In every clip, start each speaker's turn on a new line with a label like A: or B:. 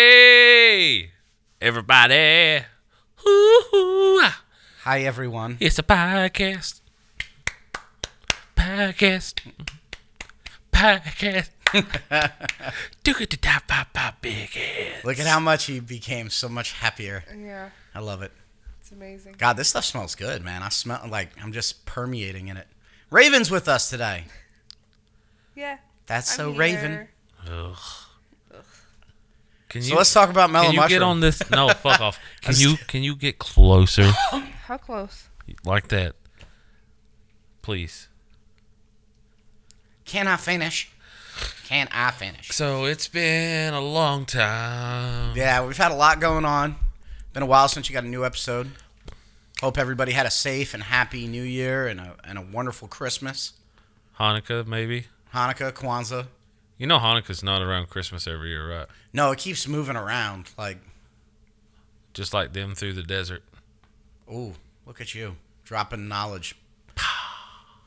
A: Hey, everybody. Ooh, ah.
B: Hi, everyone.
A: it's a podcast. Podcast. Podcast. Do good to die, pop, pop, big head.
B: Look at how much he became so much happier.
C: Yeah,
B: I love it.
C: it's amazing.
B: God, this stuff smells good, man. I smell like I'm just permeating in it. Raven's with us today.
C: Yeah.
B: That's
C: I'm
B: so Raven.
C: here.
A: Ugh. Can
B: So let's talk about mellow
A: Can you
B: mushroom.
A: get on this? No, fuck off. Can you can you get closer
C: How close?
A: like that, please?
B: Can I finish? Can I finish?
A: So it's been a long time.
B: Yeah, we've had a lot going on. Been a while since you got a new episode. Hope everybody had a safe and happy New Year and a and a wonderful Christmas,
A: Hanukkah, maybe.
B: Hanukkah, Kwanzaa.
A: You know Hanukkah's not around Christmas every year, right?
B: No, it keeps moving around. Like,
A: Just like them through the desert.
B: ooh, look at you dropping knowledge,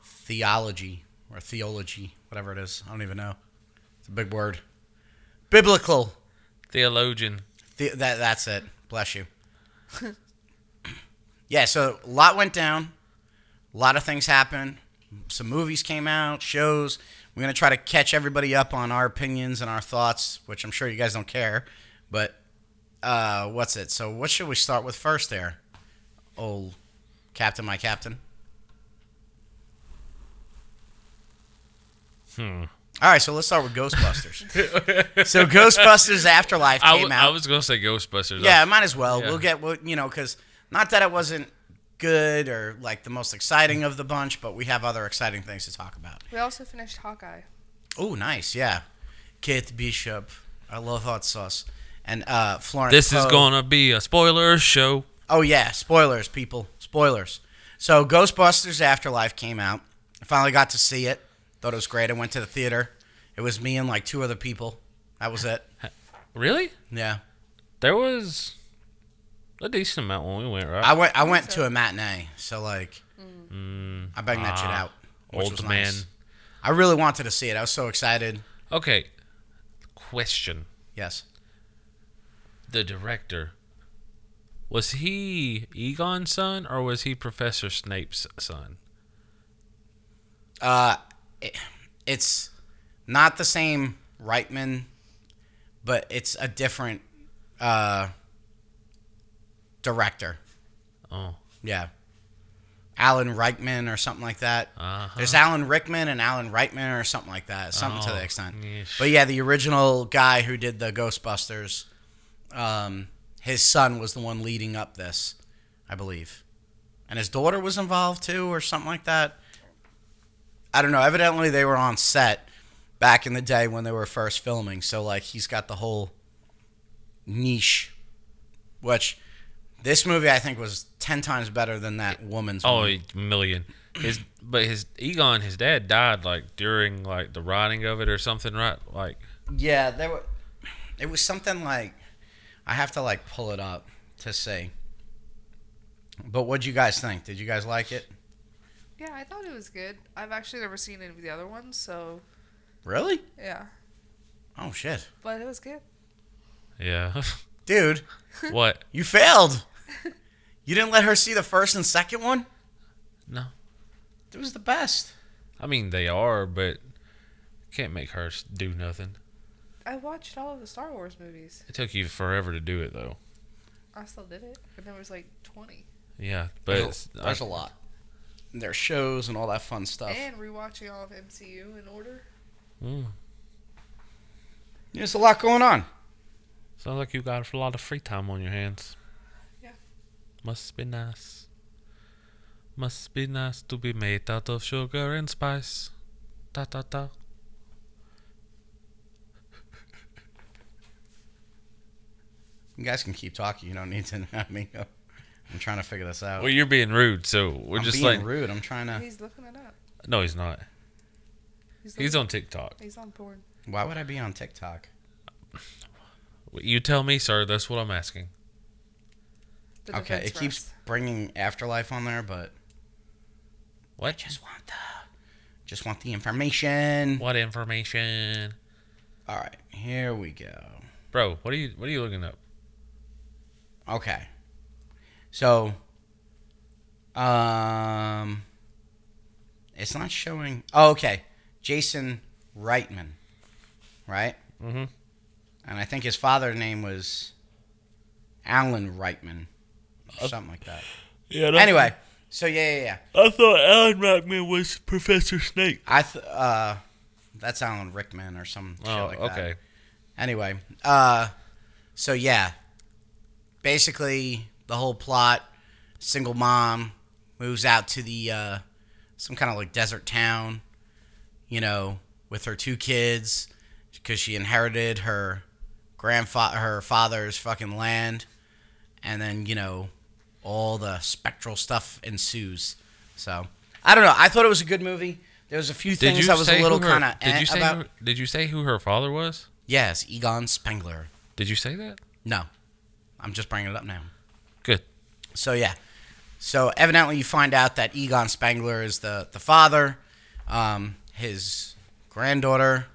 B: theology or theology, whatever it is. I don't even know. It's a big word. Biblical.
A: Theologian.
B: The, that that's it. Bless you. yeah, so a lot went down. A lot of things happened. Some movies came out, shows. We're gonna try to catch everybody up on our opinions and our thoughts, which I'm sure you guys don't care. But uh, what's it? So what should we start with first? There, old Captain, my Captain.
A: Hmm.
B: All right, so let's start with Ghostbusters. so Ghostbusters Afterlife
A: I,
B: came
A: w-
B: out.
A: I was gonna say Ghostbusters.
B: Yeah, might as well.
A: Yeah.
B: We'll get what you know because not that it wasn't good or like the most exciting of the bunch, but we have other exciting things to talk about.
C: We also finished Hawkeye.
B: Oh, nice. Yeah, Kate Bishop. I love hot sauce. And uh, Florence.
A: This is
B: Pugh.
A: gonna be a spoiler show.
B: Oh yeah, spoilers, people. Spoilers. So Ghostbusters Afterlife came out. I finally got to see it. Thought it was great. I went to the theater. It was me and like two other people. That was it.
A: Really?
B: Yeah.
A: There was a decent amount when we went, right?
B: I went I went to a matinee, so like I banged that shit
A: Ah,
B: out. which
A: old
B: was
A: man.
B: nice. I really wanted to see it. I was so excited.
A: Okay. Question:
B: Yes.
A: The director was he Egon's son or was he Professor Snape's son?
B: Uh it, it's not the same Reitman, but it's a different uh director.
A: Oh,
B: Yeah. Alan Reichman or something like that.
A: uh-huh.
B: There's Alan Rickman and Alan Reitman or something like that. Something to
A: Oh,
B: that extent.
A: yeesh.
B: But yeah, the original guy who did the Ghostbusters, um, his son was the one leading up this, I believe. And his daughter was involved too or something like that. I don't know. Evidently they were on set back in the day when they were first filming. So like he's got the whole niche which this movie I think was 10 times better than that woman's
A: Oh,
B: movie.
A: a million. His but his Egon, his dad died like during like the writing of it or something, right? Like
B: Yeah, there were. It was something like I have to like pull it up to see. But what'd you guys think? Did you guys like it?
C: Yeah, I thought it was good. I've actually never seen any of the other ones, so
B: Really?
C: yeah.
B: Oh shit,
C: But it was good.
A: yeah.
B: dude,
A: what?
B: you failed. You didn't let her see the first and second one.
A: No.
B: It was the best.
A: I mean they are, but can't make her s- do nothing.
C: I watched all of the Star Wars movies.
A: It took you forever to do it though.
C: I still did it, and there was like twenty.
A: Yeah, but it's,
B: there's a lot. There's shows and all that fun stuff.
C: And rewatching all of MCU in order.
A: Mm,
B: There's a lot going on.
A: sounds like you got a lot of free time on your hands.
C: Yeah.
A: Must be nice. Must be nice to be made out of sugar and spice. Da da da.
B: You guys can keep talking. You don't need to have me. go. I'm trying to figure this out.
A: Well, you're being rude, so we're
B: Oh. I'm
A: just
B: being
A: like,
B: rude. I'm trying to.
C: He's looking it up.
A: no, he's not. He's
C: looking-
A: on TikTok.
C: He's on porn.
B: Why would I be on TikTok?
A: You tell me, sir. That's what I'm asking.
C: The
B: Okay,
C: defense
B: it keeps
C: rest.
B: bringing afterlife on there, but I
A: What?
B: just want the just want the information.
A: What information?
B: All right, here we go.
A: Bro, what are you what are you looking up?
B: Okay. So, um, it's not showing. Oh, okay. Jason Reitman, right?
A: Mhm.
B: And I think his father's name was Alan Reitman, or something like that.
A: Yeah.
B: Anyway, so yeah, yeah, yeah.
A: I thought Alan Rockman was Professor Snape.
B: I th- uh, that's Alan Rickman or some shit
A: Oh,
B: like that.
A: okay.
B: Anyway, uh, so yeah, basically the whole plot: single mom moves out to the uh, some kind of like desert town, you know, with her two kids because she inherited her grandfather, her father's fucking land, and then you know all the spectral stuff ensues. So I don't know. I thought it was a good movie. There was a few
A: Did
B: things
A: you
B: that was
A: say
B: a little
A: who her-
B: kind of
A: Did you say
B: about.
A: who, did you say who her father was?
B: Yes, Egon Spengler.
A: Did you say that?
B: No, I'm just bringing it up now.
A: Good.
B: So yeah, so evidently you find out that Egon Spengler is the the father. Um, his granddaughter,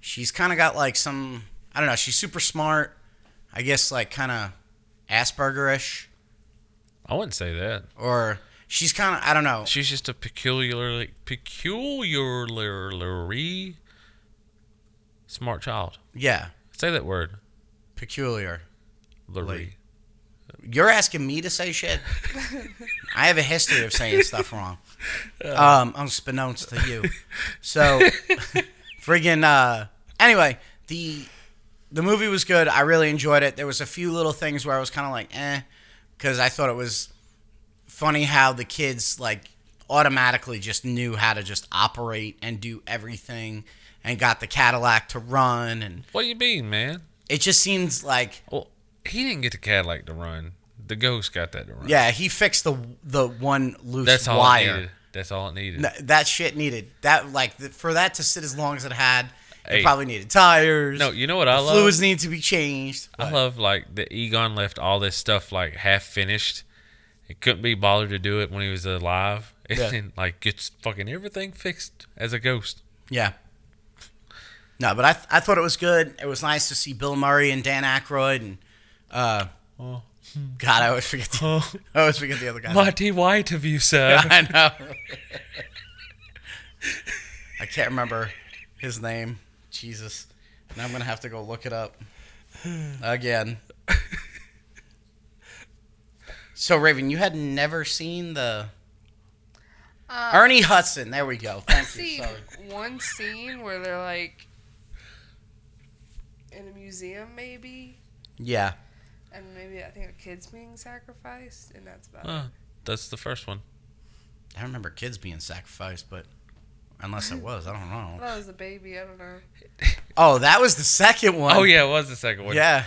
B: she's kind of got like some I don't know. She's super smart. I guess like kind of Aspergerish,
A: I wouldn't say that.
B: or she's kind of I don't know.
A: She's just a peculiarly peculiarly smart child.
B: Yeah,
A: Say that word.
B: peculiar.
A: Larry.
B: You're asking me to say shit. I have a history of saying stuff wrong. Um, unbeknownst to you. So, friggin' uh, anyway, the the movie was good. I really enjoyed it. There was a few little things where I was kind of like, eh, because I thought it was funny how the kids like automatically just knew how to just operate and do everything, and got the Cadillac to run, and
A: What do you mean, man?
B: it just seems like
A: Well, he didn't get the Cadillac to run. The ghost got that to run.
B: Yeah, he fixed the the one loose
A: That's all
B: wire.
A: it needed. That's all it needed.
B: Th- that shit needed that like th- for that to sit as long as it had.
A: Hey.
B: It probably needed tires.
A: No, you Uh. know what I love?
B: fluids need to be changed.
A: I
B: What?
A: love like that Egon left all this stuff like half finished. He couldn't be bothered to do it when he was alive. And
B: Yeah.
A: then like gets fucking everything fixed as a ghost.
B: yeah. No, but I th- I thought it was good. It was nice to see Bill Murray and Dan Aykroyd and uh,
A: Oh.
B: God, I always forget. The,
A: Oh,
B: I always forget the other guy.
A: mighty white of you, sir.
B: I know. I can't remember his name. Jesus. Now I'm gonna have to go look it up again. so Raven, you had never seen the
C: Uh,
B: Ernie Hudson. There we go.
C: I've
B: Thank you.
C: seen
B: Sorry.
C: one scene where they're like in a museum, maybe,
B: Yeah.
C: and maybe I think a kid's being sacrificed, and that's about
A: Huh, that's the first one.
B: I remember kids being sacrificed, but unless it was, I don't
C: it.
B: know.
C: That was a baby. I don't know.
B: Oh, that was the second one.
A: Oh yeah, it was the second one.
B: Yeah.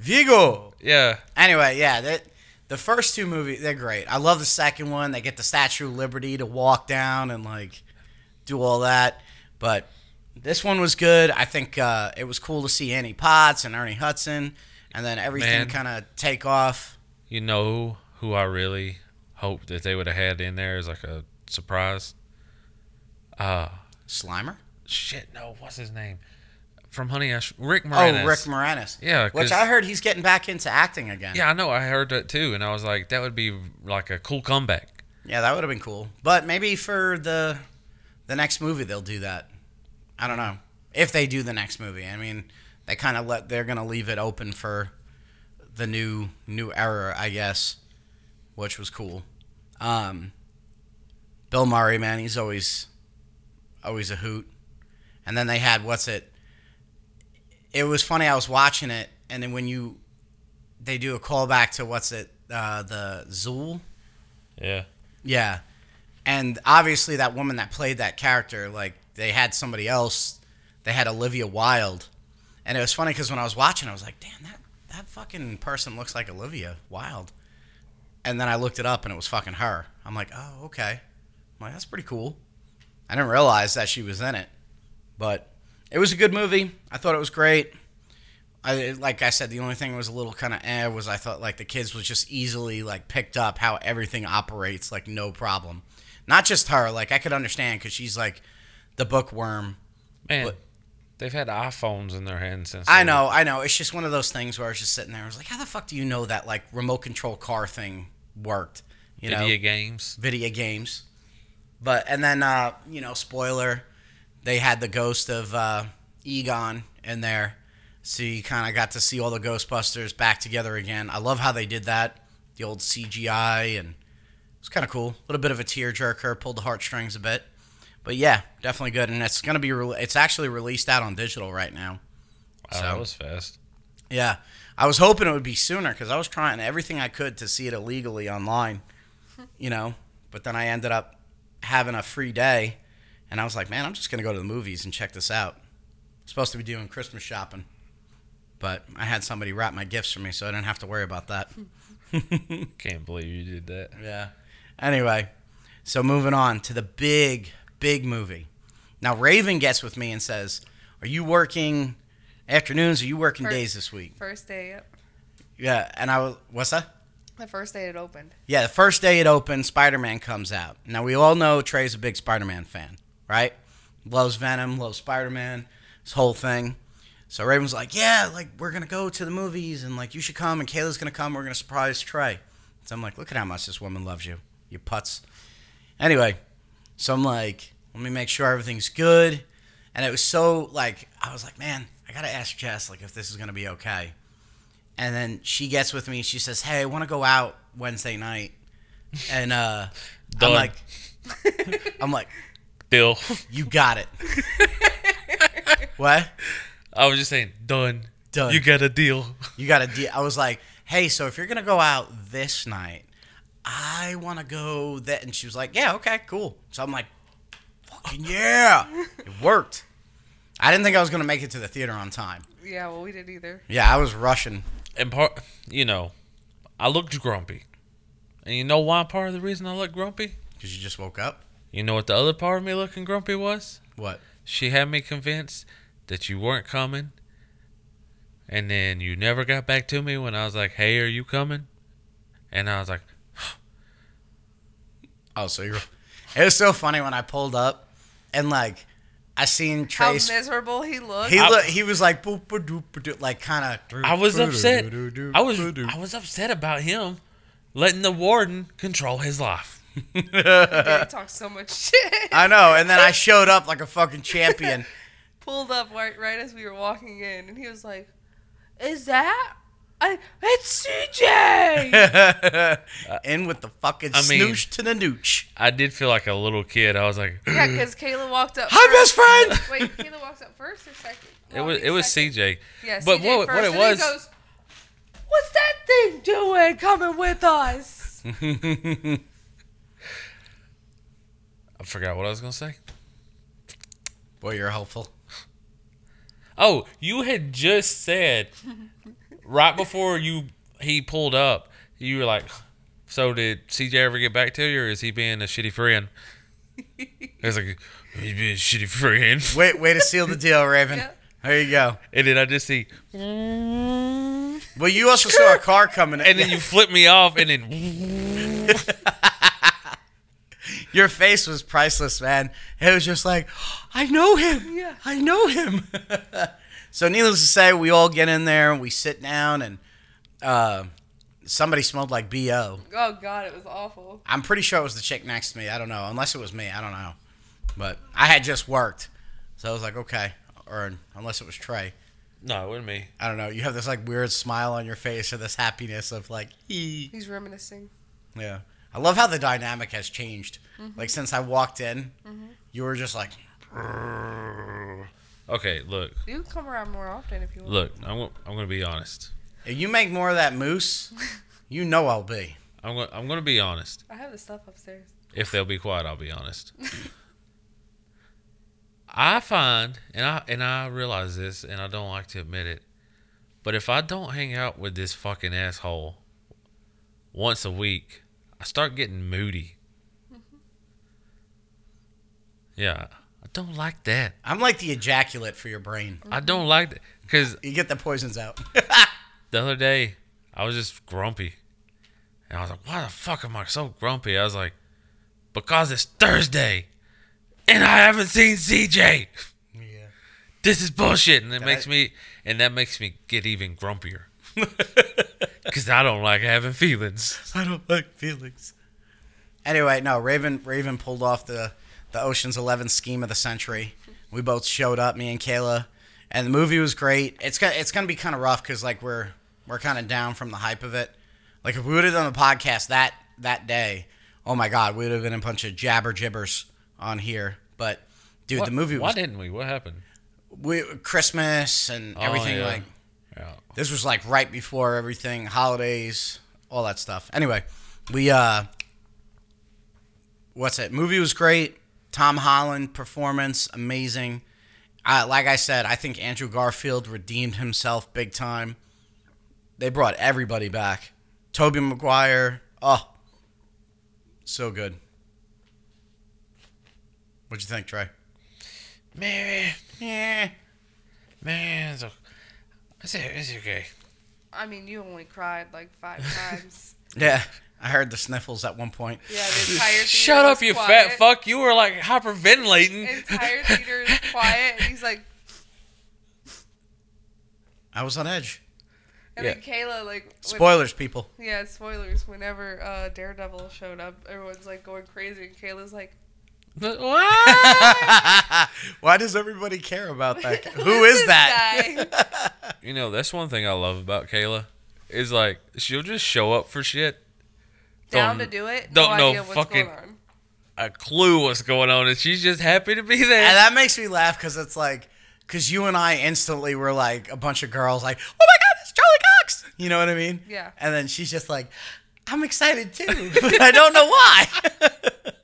B: Vigo.
A: Yeah.
B: Anyway, yeah, that the first two movies they're great. I love the second one. They get the Statue of Liberty to walk down and like do all that, but this one was good. I think uh, it was cool to see Annie Potts and Ernie Hudson, and then everything
A: Man.
B: kind of take off.
A: You know who I really hoped that they would have had in there as like a surprise? Uh
B: Slimer.
A: shit, no, what's his name? From Honey Ash Rick Moranis.
B: Oh, Rick Moranis.
A: Yeah,
B: which
A: 'cause-
B: I heard he's getting back into acting again.
A: Yeah, I know. I heard that too, and I was like, that would be like a cool comeback.
B: yeah, that would have been cool. But maybe for the the next movie they'll do that. I don't know if they do the next movie. I mean, they kind of let they're gonna leave it open for the new new era, I guess, which was cool. Um, Bill Murray, man, he's always always a hoot. And then they had what's it? It was funny. I was watching it, and then when you they do a callback to what's it? Uh, the Zool.
A: Yeah.
B: Yeah. And obviously that woman that played that character, like they had somebody else. They had Olivia Wilde. And it was funny cuz when I was watching I was like, "Damn, that that fucking person looks like Olivia Wilde." And then I looked it up and it was fucking her. I'm like, "Oh, okay." I'm like, "That's pretty cool." I didn't realize that she was in it. But it was a good movie. I thought it was great. I like I said, the only thing was a little kind of eh was I thought like the kids was just easily like picked up how everything operates like no problem. Not just her, like I could understand because she's like the bookworm,
A: Man,
B: What?
A: They've had iPhones in their hands since.
B: I
A: they were-
B: know, I know. It's just one of those things where I was just sitting there. I was like, how the fuck do you know that like remote control car thing worked? You know,
A: Video games.
B: video games. But and then uh, you know, spoiler, they had the ghost of uh, Egon in there, so you kind of got to see all the Ghostbusters back together again. I love how they did that, the old CGI, and it's kind of cool. A little bit of a tearjerker, pulled the heartstrings a bit, but yeah, definitely good. And it's gonna be, re- it's actually released out on digital right now.
A: Wow,
B: So-
A: Oh, that was fast.
B: Yeah. I was hoping it would be sooner because I was trying everything I could to see it illegally online, you know. But then I ended up having a free day, and I was like, man, I'm just going to go to the movies and check this out. supposed to be doing Christmas shopping, but I had somebody wrap my gifts for me, so I didn't have to worry about that.
A: Can't believe you did that.
B: Yeah. Anyway, so moving on to the big, big movie. Now, Raven gets with me and says, Are you working afternoons? Or are you working
C: First-
B: days this week?
C: First day, yep.
B: Yeah. And I was, What's that?
C: The first day it opened.
B: Yeah, the first day it opened, Spider Man comes out. Now, we all know Trey's a big Spider Man fan, right? Loves Venom, loves Spider Man, this whole thing. So Raven's like, Yeah, like, we're going to go to the movies and, like, you should come and Kayla's going to come. We're going to surprise Trey. So I'm like, Look at how much this woman loves you, you putz. Anyway, so I'm like, Let me make sure everything's good. And it was so, like, I was like, Man, I got to ask Jess, like, if this is going to be okay. And then she gets with me. She says, "Hey, I want to go out Wednesday night." And uh, I'm
A: Done.
B: like, I'm like,
A: Deal.
B: you got it. what?
A: I was just saying, done.
B: Done.
A: You got a deal.
B: You got a deal. I was like, hey, so if you're gonna go out this night, I want to go that. And she was like, yeah, okay, cool. So I'm like, fucking yeah, it worked. I didn't think I was gonna make it to the theater on time.
C: Yeah, well, we didn't either.
B: Yeah, I was rushing.
A: And part, you know, I looked grumpy. And you know why part of the reason I looked grumpy?
B: Cause you just woke up.
A: You know what the other part of me looking grumpy was?
B: What?
A: She had me convinced that you weren't coming. And then you never got back to me when I was like, hey, are you coming? And I was like,
B: Oh, so you're. It was so funny when I pulled up, and like, I seen
C: How
B: Trace.
C: miserable he looked.
B: He
A: I-
B: look, he was like boop boop doop boop, doop, like kind of.
A: I was upset. I was I was upset about him letting the warden control his life.
C: He talked so much shit.
B: I know, and then I showed up like a fucking champion.
C: Pulled up right, right as we were walking in, and he was like, "Is that? I, it's CJ."
B: In with the fucking
A: I mean-
B: snoosh to the nooch.
A: I did feel like a little kid. I was like,
C: yeah, because Kayla walked up.
B: Hi, best friend.
C: first. Wait, Kayla walks up first or second?
A: it was it was CJ.
C: Yes,
A: but
C: but
A: what
C: first,
A: what it
C: and then he
A: was
C: goes, What's that thing doing coming with us?
A: I forgot what I was gonna say.
B: Boy, you're helpful.
A: Oh, you had just said right before you he pulled up. You were like, so did CJ ever get back to you, or is he being a shitty friend? I was like, he's being a shitty friend.
B: Wait, way to seal the deal, Raven.
C: Yeah.
B: There you go.
A: And then I just see,
B: Well, you also saw a car coming, in.
A: and then you flip me off, and then
B: your face was priceless, man. It was just like, I know him.
C: Yeah.
B: I know him. so, needless to say, we all get in there, we sit down, and uh, somebody smelled like BO.
C: Oh God, it was awful.
B: I'm pretty sure it was the chick next to me. I don't know. Unless it was me, I don't know. But I had just worked. So I was like, okay. Or unless it was Trey.
A: no, it wasn't me.
B: I don't know. You have this like weird smile on your face or this happiness of like, "Ee."
C: He's reminiscing.
B: yeah. I love how the dynamic has changed. Like since I walked in, you were just like,
A: Okay, look,
C: You can come around more often if you want.
A: look. I'm gonna, I'm gonna be honest.
B: if you make more of that moose, you know I'll be.
A: I'm gonna, I'm gonna be honest.
C: I have the stuff upstairs.
A: If they'll be quiet, I'll be honest. I find, and I and I realize this, and I don't like to admit it, but if I don't hang out with this fucking asshole once a week, I start getting moody. Yeah, I don't like that.
B: I'm like the ejaculate for your brain.
A: I don't like that because
B: You get the poisons out.
A: the other day, I was just grumpy. And I was like, why the fuck am I so grumpy? I was like, because it's Thursday and I haven't seen CJ.
B: yeah.
A: this is bullshit, and it
B: Did
A: makes
B: I-
A: me and that makes me get even grumpier because I don't like having feelings.
B: I don't like feelings. Anyway, no, Raven Raven pulled off the the Ocean's 11 scheme of the century. We both showed up, me and Kayla, and the movie was great. It's gonna it's gonna be kind of rough because like we're we're kind of down from the hype of it. Like if we would have done the podcast that that day, oh my god, we would have been a bunch of jabber gibbers on here. But dude,
A: What-
B: the movie
A: Why
B: was
A: didn't we? What happened?
B: we, Christmas and everything
A: Oh, yeah.
B: like
A: Yeah.
B: this was like right before everything, holidays, all that stuff. Anyway, we uh what's it? Movie was great. Tom Holland performance amazing. Uh, like I said, I think Andrew Garfield redeemed himself big time. They brought everybody back. Toby Maguire, oh, so good. What'd you think, Trey?
A: Man,
B: Yeah.
A: man, it's, o- it's, it's okay.
C: I mean, you only cried like five times.
B: Yeah, I heard the sniffles at one point.
C: Yeah, the entire theater
A: Shut up,
C: was
A: you
C: quiet.
A: fat fuck! You were like hyperventilating.
C: Entire theater is quiet, and he's like,
B: I was on edge.
C: and
A: Yeah.
C: then Kayla like, when,
B: Spoilers, people.
C: yeah, spoilers. Whenever uh, Daredevil showed up, everyone's like going crazy, and Kayla's like,
A: But what?
B: Why does everybody care about that?
C: Who
B: Who
C: is
B: is
C: this
B: that?
A: you know, that's one thing I love about Kayla is like she'll just show up for shit.
C: down
A: Don't-
C: to do it.
A: don't
C: no
A: know
C: idea what's
A: fucking-
C: going on.
A: A clue what's going on, and she's just happy to be there.
B: and that makes me laugh because it's like, because you and I instantly were like a bunch of girls, like, oh my God, it's Charlie Cox. You know what I mean?
C: Yeah.
B: And then she's just like, I'm excited too, but I don't know why.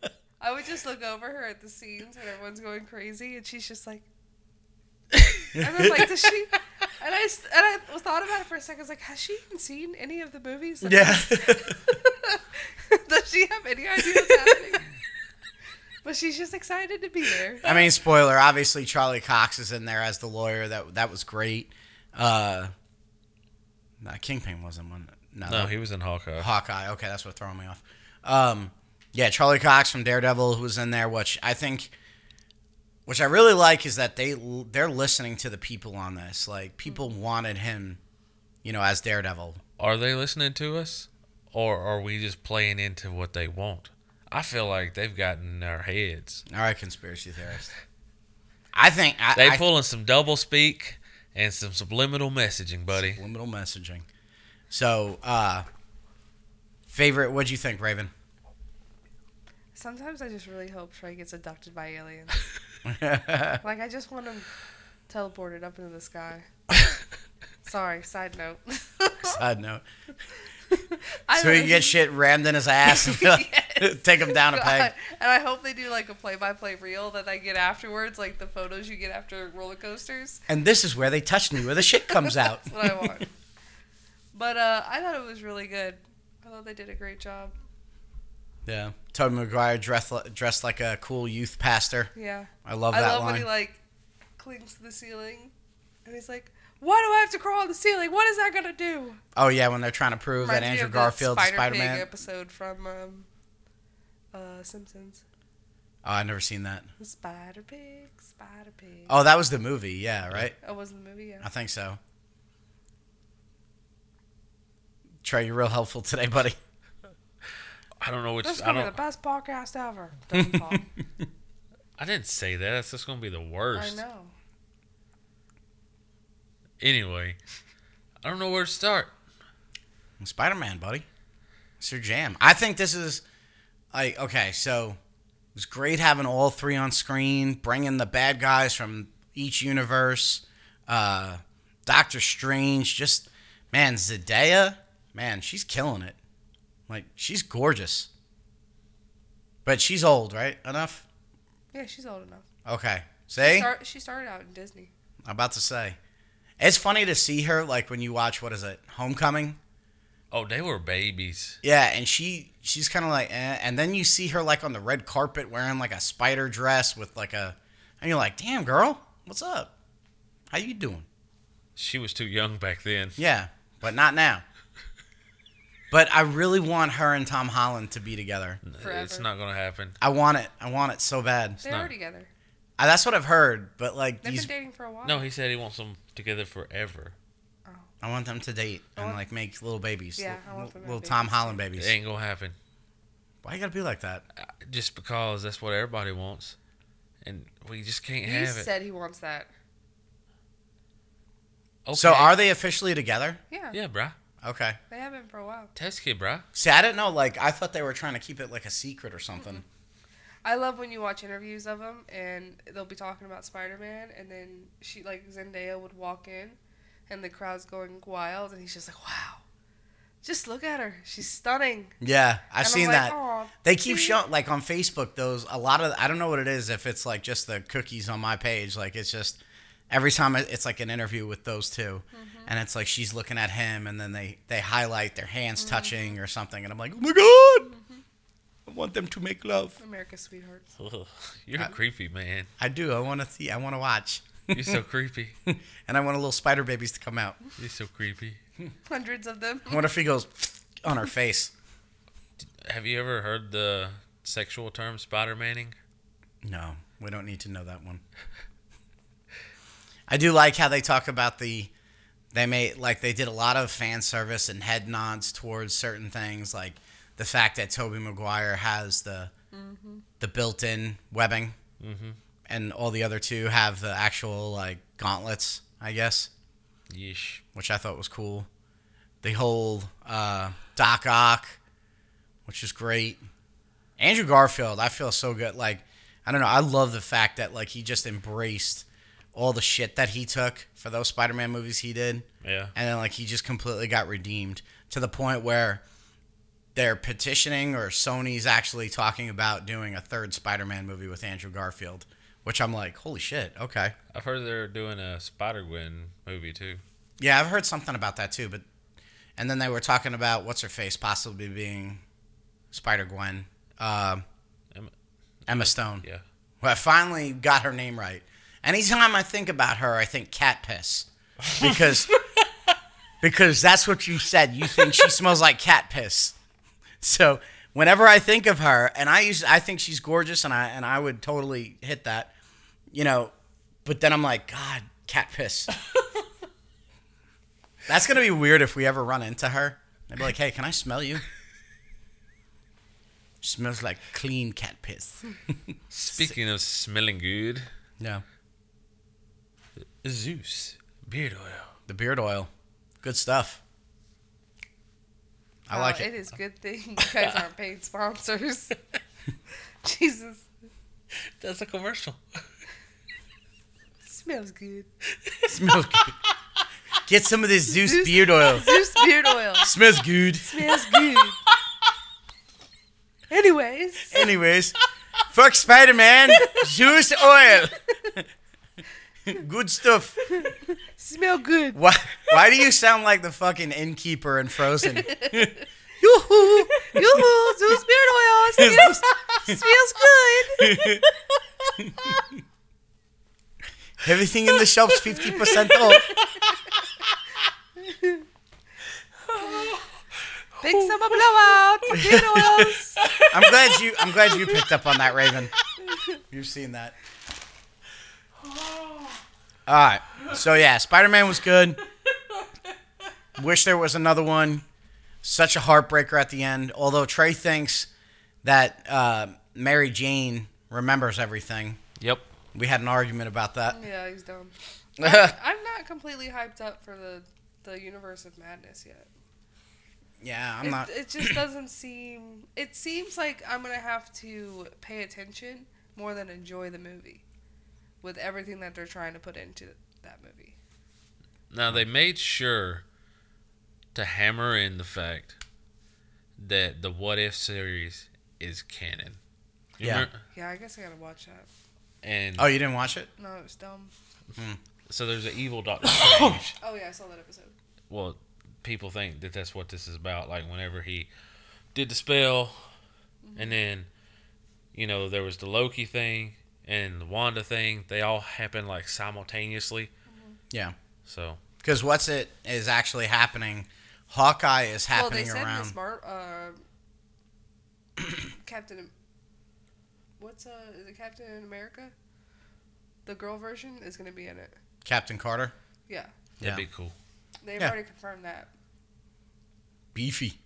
C: I would just look over her at the scenes when everyone's going crazy, and she's just like, and I'm like, does she? And I s- and I thought about it for a second. I was like, has she even seen any of the movies?
B: yeah.
C: Does she have any idea what's happening? but she's just excited to be there.
B: I mean, spoiler. Obviously, Charlie Cox is in there as the lawyer. That that was great. Uh, nah, Kingpin wasn't one. No,
A: no, he was in Hawkeye.
B: Hawkeye. Okay, that's what throwing me off. Um, yeah, Charlie Cox from Daredevil who was in there, which I think, which I really like is that they they're listening to the people on this. Like people
C: Mm-hmm.
B: wanted him, you know, as Daredevil.
A: Are they listening to us, or are we just playing into what they want? I feel like they've gotten in our heads.
B: All right, conspiracy theorist. I think I,
A: They
B: I-
A: pulling some double speak and some subliminal messaging, buddy.
B: subliminal messaging. So, uh, favorite? What'd you think, Raven?
C: Sometimes I just really hope Trey gets abducted by aliens. like I just want him teleported up into the sky. Sorry, side note.
B: Side note.
C: I
B: So he
C: really-
B: can get shit rammed in his ass and
C: Yes.
B: take him down a peg.
C: God. And I hope they do like a play-by-play reel that I get afterwards, like the photos you get after roller coasters.
B: And this is where they touched me, where the shit comes out.
C: That's what I want. but uh, I thought it was really good. I thought they did a great job.
B: Yeah. Tobey Maguire dressed li- dressed like a cool youth pastor.
C: Yeah.
B: I love
C: I
B: that
C: love
B: line.
C: when he like clings to the ceiling, and he's like, "Why do I have to crawl on the ceiling? What is that gonna do?"
B: oh yeah, when they're trying to prove that
C: Reminds me
B: Andrew
C: of the
B: Garfield's Spider
C: Spider-Pig
B: Man.
C: episode from um, uh, Simpsons.
B: Oh, I never seen that.
C: The Spider Pig, Spider Pig. Oh.
B: Oh, that was the movie. Yeah, right.
C: was in the movie. Yeah.
B: I think so. Trey, you're real helpful today, buddy.
A: I don't know which.
C: This is
A: I
C: gonna be the
A: don't.
C: best podcast ever. Doesn't fall.
A: I didn't say that. That's just gonna be the
C: I
A: worst.
C: know.
A: Anyway, I don't know where to start.
B: Spider Man, buddy. It's your jam. I think this is like okay. So it was great having all three on screen, bringing the bad guys from each universe. Uh, Doctor Strange, just man, Zendaya, man, she's killing it. Like she's gorgeous, but she's old, right? Enough.
C: Yeah, she's old enough.
B: Okay. See,
C: Start, she started out in Disney.
B: I'm about to say, it's funny to see her like when you watch what is it, Homecoming.
A: Oh, they were babies.
B: Yeah, and she she's kind of like, eh. and then you see her like on the red carpet wearing like a spider dress with like a, and you're like, damn girl, what's up? How you doing?
A: She was too young back then.
B: Yeah, but not now. But I really want her and Tom Holland to be together.
A: It's
C: Forever.
A: not gonna happen.
B: I want it. I want it so bad.
C: They
A: not-
C: are together.
B: I- Uh, that's what I've heard, but like
C: They've
B: these,
C: been dating for a while.
A: No, he said he wants them together forever.
B: I want them to date and like make little babies.
C: Yeah,
B: little,
C: I want them to have
B: little Tom Holland
A: It
B: babies.
A: ain't gonna happen.
B: Why you gotta be like that?
A: Uh, Just because that's what everybody wants, and we just can't
C: He
A: have it.
C: said he wants that.
A: okay.
B: So are they officially together?
C: Yeah,
A: yeah, bruh.
B: Okay.
C: They have been for a while.
A: Test kid, bruh.
B: See, I didn't know. Like, I thought they were trying to keep it like a secret or something.
C: I love when you watch interviews of them and they'll be talking about Spider Man and then she like Zendaya would walk in and the crowd's going wild and he's just like, Wow. Just look at her. She's stunning.
B: Yeah, I've
C: And I'm
B: seen
C: like, "Oh,
B: that.
C: "Aw,
B: They keep
C: see?"
B: showing like on Facebook those a lot of I don't know what it is if it's like just the cookies on my page like it's just every time it- it's like an interview with those 2
C: Mm-hmm.
B: and it's like she's looking at him and then they they highlight their hands
C: Mm-hmm.
B: touching or something and I'm like oh my god I want them to make love
C: America's sweethearts.
A: Ugh, You're creepy, man.
B: I do I want to see I want to watch
A: You're so creepy.
B: and I want little spider babies to come out
A: You're so creepy.
C: Hundreds of them.
B: I wonder if he goes on her face
A: Have you ever heard the sexual term spider manning?
B: No, we don't need to know that one. I do like how they talk about the they made like they did a lot of fan service and head nods towards certain things, like the fact that Toby Maguire has the the built-in webbing, and all the other two have the actual like gauntlets, I guess,
A: Yeesh.
B: which I thought was cool. The whole uh, Doc Ock, which is great. Andrew Garfield, I feel so good. Like, I don't know. I love the fact that like he just embraced all the shit that he took for those Spider-Man movies he did,
A: Yeah.
B: and then like he just completely got redeemed to the point where they're petitioning or Sony's actually talking about doing a third Spider-Man movie with Andrew Garfield, which I'm like, holy shit, okay.
A: I've heard they're doing a Spider Gwen movie too.
B: Yeah, I've heard something about that too, but and then they were talking about what's her face possibly being Spider Gwen. Um
A: Emma-
B: Emma Stone.
A: Yeah.
B: Well, I finally got her name right. Anytime I think about her, I think cat piss. Because because that's what you said. You think she smells like cat piss. So whenever I think of her, and I use I think she's gorgeous and I and I would totally hit that, you know, but then I'm like, God, cat piss. that's gonna be weird if we ever run into her. I'd be like, hey, can I smell you? Smells like clean cat piss.
A: Speaking of smelling good,
B: Yeah.
A: Zeus beard oil.
B: The beard oil. Good stuff. I
C: Wow,
B: like
C: Oh, It
B: it.
C: is good thing you guys aren't paid sponsors. Jesus.
A: That's a commercial.
C: Smells good.
B: Smells good. Get some of this Zeus,
C: Zeus-
B: beard oil.
C: Zeus beard oil.
B: Smells good.
C: Smells good. Anyways,
B: Anyways, fuck Spider Man. Zeus oil. good stuff.
C: smell good.
B: Why, why do you sound like the fucking innkeeper in Frozen? Yoo-hoo.
C: Yoo-hoo, Zeus beard oil. Smells, smells good.
B: Everything in the shop's 50% off.
C: Big summer blowout for beard oils.
B: I'm glad you I'm glad you picked up on that, Raven. You've seen that. All right. So yeah, Spider-Man was good. Wish there was another one. Such a heartbreaker at the end. Although Trey thinks that uh, Mary Jane remembers everything.
A: Yep.
B: We had an argument about that.
C: Yeah, he's dumb.
B: yeah,
C: I'm not completely hyped up for the the universe of madness yet.
B: I'm
C: It,
B: not.
C: it just doesn't seem. It seems like I'm gonna have to pay attention more than enjoy the movie, with everything that they're trying to put into that movie.
A: Now they made sure to hammer in the fact that the What If series is canon. You
B: Yeah.
A: remember-
C: Yeah, I guess I gotta watch that.
A: And
B: Oh, you didn't watch it?
C: No, it was dumb.
A: so there's an evil Doctor Strange.
C: Oh yeah, I saw that episode.
A: well, people think that that's what this is about. Like whenever he did the spell, and then you know there was the Loki thing and the Wanda thing. They all happened like simultaneously.
B: Yeah.
A: So
B: Because what's it is actually happening. Hawkeye is happening
C: well, they said
B: around.
C: Miss Mar- uh, uh, Captain. Am- What's uh? Is it Captain America? The girl version is going to be in it.
B: Captain Carter.
C: Yeah.
A: That'd
B: Yeah.
A: be cool.
C: They've
B: Yeah.
C: already confirmed that.
B: Beefy.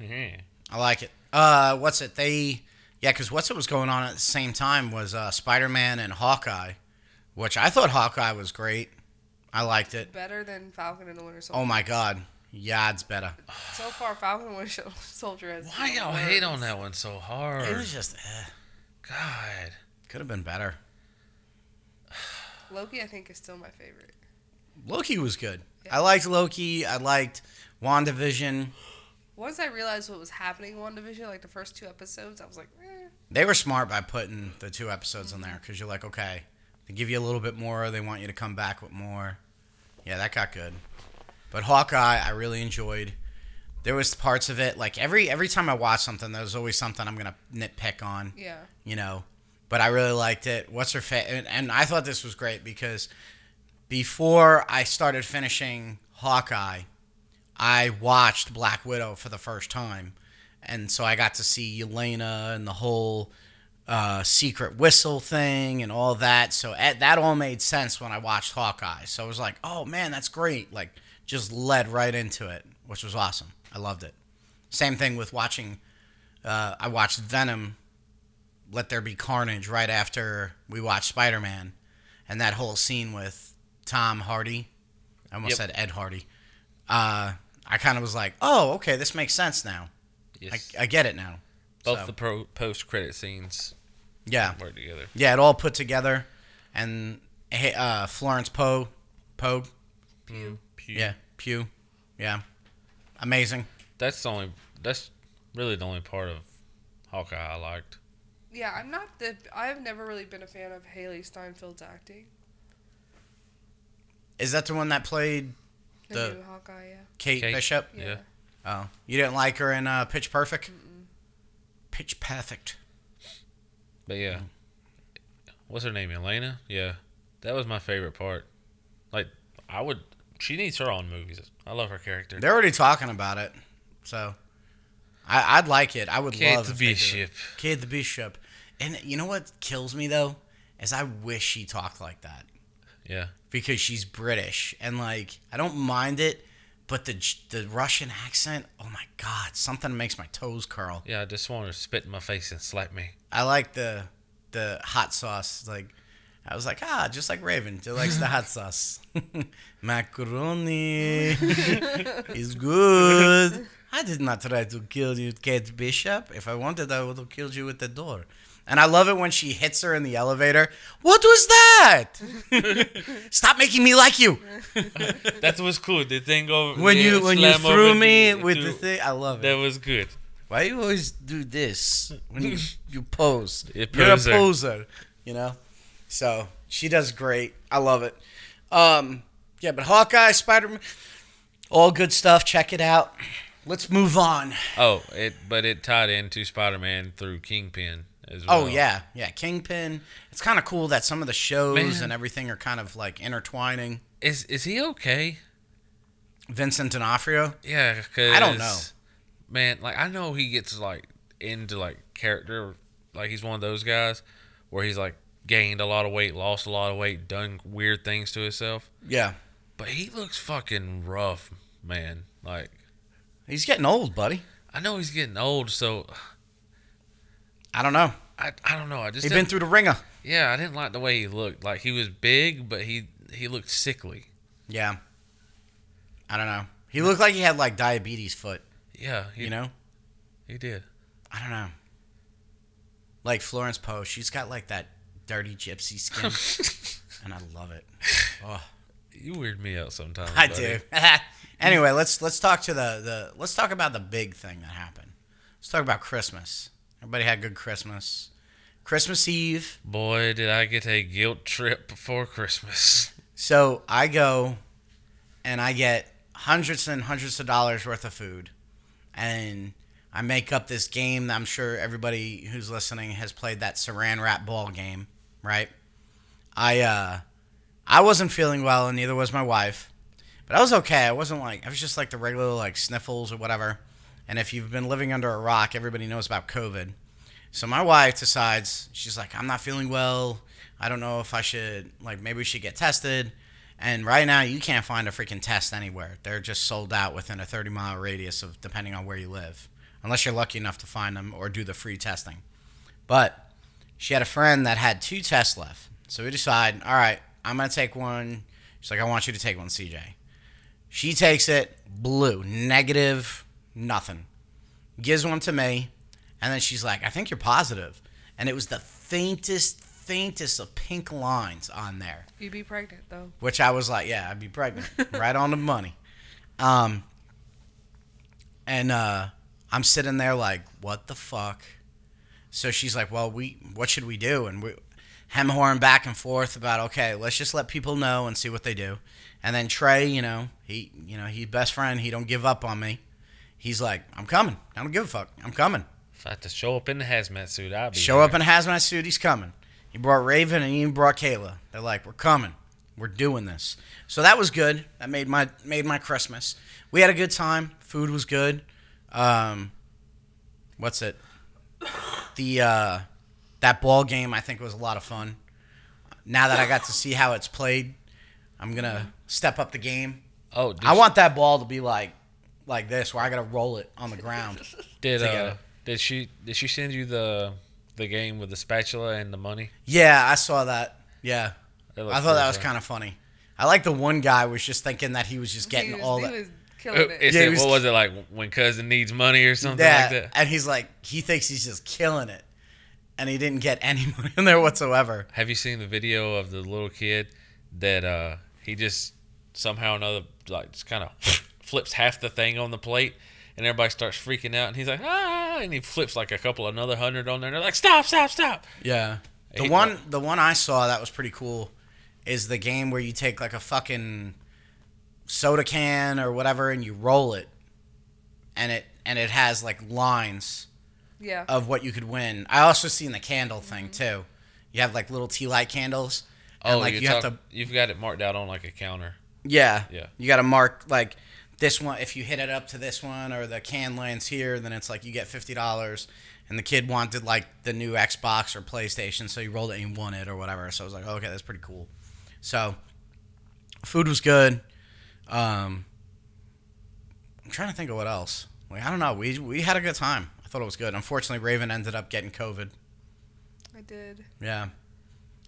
A: Yeah.
B: I like it. Uh, what's it? They, yeah, because what's it was going on at the same time was uh, Spider Man and Hawkeye, which I thought Hawkeye was great. I liked it.
C: Better than Falcon and the Winter Soldier.
B: Oh my God, yeah, it's better.
C: So far, Falcon and the Winter Soldier has.
A: Why
C: the
A: y'all hate on
C: worst.
A: that one so
B: It
A: hard?
B: was just eh,
A: God.
B: could have been better.
C: Loki, I think, is still my favorite.
B: Loki was good. I liked Loki. I liked WandaVision.
C: Once I realized what was happening in WandaVision, like the first two episodes, I was like, eh.
B: They were smart by putting the two episodes in there because you're like, okay, they give you a little bit more. They want you to come back with more. Yeah, that got good. But Hawkeye, I really enjoyed. There was parts of it like every every time I watch something, there's always something I'm gonna nitpick on,
C: yeah.
B: you know. But I really liked it. What's her fa- and, and I thought this was great because before I started finishing Hawkeye, I watched Black Widow for the first time, and so I got to see Elena and the whole uh, secret whistle thing and all that. So eh, that all made sense when I watched Hawkeye. So I was like, "Oh man, that's great!" Like just led right into it, which was awesome. I loved it. Same thing with watching. Uh, I watched Venom, Let There Be Carnage, right after we watched Spider Man, and that whole scene with Tom Hardy. I almost
A: Yep.
B: said Ed Hardy uh, I kind of was like, oh, okay, this makes sense now. I,
A: Yes.
B: I get it now.
A: Both
B: so-
A: the pro- post credit scenes
B: Yeah,
A: were together.
B: yeah, it all put together, and hey, uh, Florence Poe, Poe,
A: Pew.
B: yeah, Pew, yeah, amazing.
A: That's the only. That's really the only part of Hawkeye I liked.
C: Yeah, I'm not the. I've never really been a fan of Haley Steinfeld's acting.
B: Is that the one that played
C: The,
B: The-
C: new Hawkeye, yeah.
B: Kate,
A: Kate.
B: Bishop?
A: Yeah.
C: Yeah.
B: Oh, you didn't like her in uh, Pitch Perfect? Pitch Perfect.
A: But yeah,
B: Mm.
A: what's her name? Elena. Yeah, that was my favorite part. Like I would. She needs her own movies. I love her character.
B: They're already talking about it, so I, I'd like it. I would
A: Kate
B: love if they did it.
A: Bishop.
B: Kate the Bishop. And you know what kills me though is I wish she talked like that
A: Yeah.
B: because she's British and like I don't mind it, but the J- the Russian accent. Oh my God, something makes my toes curl.
A: Yeah. I just want her to spit in my face and slap me.
B: I like the the hot sauce. Like I was like ah, just like Raven, she likes the hot sauce. Macaroni is good. I did not try to kill you, Kate Bishop. If I wanted, I would have killed you with the door. And I love it when she hits her in the elevator. What was that? Stop making me like you.
A: That was cool. The thing over
B: When
A: the
B: you when you
A: slam
B: threw
A: over
B: me
A: the-
B: with the
A: through-
B: thing, I love
A: That
B: it.
A: was good.
B: Why you always do this when you, you pose?
A: You're a
B: You're a
A: poser.
B: poser, you know. So she does great. I love it. Um, yeah, but Hawkeye, Spider Man, all good stuff. Check it out. Let's move on.
A: Oh, it but it tied into Spider Man through Kingpin as well.
B: Oh yeah, yeah. Kingpin. It's kind of cool that some of the shows
A: Man.
B: and everything are kind of like intertwining.
A: Is is he okay?
B: Vincent D'Onofrio.
A: Yeah, cause
B: I don't know.
A: man. Like I know he gets like into like character, like he's one of those guys where he's like gained a lot of weight, lost a lot of weight, done weird things to himself.
B: Yeah,
A: But he looks fucking rough, man. Like
B: he's getting old, buddy.
A: I know he's getting old, so
B: I don't know.
A: I I don't know. I just
B: He's been
A: didn't-
B: through the ringer.
A: yeah. I didn't like the way he looked. Like he was big, but he he looked sickly.
B: Yeah. I don't know. He looked like he had like diabetes foot.
A: Yeah, he,
B: You know.
A: he did.
B: I don't know. Like Florence Poe, she's got like that dirty gypsy skin, and I love it. Oh,
A: You weird me out sometimes.
B: I
A: buddy.
B: do. anyway, let's let's talk to the the let's talk about the big thing that happened. Let's talk about Christmas. Everybody had a good Christmas. Christmas Eve.
A: Boy, did I get a guilt trip before Christmas.
B: So I go and I get hundreds and hundreds of dollars worth of food. And I make up this game that I'm sure everybody who's listening has played that saran wrap ball game, right? I uh I wasn't feeling well and neither was my wife. But I was okay. I wasn't like I was just like the regular like sniffles or whatever. And if you've been living under a rock, everybody knows about COVID. So my wife decides she's like, I'm not feeling well. I don't know if I should like maybe we should get tested. And right now you can't find a freaking test anywhere. They're just sold out within a 30 mile radius of depending on where you live, unless you're lucky enough to find them or do the free testing. But she had a friend that had two tests left. So we decide, all right, I'm gonna take one. She's like, I want you to take one, CJ. She takes it, blue, negative, nothing. Gives one to me, and then she's like, I think you're positive. And it was the faintest, faintest of pink lines on there,
C: You'd be pregnant though.
B: which I was like, yeah, I'd be pregnant. right on the money. Um, and uh, I'm sitting there like, what the fuck? So she's like, well, we, what should we do? And we hem horn back and forth about, okay, let's just let people know and see what they do. And then Trey, you know, he, you know, he's best friend. He don't give up on me. He's like, I'm coming. I don't give a fuck. I'm coming.
A: If I had to show up in the hazmat suit, I'd be
B: Show up in a hazmat suit. He's coming. He brought Raven and he even brought Kayla. They're like, we're coming. We're doing this. So that was good. That made my made my Christmas. We had a good time. Food was good. Um, what's it? The uh, that ball game I think was a lot of fun. Now that I got to see how it's played, I'm gonna step up the game.
A: Oh, did,
B: I want that ball to be like like this, where I gotta roll it on the ground.
A: did uh,
B: together.
A: did she did she send you the the game with the spatula and the money?
B: Yeah, I saw that. Yeah.
A: That
B: I
A: looked
B: thought that
A: cool,
B: was
A: though.
B: kind of funny. I like the one guy was just thinking that he was just getting
C: he was,
B: all
C: he
B: that.
C: was killing
A: Uh, It
C: it.
B: Yeah,
A: said-
B: it was-
A: what was it like when cousin needs money or something
B: yeah,
A: like that?
B: and he's like, he thinks he's just killing it, and he didn't get any money in there whatsoever.
A: Have you seen the video of the little kid that uh he just somehow or another like just kind of flips half the thing on the plate and everybody starts freaking out and he's like ah and he flips like a couple another hundred on there and they're like stop stop stop
B: Yeah. The
A: hate
B: one, the one I saw that was pretty cool, is the game where you take like a fucking soda can or whatever and you roll it, and it and it has like lines
C: Yeah.
B: of what you could win. I also seen the candle thing
C: Mm-hmm.
B: too. You have like little tea light candles.
A: oh
B: and, like
A: you
B: you have to
A: you've got it marked out on like a counter
B: Yeah.
A: Yeah.
B: You got to mark like this one. If you hit it up to this one, or the can lands here, then it's like you get fifty dollars. And the kid wanted like the new Xbox or PlayStation, so he rolled it and he won it or whatever. So I was like, "Oh, okay, that's pretty cool. So food was good. Um, I'm trying to think of what else. Like I don't know. We we had a good time. I thought it was good. Unfortunately, Raven ended up getting COVID.
C: I did.
B: Yeah.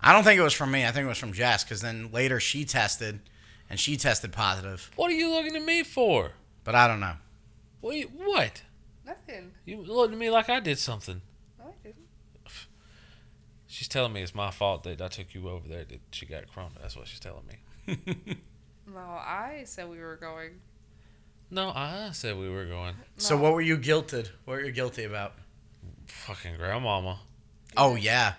B: I don't think it was from me. I think it was from Jess because then later she tested, and she tested positive.
A: what are you looking at me for
B: But I don't know.
A: what you- what
C: Nothing.
A: you looked at me like I did something
C: No, I didn't.
A: she's telling me it's my fault that I took you over there that she got corona that's what she's telling me
C: No, I said we were going.
A: no I said we were going
B: So
C: No.
B: what were you guilted? What were you guilty about?
A: fucking grandmama
B: Oh yeah.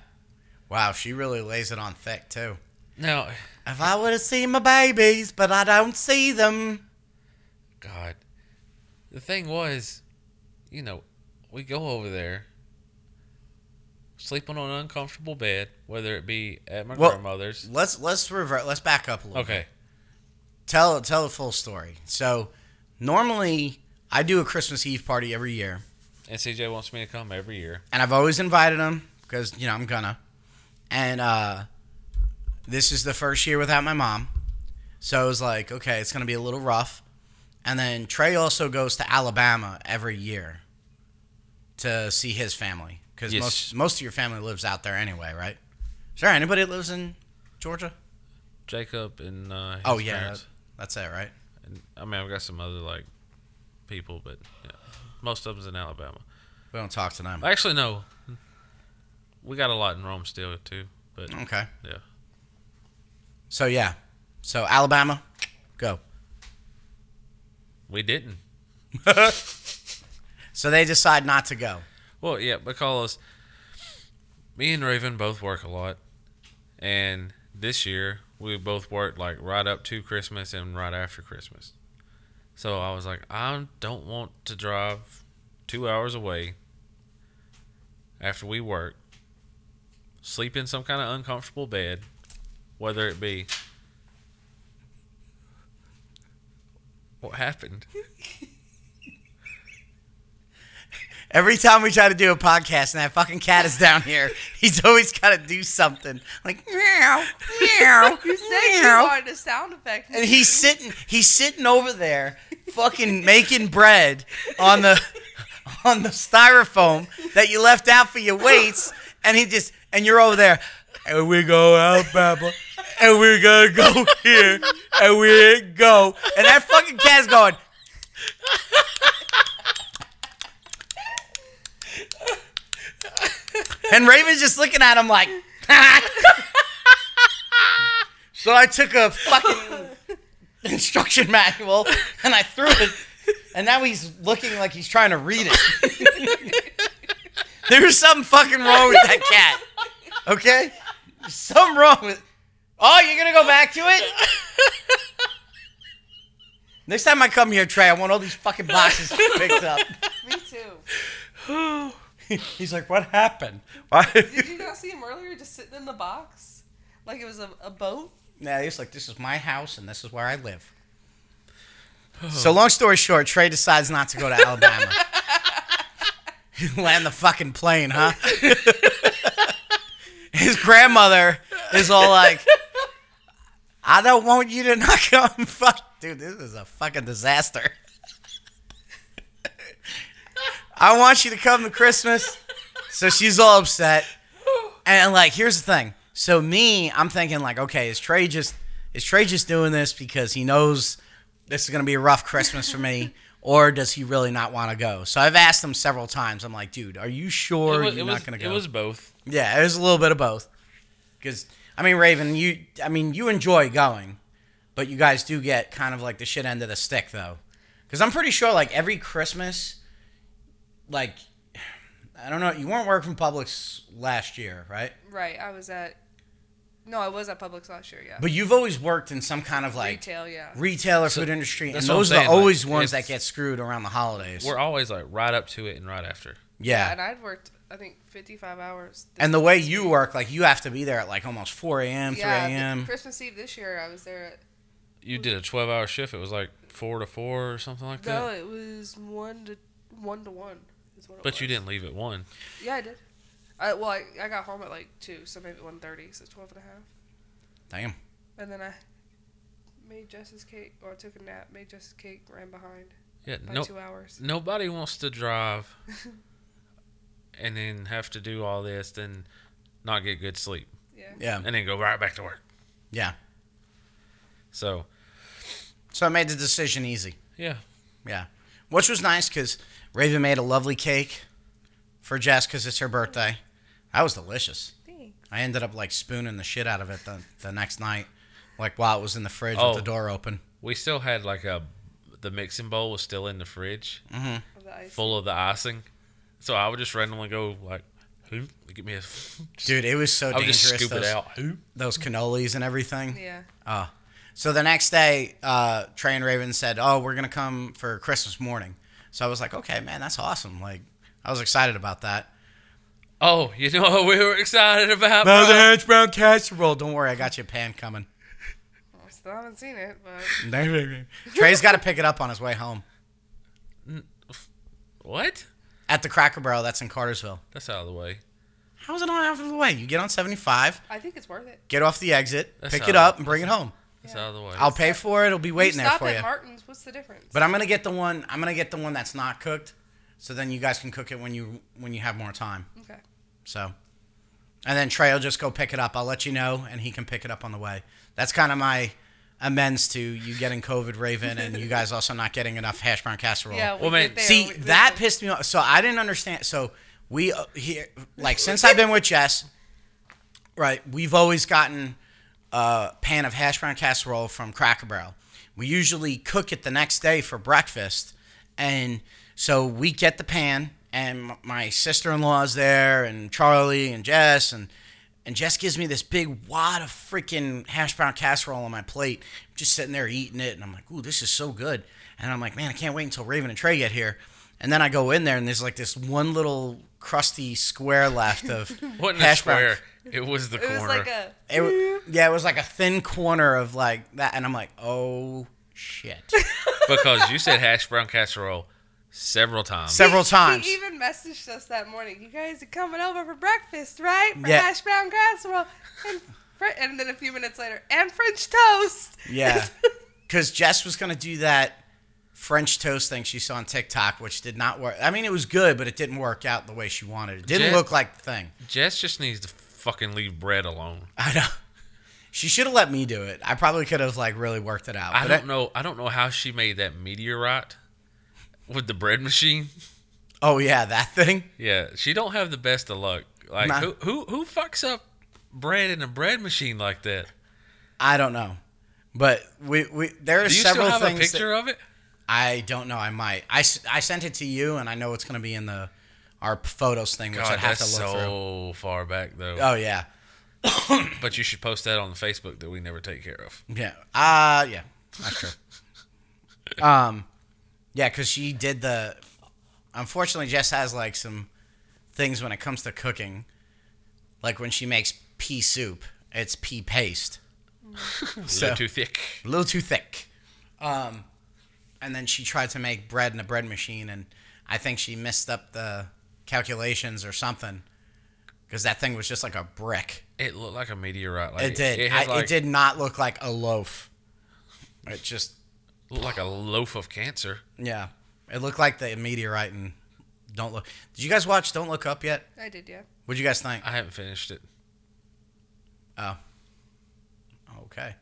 B: Wow, she really lays it on thick too.
A: now
B: If I would have seen my babies, but I don't see them.
A: God. The thing was, you know, we go over there, sleep on an uncomfortable bed, whether it be at my
B: Well-
A: grandmother's.
B: Let's let's revert. Let's back up a little.
A: Okay.
B: Tell tell the full story. So normally I do a Christmas Eve party every year,
A: And CJ wants me to come every year.
B: and I've always invited them because you know I'm gonna. And uh, this is the first year without my mom, so it was like, okay, it's gonna be a little rough. And then Trey also goes to Alabama every year to see his family because
A: Yes.
B: most most of your family lives out there anyway, right? Is there anybody that lives in Georgia?
A: Jacob and uh, his
B: Oh yeah,
A: parents.
B: that's it, right?
A: And, I mean, I've got some other like people, but yeah, most of them's in Alabama.
B: We don't talk to them.
A: Actually, no. We got a lot in Rome still too, but
B: Okay.
A: yeah.
B: So yeah, so Alabama, go.
A: We didn't.
B: So they decide not to go.
A: Well, yeah, because me and Raven both work a lot, and this year we both worked like right up to Christmas and right after Christmas. So I was like, I don't want to drive two hours away after we work, sleep in some kind of uncomfortable bed, whether it be. What happened?
B: Every time we try to do a podcast and that fucking cat is down here, he's always got to do something like meow, meow,
C: You said you
B: meow.
C: wanted a sound effect.
B: and he's sitting he's sitting over there fucking making bread on the on the styrofoam that you left out for your weights and he just and you're over there and we go out Papa and we're gonna go here and we go and that fucking cat's going and Raven's just looking at him like so I took a fucking instruction manual and I threw it, and now he's looking like he's trying to read it. there was something fucking wrong with that cat. Okay? Something wrong with. Oh, you're gonna go back to it? Next time I come here, Trey, I want all these fucking boxes picked up.
C: Me too.
B: He's like, "What happened? Why?"
C: Did you not see him earlier just sitting in the box? Like it was a, a boat?
B: Nah, he's like, this is my house and this is where I live. So long story short, Trey decides not to go to Alabama. Land the fucking plane, huh? His grandmother is all like, I don't want you to not come. Fuck, dude, this is a fucking disaster. I want you to come to Christmas. So she's all upset. And like, here's the thing. So me, I'm thinking like, okay, is Trey just is Trey just doing this because he knows this is gonna be a rough Christmas for me, or does he really not want to go? So I've asked him several times. I'm like, dude, are you
A: It
B: sure
A: was,
B: you're
A: it was-
B: not gonna
A: it
B: go?
A: was both.
B: yeah, it was a little bit of both. Because I mean, Raven, you I mean you enjoy going, but you guys do get kind of like the shit end of the stick though. Because I'm pretty sure like every Christmas, like I don't know, you weren't working Publix last year, right?
C: Right. I was at. No, I was at Publix last year, yeah.
B: But you've always worked in some kind of like
C: Retail, yeah.
B: retailer food industry, and
A: that's what I'm
B: those are
A: saying,
B: always
A: like,
B: ones that
A: it's-
B: get screwed around the holidays.
A: We're always like right up to it and right after.
B: yeah.
C: And I'd worked, I think, 55 hours. this-
B: And the way you work, like you have to be there at like almost 4 a.m., 3
C: yeah, the-
B: a.m.
C: Christmas Eve this year, I was there at.
A: You did a 12 hour shift. It was like four to four or something like that.
C: No, it was one to one to one. Is what it
A: but you
C: was.
A: didn't leave at one.
C: Yeah, I did. I, well, I, I got home at like two, so maybe one thirty, so 12 and a half.
B: Damn.
C: And then I made Jess's cake, or I took a nap, made Jess's cake, ran behind
A: Yeah,
C: by
A: no,
C: two hours.
A: nobody wants to drive and then have to do all this, then not get good sleep,
C: Yeah.
B: Yeah.
A: and then go right back to work.
B: Yeah.
A: So
B: So I made the decision easy.
A: yeah,
B: Yeah. Which was nice because Raven made a lovely cake for Jess because it's her birthday. That was delicious.
C: Thanks.
B: I ended up like spooning the shit out of it the, the next night, like while it was in the fridge
A: Oh.
B: with the door open.
A: we still had like a the mixing bowl was still in the fridge,
C: Of the ice.
A: full of the icing. So I would just randomly go like, "Who get me a?"
B: Dude, it was so
A: I would
B: dangerous.
A: just scoop
B: those,
A: it out. Who?
B: those cannolis and everything.
C: Yeah.
B: Oh. So the next day, uh, Trey and Raven said, Oh, we're going to come for Christmas morning. So I was like, Okay, man, that's awesome. Like, I was excited about that.
A: Oh, you know what we were excited about?
B: Another
A: bro?
B: hash brown casserole. Don't worry, I got you a pan coming.
C: I still haven't seen it, but
B: Trey's got to pick it up on his way home
A: What?
B: at the Cracker Barrel that's in Cartersville.
A: That's out of the way.
B: How's it on out of the way? You get on 75,
C: I think it's worth it.
B: get off the exit,
A: That's
B: pick
A: not-
B: it up, and bring it home.
A: That's
C: Yeah.
A: out of the way.
B: I'll pay for it. It'll be
C: You
B: waiting there
C: stop
B: for
C: at
B: you.
C: Martin's. What's the difference?
B: But I'm gonna get the one. I'm gonna get the one that's not cooked, so then you guys can cook it when you when you have more time.
C: okay.
B: So, and then Trey will just go pick it up. I'll let you know, and he can pick it up on the way. That's kind of my amends to you getting COVID, Raven, and you guys also not getting enough hash brown casserole.
C: Yeah. We
A: Well, man,
C: get there,
B: Oh. See,
C: we- we-
B: that pissed me off. So I didn't understand. So we uh, here, like, since I've been with Jess, right? We've always gotten a pan of hash brown casserole from Cracker Barrel. We usually cook it the next day for breakfast, and so we get the pan, and m- my sister-in-law's there, and Charlie and Jess, and and Jess gives me this big wad of freaking hash brown casserole on my plate. I'm just sitting there eating it, and I'm like, "Ooh, this is so good!" And I'm like, "Man, I can't wait until Raven and Trey get here." And then I go in there, and there's like this one little crusty square left of
A: Wasn't a
B: hash brown-
A: square. It was the
C: It
A: corner.
C: was like a.
B: it w- yeah, it was like a thin corner of like that, and I'm like, oh shit.
A: because you said hash brown casserole. several times.
B: several
C: He-
B: times.
C: He even messaged us that morning. You guys are coming over for breakfast, right? For
B: Yeah.
C: hash brown casserole and fr- and then a few minutes later, and French toast.
B: Yeah. Because Jess was going to do that French toast thing she saw on TikTok, which did not work. I mean, it was good, but it didn't work out the way she wanted. It didn't
A: Jen-
B: look like the thing.
A: Jess just needs to fucking leave bread alone.
B: I know. She should have let me do it. I probably could have like really worked it out.
A: I
B: but
A: don't know. I don't know how she made that meteorite with the bread machine.
B: Oh yeah, that thing.
A: Yeah, she don't have the best of luck. Like
B: Nah.
A: who who who fucks up bread in a bread machine like that?
B: I don't know. But we, we there are
A: Do you
B: several
A: still have a
B: things that-
A: picture of it?
B: I don't know. I might. I, s- I sent it to you, and I know it's going to be in the our photos thing, which
A: God,
B: I'd have to
A: Oh, that's
B: look through.
A: so far back though.
B: Oh yeah,
A: But you should post that on Facebook that we never take care of.
B: yeah. Uh yeah. That's true. um, yeah, because she did the. Unfortunately, Jess has like some things when it comes to cooking, like when she makes pea soup, it's pea paste.
A: So too thick.
B: a little too thick. Um, and then she tried to make bread in a bread machine, and I think she missed up the calculations or something, because that thing was just like a brick.
A: It looked like a meteorite. Like
B: It did.
A: It,
B: It,
A: had
B: I,
A: like,
B: it did not look like a loaf. It just
A: looked like a loaf of cancer.
B: yeah. It looked like the meteorite and don't look. Did you guys watch Don't Look Up yet?
C: I did, yeah.
B: What'd you guys think?
A: I haven't finished it.
B: Oh, okay.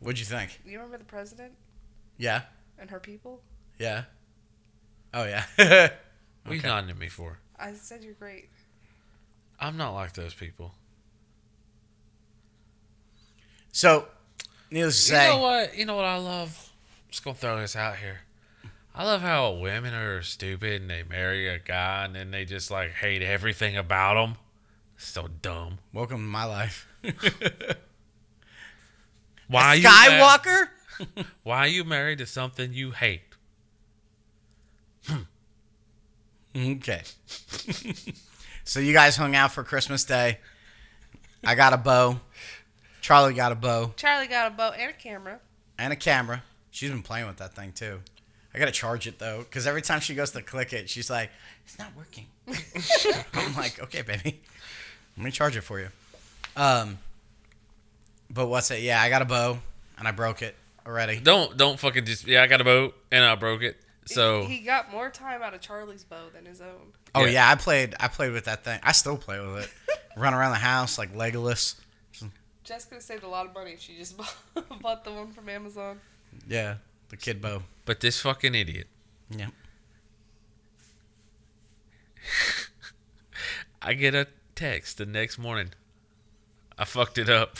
B: What'd you think?
C: You remember the president
B: Yeah,
C: and her people?
B: yeah. Oh yeah.
A: What are you nodding at me for?
C: I said you're great.
A: I'm not like those people.
B: so, needless to say,
A: You know what? You know what I love? just gonna throw this out here. I love how women are stupid and they marry a guy and then they just like hate everything about him. So dumb.
B: Welcome to my life.
A: Why you ma-
B: Skywalker?
A: Why are you married to something you hate?
B: Okay. so you guys hung out for Christmas Day. I got a bow. Charlie got a bow
C: Charlie got a boat and a camera.
B: and a camera. She's been playing with that thing too. I gotta charge it though, because every time she goes to click it, she's like, "It's not working." I'm like, "Okay, baby, let me charge it for you." Um, but what's it? Yeah, I got a bow and I broke it already.
A: Don't don't fucking just yeah. I got a boat and I broke it. So
C: he, he got more time out of Charlie's bow than his own.
B: Oh
A: Yeah.
B: yeah. I played. I played with that thing. I still play with it. Run around the house like Legolas.
C: Jess could have saved a lot of money if she just bought, bought the one from Amazon.
B: Yeah, the kid bow.
A: but this fucking idiot.
B: Yeah.
A: I get a text the next morning. I fucked it up.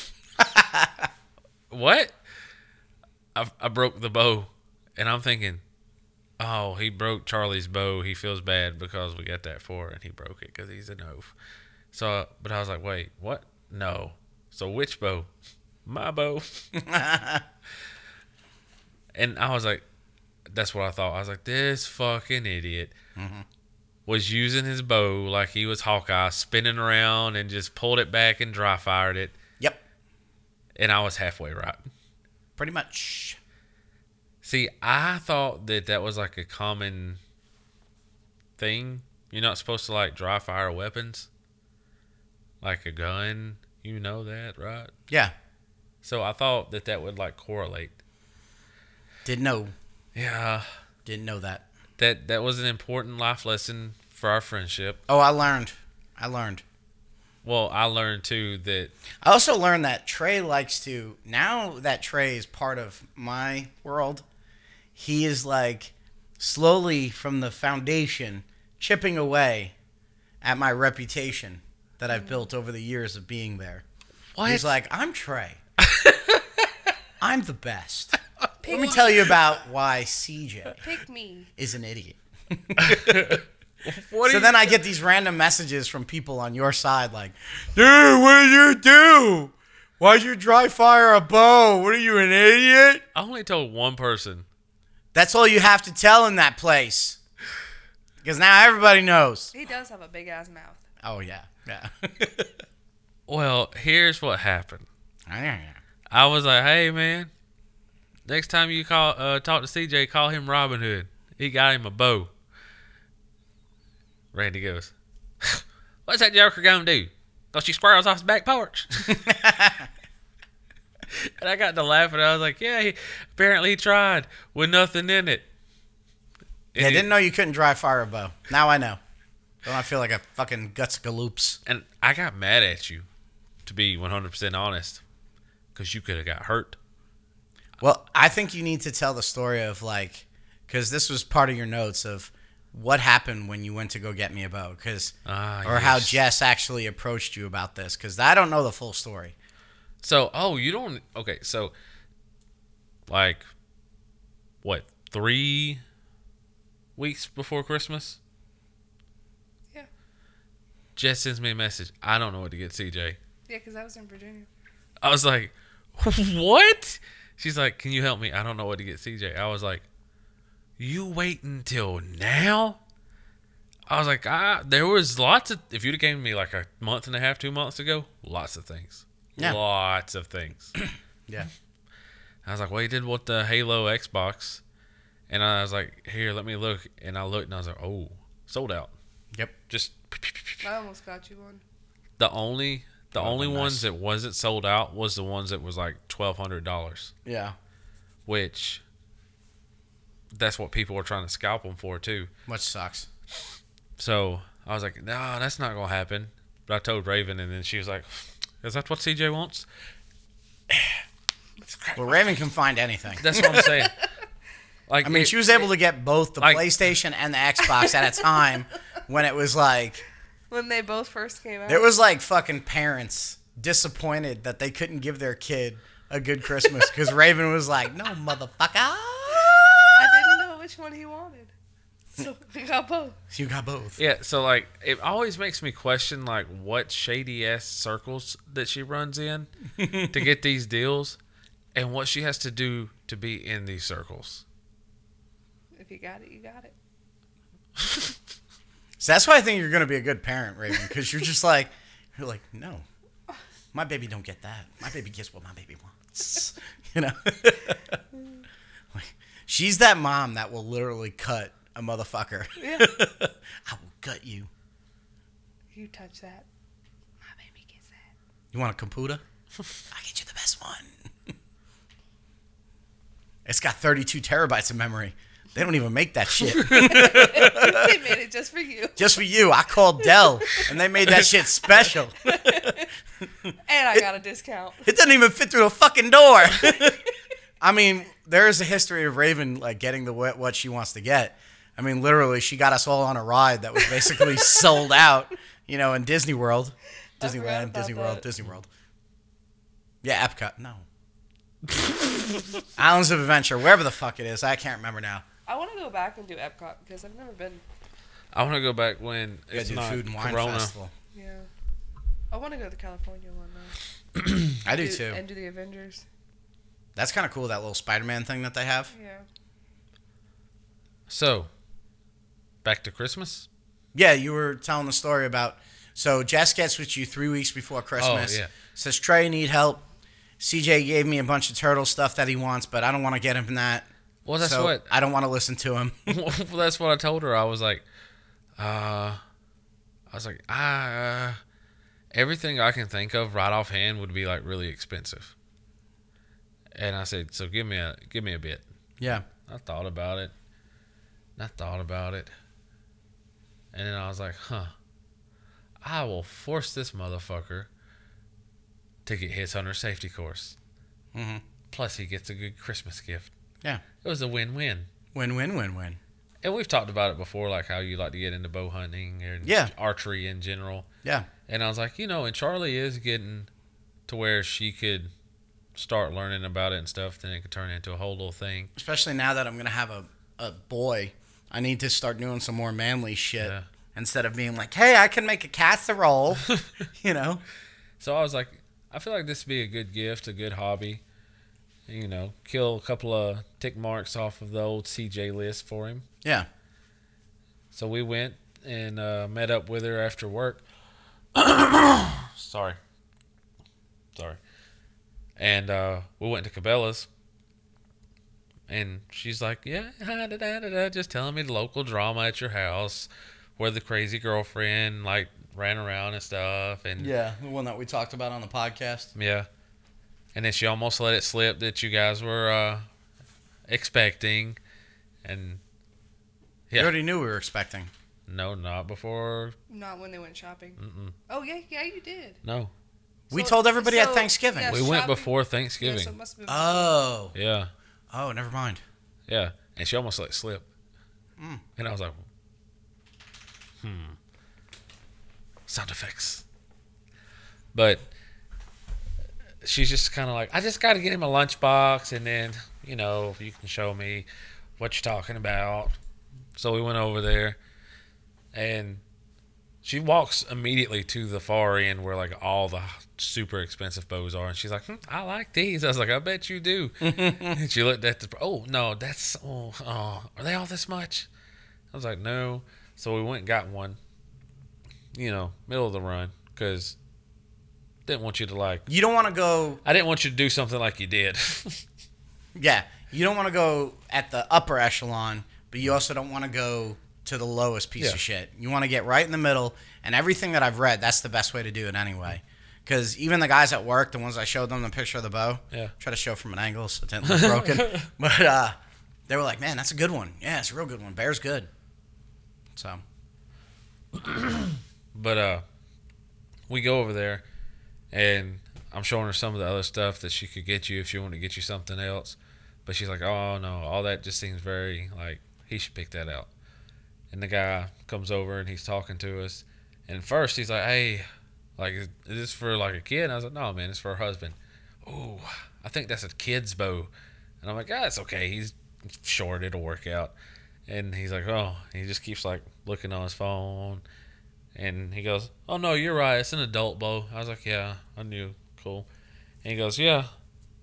A: what? I, I broke the bow. And I'm thinking, oh, he broke Charlie's bow. He feels bad because we got that for, and he broke it because he's an oaf. So, but I was like, wait, what? No. So which bow? My bow. and I was like, that's what I thought. I was like, this fucking idiot was using his bow like he was Hawkeye, spinning around and just pulled it back and dry fired it.
B: Yep.
A: And I was halfway right.
B: Pretty much.
A: See, I thought that that was like a common thing. You're not supposed to like dry fire weapons, like a gun. You know that, right?
B: Yeah.
A: So I thought that that would like correlate.
B: Didn't know.
A: Yeah,
B: Didn't know that.
A: that that was an important life lesson for our friendship.
B: Oh, I learned. I learned.
A: Well, I learned too that
B: I also learned that Trey likes to. Now that Trey is part of my world, he is like slowly from the foundation chipping away at my reputation that I've built over the years of being there. He's like, I'm Trey. I'm the best. Let me tell you about why CJ
C: Pick me.
B: is an idiot.
A: what?
B: So then I get these random messages from people on your side, like, "Dude, what did you do? Why'd you dry fire a bow? What are you, an idiot?"
A: I only told one person.
B: That's all you have to tell in that place, because now everybody knows.
C: He does have a big ass mouth.
B: Oh yeah, yeah.
A: Well, here's what happened.
B: yeah.
A: I was like, "Hey, man, next time you call uh, talk to CJ, call him Robin Hood." He got him a bow. Randy goes, What's that Joker gonna do? Go she squirrels off his back porch. and I got to laughing. I was like, Yeah, he apparently he tried with nothing in it. And
B: Yeah,
A: he-
B: didn't know you couldn't dry fire a bow. Now I know. Don't I feel like a fucking guts galoops?
A: And I got mad at you, to be 100% honest, because you could have got hurt.
B: Well, I think you need to tell the story of like, because this was part of your notes of what happened when you went to go get me a bow, because
A: Ah,
B: or how
A: yes.
B: Jess actually approached you about this, because I don't know the full story.
A: So, oh, you don't. Okay, so, like, what, three weeks before Christmas?
C: Yeah.
A: Jess sends me a message. I don't know what to get CJ.
C: Yeah, because I was in Virginia.
A: I was like, what? She's like, can you help me? I don't know what to get CJ. I was like, you wait until now? I was like, ah, there was lots of. If you'd have came to me like a month and a half, two months ago, lots of things,
B: Yeah.
A: lots of things.
B: Yeah.
A: I was like, well, he did what the Halo Xbox, and I was like, here, let me look, and I looked, and I was like, oh, sold out.
B: Yep.
A: Just
C: I almost got you one.
A: the only the
B: would've
A: only
B: been
A: ones
B: nice.
A: that wasn't sold out was the ones that was like twelve hundred dollars.
B: Yeah.
A: which that's what people are trying to scalp them for too.
B: Which sucks.
A: So I was like, no, that's not gonna happen. But I told Raven, and then she was like, is that what CJ wants? It's crap.
B: Well, Raven can find anything.
A: that's what I'm saying. Like,
B: I mean,
A: it-
B: she was able to get both the
A: Like-
B: PlayStation and the Xbox at a time when it was like
C: When they both first came out.
B: It was like fucking parents disappointed that they couldn't give their kid a good Christmas because Raven was like, "No, motherfucker,
C: I didn't know which one he wanted. So we got both.
B: you got both."
A: yeah. So like, it always makes me question like what shady ass circles that she runs in to get these deals, and what she has to do to be in these circles.
C: If you got it, you got it.
B: So that's why I think you're gonna be a good parent, Raven, because you're just like, you're like, no, my baby don't get that. My baby gets what my baby wants. You know, Like, she's that mom that will literally cut a motherfucker.
C: Yeah.
B: I will gut you.
C: You touch that. My baby gets that.
B: You want a computer? I'll get you the best one. it's got 32 terabytes of memory. They don't even make that shit.
C: They made it just for you.
B: Just for you, I called Dell and they made that shit special.
C: And I got a discount.
B: It doesn't even fit through the fucking door. I mean, there is a history of Raven like getting the what what she wants to get. I mean, literally, she got us all on a ride that was basically sold out. You know, in Disney World,
C: I forgot
B: Disneyland,
C: about
B: Disney World,
C: that.
B: Disney World. Yeah, Epcot. No. Islands of Adventure, wherever the fuck it is, I can't remember now.
C: I want to go back and do Epcot because I've never been.
A: I want to go back when
B: Yeah,
A: it's
B: do the
A: not
B: Food and Wine
A: Corona.
B: Festival.
C: Yeah. I want to go to the California one though.
B: I do too.
C: And do the Avengers.
B: That's kind of cool. That little Spider-Man thing that they have.
C: Yeah.
A: So, back to Christmas.
B: Yeah, you were telling the story about so Jess gets with you three weeks before Christmas.
A: Oh, yeah.
B: Says Trey need help. CJ gave me a bunch of turtle stuff that he wants, but I don't want to get him that.
A: Well, that's
B: so
A: what.
B: I don't want to listen to him.
A: well, that's what I told her. I was like, uh, I was like, ah, uh, everything I can think of right offhand would be like really expensive. And I said, so give me a give me a bit.
B: yeah,
A: I thought about it. And I thought about it. And then I was like, huh. I will force this motherfucker to get his hunter safety course.
B: Mhm.
A: Plus, he gets a good Christmas gift.
B: yeah.
A: It was a win win.
B: Win, win, win, win.
A: And we've talked about it before, like how you like to get into bow hunting and
B: Yeah.
A: archery in general.
B: Yeah,
A: And I was like, you know, and Charlie is getting to where she could start learning about it and stuff. Then it could turn into a whole little thing.
B: especially now that I'm gonna have a a boy, I need to start doing some more manly shit
A: Yeah.
B: instead of being like, hey, I can make a casserole. you know.
A: So I was like, I feel like this would be a good gift, a good hobby. You know, kill a couple of tick marks off of the old CJ list for him.
B: Yeah.
A: So we went and uh, met up with her after work. Sorry. Sorry. And uh, we went to Cabela's And she's like, yeah, da, da, da, da, just telling me the local drama at your house where the crazy girlfriend like ran around and stuff. And
B: Yeah, the one that we talked about on the podcast.
A: yeah. And then she almost let it slip that you guys were uh, expecting. And
B: You
A: Yeah.
B: already knew we were expecting.
A: no, not before.
C: Not when they went shopping. Oh yeah, yeah, you did.
A: No.
B: We
C: So-
B: told everybody at
C: so,
B: Thanksgiving.
C: yeah,
A: We went
C: shopping-
A: before
C: Yeah,
A: Thanksgiving.
C: so it must have been.
B: Oh.
A: yeah.
B: Oh, never mind.
A: Yeah, and she almost let slip. And I was like, hmm. Sound effects. But she's just kind of like, I just got to get in my lunchbox, and then, you know, you can show me what you're talking about. So we went over there, and she walks immediately to the far end where, like, all the super expensive bows are. And she's like, hmm, I like these. I was like, I bet you do. And she looked at the. Oh no, that's oh, oh. Are they all this much? I was like, no. So we went and got one. You know, middle of the run, because didn't want you to like.
B: You don't want to go.
A: I didn't want you to do something like you did.
B: Yeah, you don't want to go at the upper echelon, but you also don't want to go to the lowest piece
A: Yeah.
B: of shit. You want to get right in the middle. And everything that I've read, that's the best way to do it anyway. Because even the guys at work, the ones I showed them the picture of the bow,
A: Yeah.
B: try to show from an angle so it didn't look broken. but uh, they were like, "Man, that's a good one. Yeah, it's a real good one. Bear's good." So
A: but uh, we go over there, and I'm showing her some of the other stuff that she could get you if she wanted to get you something else. But she's like, oh no, all that just seems very like he should pick that out. And the guy comes over and he's talking to us. And first he's like, hey, like is is this for like a kid? And I was like, no man, it's for her husband. Oh, I think that's a kid's bow. And I'm like, ah, it's okay. He's short, it'll work out. And he's like, oh, he just keeps like looking on his phone. And he goes, Oh, no, you're right. It's an adult bow. I was like, Yeah, I knew. Cool. And he goes, Yeah.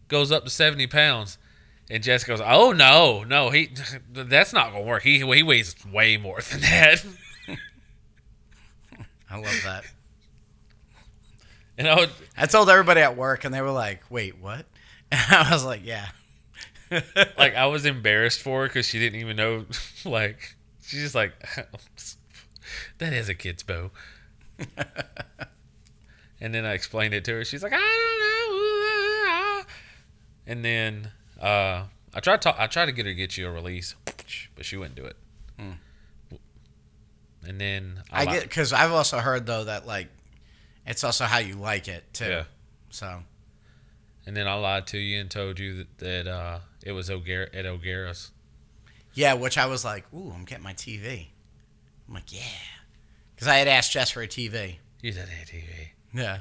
A: Goes up to 70 pounds. And Jess goes, Oh, no, no, he, that's not going to work. He, he weighs way more than that.
B: I love that.
A: And I would,
B: I told everybody at work, and they were like, "Wait, what?" And I was like, "Yeah."
A: like, I was embarrassed for her because she didn't even know. Like, she's just like, That is a kid's bow. and then I explained it to her. She's like, I don't know. And then uh, I tried to I tried to get her to get you a release, but she wouldn't do it. And then
B: Hmm. I
A: li-
B: get because I've also heard though that like it's also how you like it too.
A: Yeah.
B: So
A: And then I lied to you and told you that, that uh, it was O'Gar- at O'Gara's.
B: yeah, which I was like, "Ooh, I'm getting my TV." I'm like, "Yeah," because I had asked Jess for a TV.
A: You said ATV.
B: Yeah.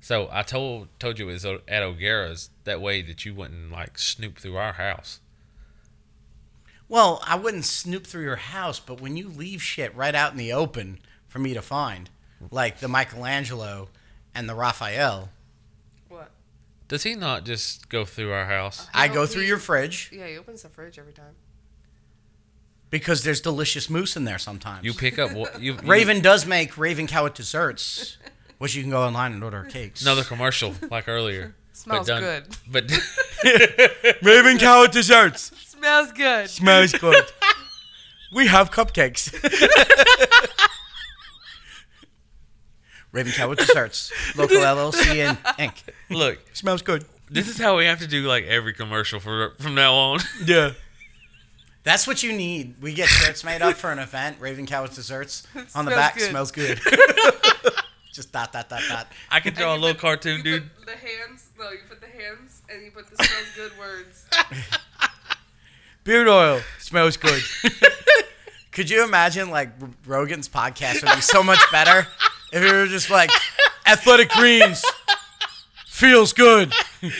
A: So I told told you it was o- at O'Gara's that way that you wouldn't like snoop through our house.
B: Well, I wouldn't snoop through your house, but when you leave shit right out in the open for me to find, like the Michelangelo and the Raphael,
C: what?
A: Does he not just go through our house?
B: I
C: No,
B: go through
C: he-
B: your fridge
C: Yeah, he opens the fridge every time.
B: because there's delicious mousse in there sometimes.
A: You pick up what you
B: Raven does make Raven Cowett desserts, which you can go online and order cakes.
A: Another commercial like earlier.
C: Smells
A: done-
C: good.
A: But
B: Raven Cowett desserts.
C: Smells good.
B: Smells good. we have cupcakes. Raven Cowett Desserts, local LLC in Inc.
A: look,
B: Smells good.
A: this is how we have to do like every commercial for from now on.
B: Yeah. That's what you need. We get shirts made up for an event. Raven Cowett Desserts on the
C: Smells
B: back
C: good.
B: smells good. Just dot dot dot dot.
A: I could draw a
C: You
A: little
C: put-
A: cartoon
C: you
A: dude.
C: Put the hands. No, you put the hands and you put the smells good words.
B: Beard oil smells good. Could you imagine like R- Rogan's podcast would be so much better if it were just like athletic greens feels good.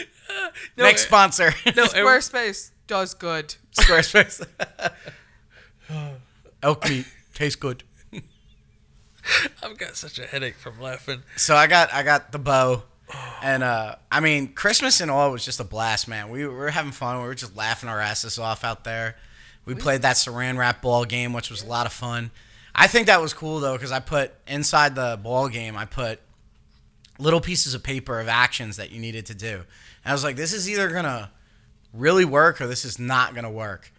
B: Next sponsor,
C: Squarespace does good.
B: Squarespace. Elk meat tastes good.
A: I've got such a headache from laughing.
B: So I got I got the bow, and uh, I mean Christmas and all was just a blast, man. We were having fun. We were just laughing our asses off out there. We played that Saran wrap ball game, which was a lot of fun. I think that was cool though, because I put inside the ball game, I put little pieces of paper of actions that you needed to do. And I was like, this is either gonna really work or this is not going to work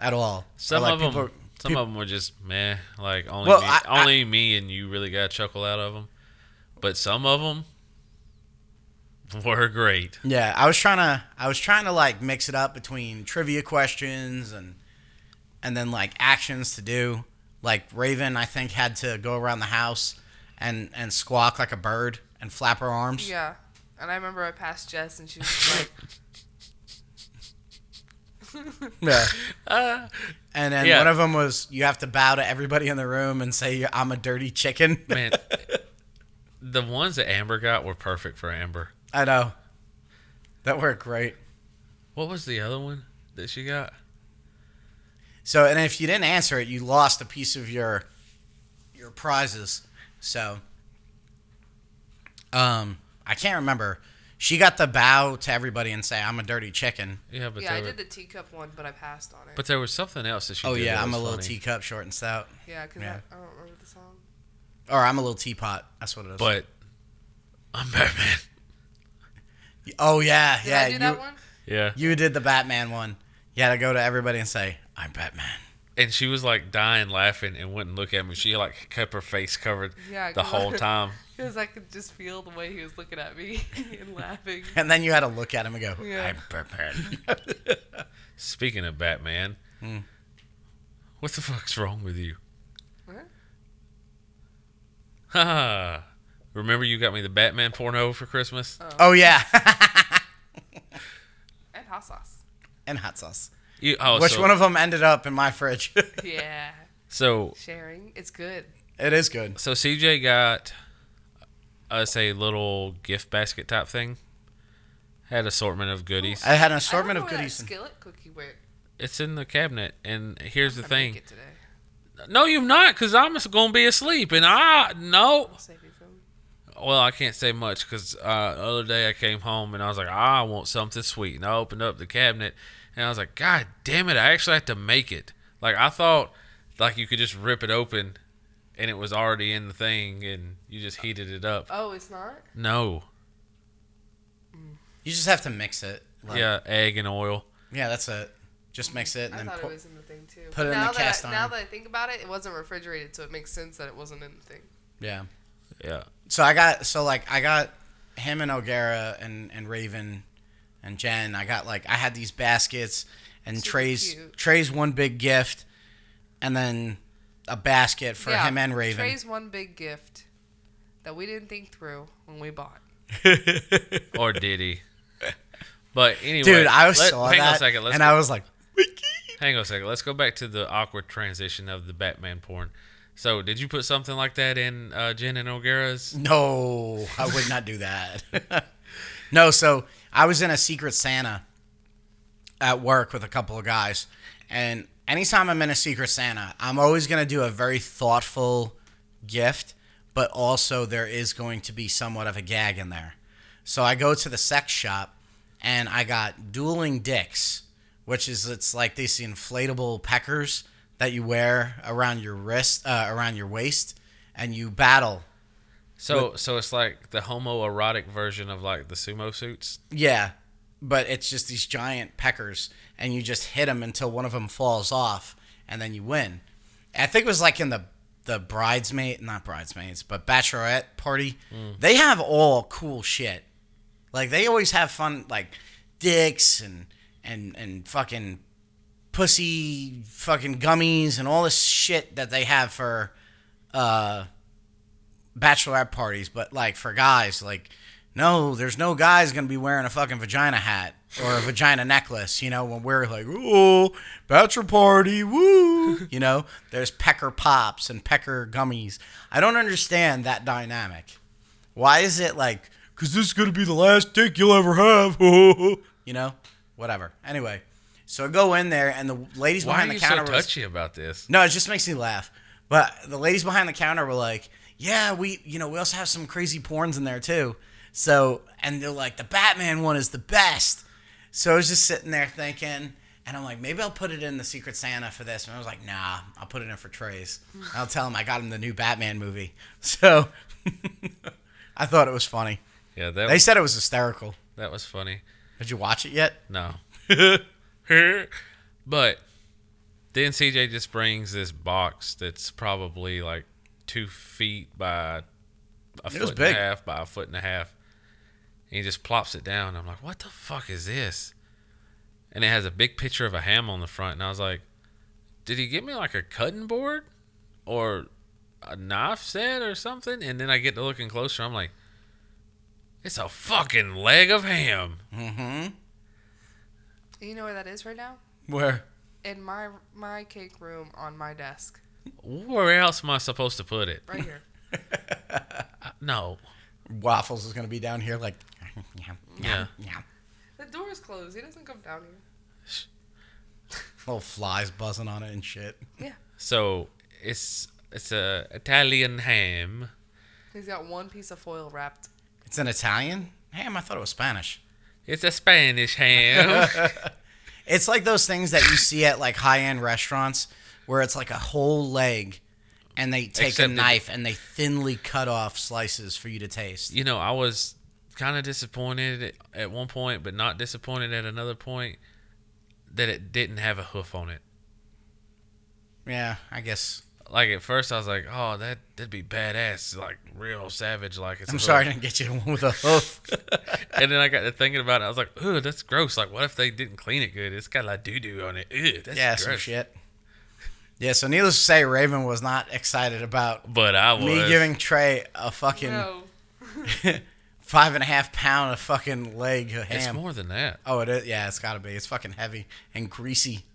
B: at all.
A: Some
B: Or, like,
A: of them,
B: people are-
A: some of them were just meh. Like only
B: Well,
A: me,
B: I- I-
A: only me and you really got a chuckle out of them. But some of them were great.
B: Yeah, I was trying to I was trying to like mix it up between trivia questions and and then like actions to do. Like Raven, I think had to go around the house and and squawk like a bird and flap her arms.
C: Yeah. And I remember I passed Jess and she was just like,
B: Yeah.
A: Uh,
B: And then
A: Yeah.
B: one of them was you have to bow to everybody in the room and say I'm a dirty chicken.
A: man, the ones that Amber got were perfect for Amber.
B: I know. That worked great.
A: What was the other one that she got?
B: So and if you didn't answer it, you lost a piece of your your prizes. So um I can't remember. She got the bow to everybody and say, I'm a dirty chicken.
A: Yeah, but
C: Yeah, I
A: there, were,
C: did the teacup one, but I passed on it.
A: but there was something else that she.
B: oh
A: did
B: yeah,
A: that
B: I'm a
A: was
B: little
A: funny.
B: teacup short and stout.
C: yeah, because
B: yeah.
C: I, I don't remember the song.
B: Or I'm a little teapot. That's what it is.
A: But I'm Batman.
B: oh yeah,
C: Did
B: yeah.
C: I do
B: you
C: that one?
A: Yeah,
B: you did the Batman one. You had to go to everybody and say, I'm Batman.
A: and she was like dying laughing and wouldn't look at me. She like kept her face covered
C: Yeah,
A: the
C: 'cause
A: whole
C: I-
A: time.
C: Because I could just feel the way he was looking at me and laughing.
B: And then you had to look at him and go,
C: Yeah.
B: I'm Batman.
A: Speaking of Batman,
B: Hmm.
A: what the fuck's wrong with you?
C: What?
A: Haha. Remember you got me the Batman porno for Christmas?
B: oh yeah.
C: And hot sauce.
B: and hot sauce.
A: You, oh,
B: Which
A: so,
B: one of them ended up in my fridge?
C: Yeah.
A: so
C: Sharing. It's good.
B: it is good.
A: so CJ got us a little gift basket type thing. Had assortment of goodies.
B: I had an
C: I don't
B: assortment
C: know
B: of
C: where that
B: goodies. and-
C: skillet cookie went.
A: It's in the cabinet, and here's the
C: I'm gonna make
A: thing.
C: it today.
A: No, you're not, because I'm gonna be asleep, and I no.
C: I'll save you from.
A: Well, I can't say much because uh, the other day I came home and I was like, I want something sweet. And I opened up the cabinet and I was like, God damn it, I actually have to make it. Like, I thought like you could just rip it open and it was already in the thing and you just heated it up.
C: Oh, it's not?
A: No.
B: You just have to mix it. Like,
A: Yeah, egg and oil.
B: Yeah, that's it. Just mix it and
C: I
B: then
C: thought
B: pour.
C: it was in the thing too.
B: put it in
C: now
B: the
C: that
B: cast
C: I, Now
B: iron.
C: that I think about it, it wasn't refrigerated, so it makes sense that it wasn't in the thing.
B: Yeah.
A: Yeah.
B: So I got so like I got him and O'Gara and and Raven and Jen. I got like I had these baskets and
C: Super
B: Trey's
C: cute.
B: Trey's one big gift, and then a basket for him and Raven.
C: Trey's one big gift that we didn't think through when we bought.
A: Or did he? But anyway.
B: Dude, I was
A: let-
B: saw
A: hang on a
B: that
A: second. Let's
B: and
A: go-
B: I was like,
A: Hang on a second. Let's go back to the awkward transition of the Batman porn. So, did you put something like that in uh, Jen and O'Gara's?
B: No, I would not do that. no, so I was in a Secret Santa at work with a couple of guys, and anytime I'm in a Secret Santa, I'm always going to do a very thoughtful gift, but also there is going to be somewhat of a gag in there. So I go to the sex shop, and I got dueling dicks, which is it's like these inflatable peckers that you wear around your wrist, uh, around your waist, and you battle
A: So so it's like the homoerotic version of like the sumo suits.
B: Yeah, but it's just these giant peckers, and you just hit them until one of them falls off, and then you win. I think it was like in the the bridesmaid, not bridesmaids, but bachelorette party. They have all cool shit. Like they always have fun, like dicks and and and fucking pussy, fucking gummies, and all this shit that they have for uh bachelorette parties, but like for guys, like no, there's no guys gonna be wearing a fucking vagina hat or a vagina necklace, you know, when we're like, ooh, bachelor party, woo you know, there's pecker pops and pecker gummies. I don't understand that dynamic. Why is it like, cause this is gonna be the last dick you'll ever have, you know? Whatever. Anyway, so I go in there and the ladies
A: Why are
B: behind the
A: you so
B: counter was-
A: touchy about this?
B: no, it just makes me laugh. But the ladies behind the counter were like, "Yeah, we, you know, we also have some crazy porns in there too." So, and they're like, "The Batman one is the best." So I was just sitting there thinking, and I'm like, maybe I'll put it in the Secret Santa for this. And I was like, nah, I'll put it in for Trey's. I'll tell him I got him the new Batman movie. So I thought it was funny.
A: Yeah, that
B: They
A: was,
B: said it was hysterical.
A: that was funny.
B: Did you watch it yet?
A: No, but then CJ just brings this box that's probably like two feet by a
B: was
A: foot and a
B: big.
A: half by a foot and a half. And he just plops it down. I'm like, what the fuck is this? And it has a big picture of a ham on the front. And I was like, did he get me like a cutting board or a knife set or something? And then I get to looking closer. I'm like, it's a fucking leg of ham.
B: Mm-hmm.
C: You know where that is right now?
B: Where?
C: In my my cake room on my desk,
A: Where else am I supposed to put it?
C: right here.
A: No.
B: Waffles is gonna be down here, like.
A: Yeah.
B: Yeah.
C: the door's closed. He doesn't come down here.
B: Little flies buzzing on it and shit.
A: So it's it's a Italian ham.
C: He's got one piece of foil wrapped.
B: It's an Italian ham. I thought it was Spanish.
A: It's a Spanish ham.
B: It's like those things that you see at like high end restaurants where it's like a whole leg and they take
A: Except
B: a
A: it-
B: knife and they thinly cut off slices for you to taste.
A: you know, I was kind of disappointed at- at one point, but not disappointed at another point that it didn't have a hoof on it.
B: Yeah, I guess.
A: Like at first, I was like, "Oh, that that'd be badass, like real savage, like it's." a
B: I'm
A: hoof."
B: sorry I didn't get you the one with a hoof.
A: and then I got to thinking about it. I was like, "Ooh, that's gross. Like, what if they didn't clean it good? It's got like doo doo on it. Ew, that's
B: yeah, some
A: gross."
B: shit. Yeah, so needless to say, Raven was not excited about
A: But I was
B: me giving Trey a fucking
C: No,
B: five and a half pound of fucking leg of
A: It's
B: ham.
A: more than that.
B: oh, it is. Yeah, it's got to be. It's fucking heavy and greasy.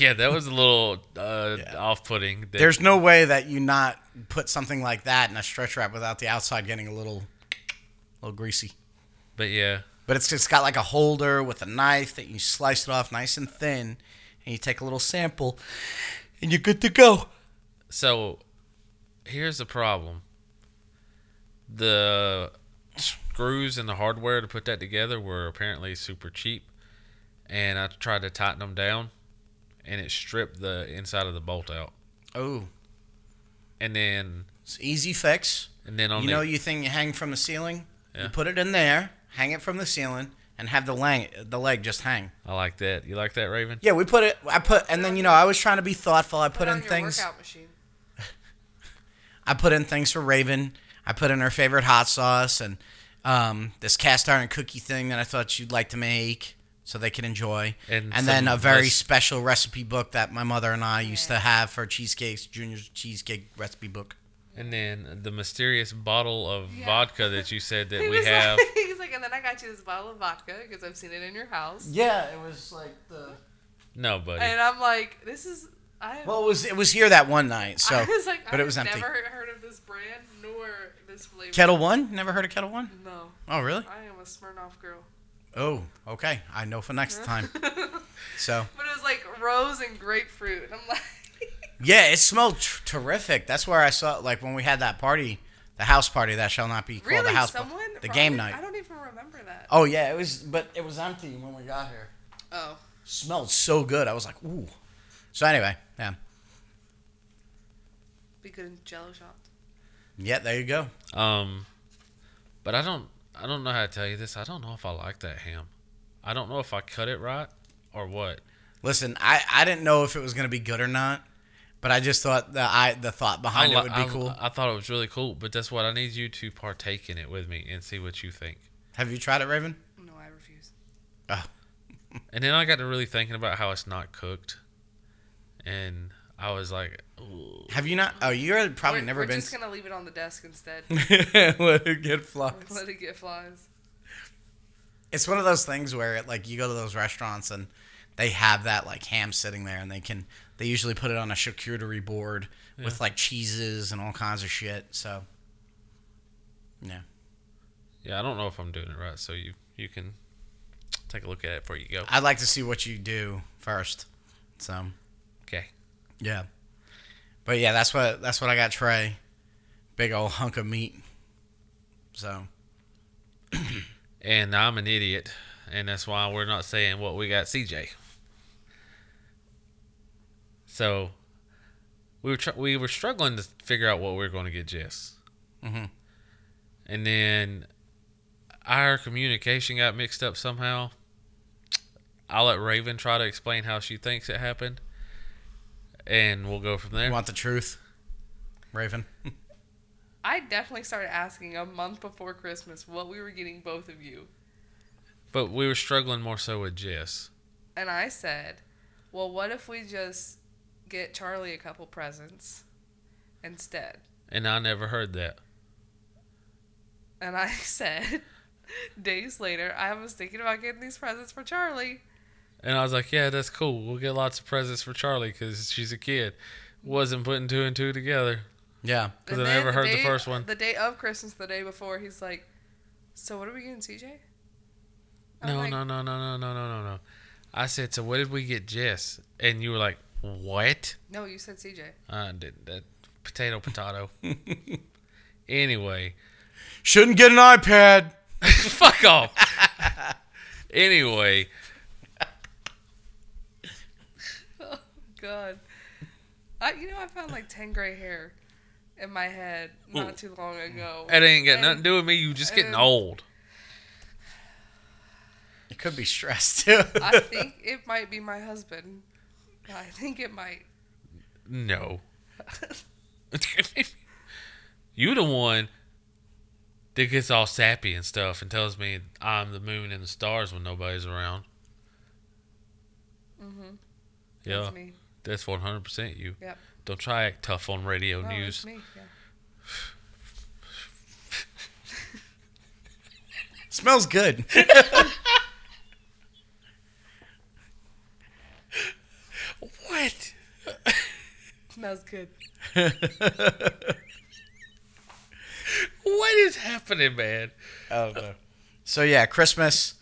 A: Yeah, that was a little uh,
B: Yeah.
A: off-putting. That
B: There's no way that you not put something like that in a stretch wrap without the outside getting a little, little greasy.
A: But yeah,
B: But it's just got like a holder with a knife that you slice it off nice and thin, and you take a little sample, and you're good to go.
A: so here's the problem: the screws and the hardware to put that together were apparently super cheap, and I tried to tighten them down, and it stripped the inside of the bolt out.
B: Oh,
A: And then,
B: it's an easy fix.
A: and then on
B: You
A: the
B: know, you thing you hang from the ceiling.
A: Yeah.
B: You put it in there, hang it from the ceiling, and have the leg the leg just hang.
A: I like that. You like that, Raven?
B: Yeah, we put it. I put, and then you know, I was trying to be thoughtful. I put,
C: put, on
B: in
C: your
B: things.
C: workout machine.
B: I put in things for Raven. I put in her favorite hot sauce and um, this cast iron cookie thing that I thought she'd like to make so they can enjoy.
A: And
B: And, then
A: some
B: a very
A: rec-
B: special recipe book that my mother and I used
C: Yeah.
B: to have for cheesecakes, Junior's cheesecake recipe book.
A: And then the mysterious bottle of
C: Yeah.
A: vodka that you said that
C: He
A: we
C: was
A: have.
C: Like, he's like, and then I got you this bottle of vodka because I've seen it in your house.
B: Yeah, it was like the
A: No, buddy.
C: And I'm like, this is I.
B: well, it was it was here that one night. So,
C: I was like,
B: but
C: I
B: it was
C: have
B: empty.
C: Never heard of this brand nor this flavor.
B: Kettle One, never heard of Kettle One?
C: No,
B: Oh, really?
C: I am a Smirnoff girl.
B: Oh, okay. I know for next time. So,
C: But it was like rose and grapefruit, and I'm like,
B: yeah, it smelled tr- terrific. That's where I saw like when we had that party, the house party that shall not be called
C: really,
B: the house party.
C: someone?
B: the
C: brought
B: game
C: it?
B: night.
C: I don't even remember that.
B: Oh yeah, it was, but it was empty when we got here.
C: Oh,
B: Smelled so good, I was like, ooh. So anyway, yeah,
C: be good in Jello shot.
B: yeah, there you go.
A: Um, but I don't, I don't know how to tell you this. I don't know if I like that ham. I don't know if I cut it right or what.
B: Listen, I I didn't know if it was gonna be good or not, but I just thought the I the thought
A: I
B: behind
A: li-
B: it would be
A: I-
B: cool.
A: I thought it was really cool, but that's what I need you to partake in it with me and see what you think.
B: Have you tried it, Raven?
C: No, I refuse.
A: And then I got to really thinking about how it's not cooked, and I was like, Ooh.
B: Have you not? Oh, you're probably
C: we're,
B: never
C: we're
B: been.
C: just gonna leave it on the desk instead.
B: Let it get flies.
C: Let it get flies.
B: It's one of those things where it, like you go to those restaurants and they have that like ham sitting there, and they can they usually put it on a charcuterie board
A: Yeah.
B: with like cheeses and all kinds of shit. So yeah.
A: "Yeah, I don't know if I'm doing it right." So you you can take a look at it before you go.
B: I'd like to see what you do first. So
A: Okay.
B: yeah, but yeah, that's what that's what I got. Trey, big old hunk of meat. So
A: And I'm an idiot, and that's why we're not saying what we got CJ. So we were tr- we were struggling to figure out what we were going to get Jess,
B: Mhm.
A: and then our communication got mixed up somehow. I'll let Raven try to explain how she thinks it happened, and we'll go from there.
B: You want the truth, Raven?
C: I definitely started asking a month before Christmas what we were getting both of you.
A: But we were struggling more so with Jess.
C: And I said, well, what if we just get Charlie a couple presents instead?
A: And I never heard that.
C: And I said, days later, I was thinking about getting these presents for Charlie.
A: And I was like, yeah, that's cool. We'll get lots of presents for Charlie because she's a kid. Wasn't putting two and two together.
B: Yeah.
A: Because
C: And
A: I
C: then
A: never heard the
C: day-
A: first one.
C: The day of Christmas, the day before, he's like, so what are we getting, CJ? I'm
A: No,
C: Oh, like,
A: no, no, no, no, no, no, no, no. I said, so what did we get Jess? And you were like, what?
C: No, you said CJ.
A: I did that. Potato, potato. anyway,
B: Shouldn't get an iPad.
A: fuck off. anyway,
C: God. I, you know, I found like 10 gray hair in my head not too long ago.
A: that ain't got nothing to do with me. You just getting
C: and-
A: old.
B: It could be stress too.
C: I think it might be my husband. I think it might.
A: No. you the one that gets all sappy and stuff and tells me I'm the moon and the stars when nobody's around. Mm-hmm. Yeah,
C: That's me.
A: that's 100% you.
C: Yep.
A: Don't try act tough on radio
C: No,
A: news.
C: It's me. Yeah.
B: Smells good.
A: What?
C: Smells good.
A: What is happening, man?
B: Oh no. So yeah, Christmas.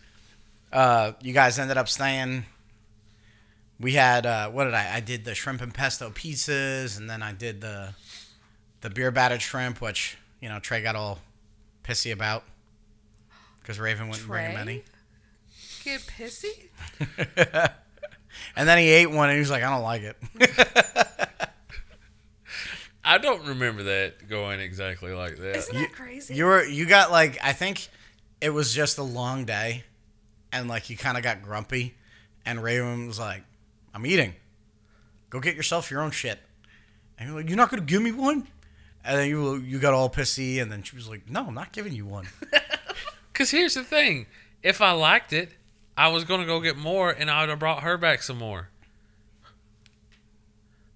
B: Uh, you guys ended up staying. We had uh, what did I? I did the shrimp and pesto pizzas, and then I did the the beer battered shrimp, which you know Trey got all pissy about because Raven wouldn't bring him any.
C: Trey? Get pissy?
B: And then he ate one, and he was like, "I don't like it."
A: I don't remember that going exactly like that.
C: Isn't that crazy?
B: you were you got like I think it was just a long day, and like you kind of got grumpy, and Raven was like, "I'm eating. Go get yourself your own shit." And you're like, "You're not gonna give me one." And then you you got all pissy, and then she was like, "No, I'm not giving you one."
A: Because here's the thing if I liked it, I was going to go get more and I would have brought her back some more.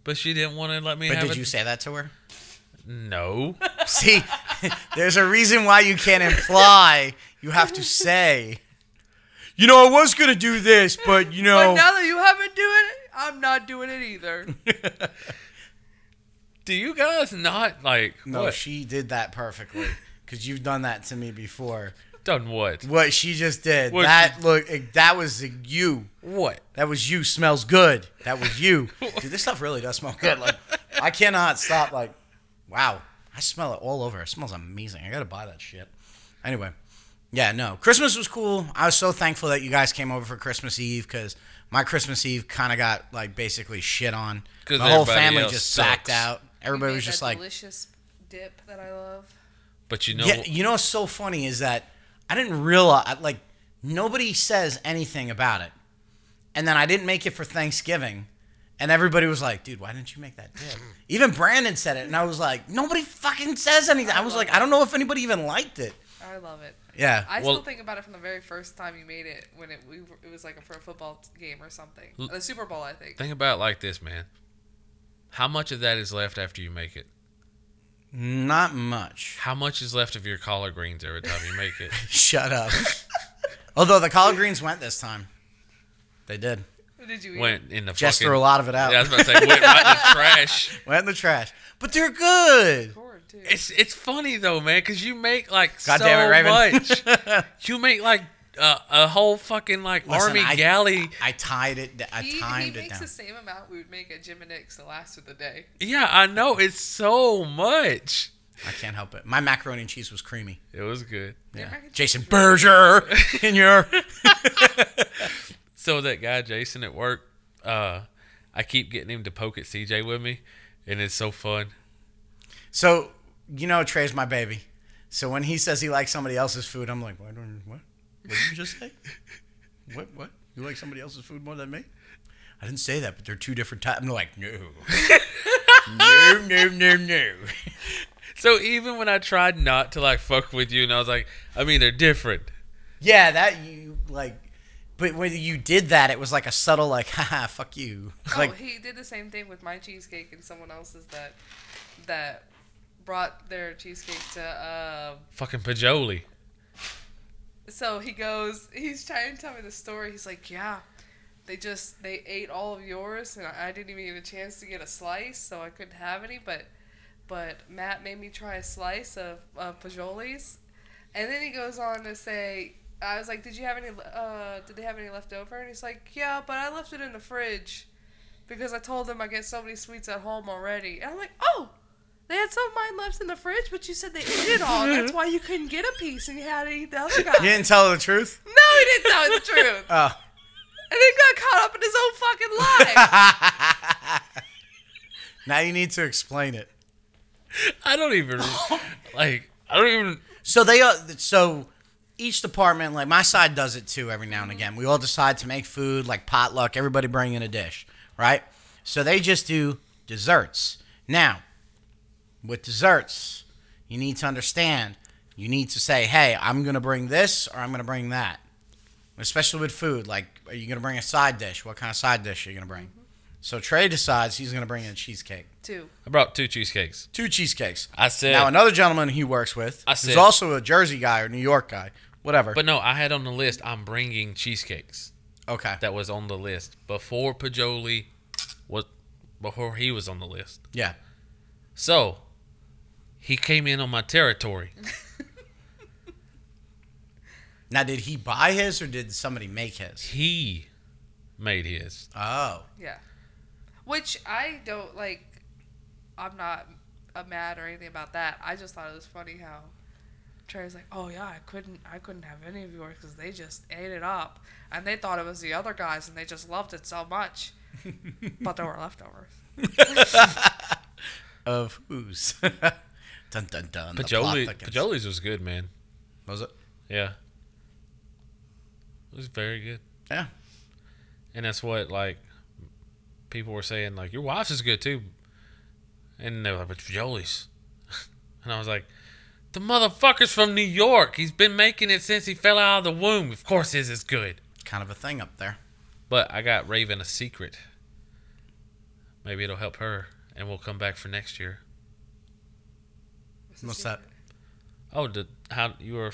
A: But she didn't want to let me
B: But
A: have
B: did
A: it.
B: you say that to her?
A: no.
B: See, there's a reason why you can't imply. You have to say. You know, I was gonna do this, but you
C: But
B: know,
C: now that you haven't doing it, I'm not doing it either.
A: Do you guys not like.
B: no,
A: what?
B: she did that perfectly because you've done that to me before.
A: Done what?
B: what she just did.
A: What
B: that look, eh, that was you.
A: What?
B: That was you. Smells good. That was you. Dude, this stuff really does smell good. Like, I cannot stop. Like, wow, I smell it all over. It smells amazing. I gotta buy that shit. Anyway, yeah, no. Christmas was cool. I was so thankful that you guys came over for Christmas Eve because my Christmas Eve kind of got like basically shit on.
A: 'Cause
B: The whole
A: everybody
B: family
A: else
B: just
A: sucks.
B: sacked out. Everybody
C: Made
B: was just
C: that
B: like,
C: delicious dip that I love.
A: But you know.
B: yeah, you know what's so funny is that I didn't realize like nobody says anything about it, and then I didn't make it for Thanksgiving, and everybody was like, "Dude, why didn't you make that dip?" even Brandon said it, and I was like, "Nobody fucking says anything." I was like, "I don't know if anybody even liked it."
C: I love it.
B: Yeah,
C: I
A: Well-
C: still think about it from the very first time you made it when it we, were- it was like a for a football game or something. The Super Bowl, I think.
A: Think about it like this, man. How much of that is left after you make it?
B: not much.
A: How much is left of your collard greens every time you make it?
B: Shut up. Although the collard greens went this time, they did.
C: Did you eat?
A: went in the
B: Jess
A: fucking.
B: threw a lot of it out.
A: yeah, I was about to say went right in the trash.
B: went in the trash, but they're good.
C: Forward, too.
A: It's it's funny though, man, because you make like
B: God
A: so
B: damn it, Raven.
A: much. You make like uh, a whole fucking like
B: Listen,
A: army
B: I-
A: galley.
B: I tied it. I
C: he, he
B: timed it
C: makes
B: down.
C: the same amount we would make at Jim and Nick's the last of the day.
A: Yeah, I know it's so much.
B: I can't help it. My macaroni and cheese was creamy.
A: It was good.
C: Your mac and
B: Jason
C: cheese was-
B: Berger in your.
A: So that guy Jason at work, uh, I keep getting him to poke at CJ with me, and it's so fun.
B: So you know Trey's my baby. So when he says he likes somebody else's food, I'm like, what? What, what did you just say? What? What? You like somebody else's food more than me? I didn't say that, but they're two different types. I'm like, no. no, no, no, no.
A: So even when I tried not to like fuck with you, and I was like, I mean, they're different.
B: Yeah, that you like. But when you did that, it was like a subtle, like, haha, fuck you.
C: oh,
B: Like,
C: he did the same thing with my cheesecake and someone else's that that brought their cheesecake to. Uh,
A: Fucking Pajoli.
C: so he goes, he's trying to tell me the story. He's like, yeah, they just they ate all of yours, and I, I didn't even get a chance to get a slice, so I couldn't have any. But but Matt made me try a slice of of Pajolis, and then he goes on to say. I was like, "Did you have any? le- Uh, did they have any left over?" And he's like, "Yeah, but I left it in the fridge." because I told them I get so many sweets at home already. And I'm like, oh, they had some of mine left in the fridge, but you said they ate it all. That's why you couldn't get a piece and you had to eat the other guy.
B: you didn't tell the truth?
C: No, he didn't tell the truth.
B: Oh.
C: And then got caught up in his own fucking lie.
B: now you need to explain it.
A: I don't even like. I don't even.
B: So they uh, so each department like my side does it too every now and again. We all decide to make food like potluck. Everybody bring in a dish, right? So they just do desserts. Now, with desserts, you need to understand. You need to say, "Hey, I'm gonna bring this or I'm gonna bring that." Especially with food, like, are you gonna bring a side dish? What kind of side dish are you gonna bring? So Trey decides he's gonna bring in cheesecake,
C: Two.
A: I brought two cheesecakes.
B: two cheesecakes.
A: I said.
B: Now another gentleman he works with,
A: I
B: who's
A: said-
B: also a Jersey guy or New York guy, whatever.
A: but no, I had on the list. I'm bringing cheesecakes.
B: okay,
A: That was on the list before Pajoli was before he was on the list.
B: yeah,
A: So he came in on my territory.
B: now did he buy his or did somebody make his?
A: He made his.
B: Oh,
C: Yeah. Which I don't like. I'm not uh mad or anything about that. I just thought it was funny how Trey's like, "Oh yeah, I couldn't, I couldn't have any of yours because they just ate it up, and they thought it was the other guys, and they just loved it so much, but there were leftovers."
B: of whose? dun dun dun. the plot
A: Pajoli
B: thickens.
A: Pajoli's was good, man.
B: was it?
A: Yeah. It was very good.
B: Yeah,
A: And that's what like people were saying, like, your wife's is good too. And they were like, but Jolie's. and I was like, the motherfucker's from New York. He's been making it since he fell out of the womb. Of course his is good.
B: kind of a thing up there.
A: But I got Raven a secret. Maybe it'll help her and we'll come back for next year.
B: What's that?
A: Oh, the how you were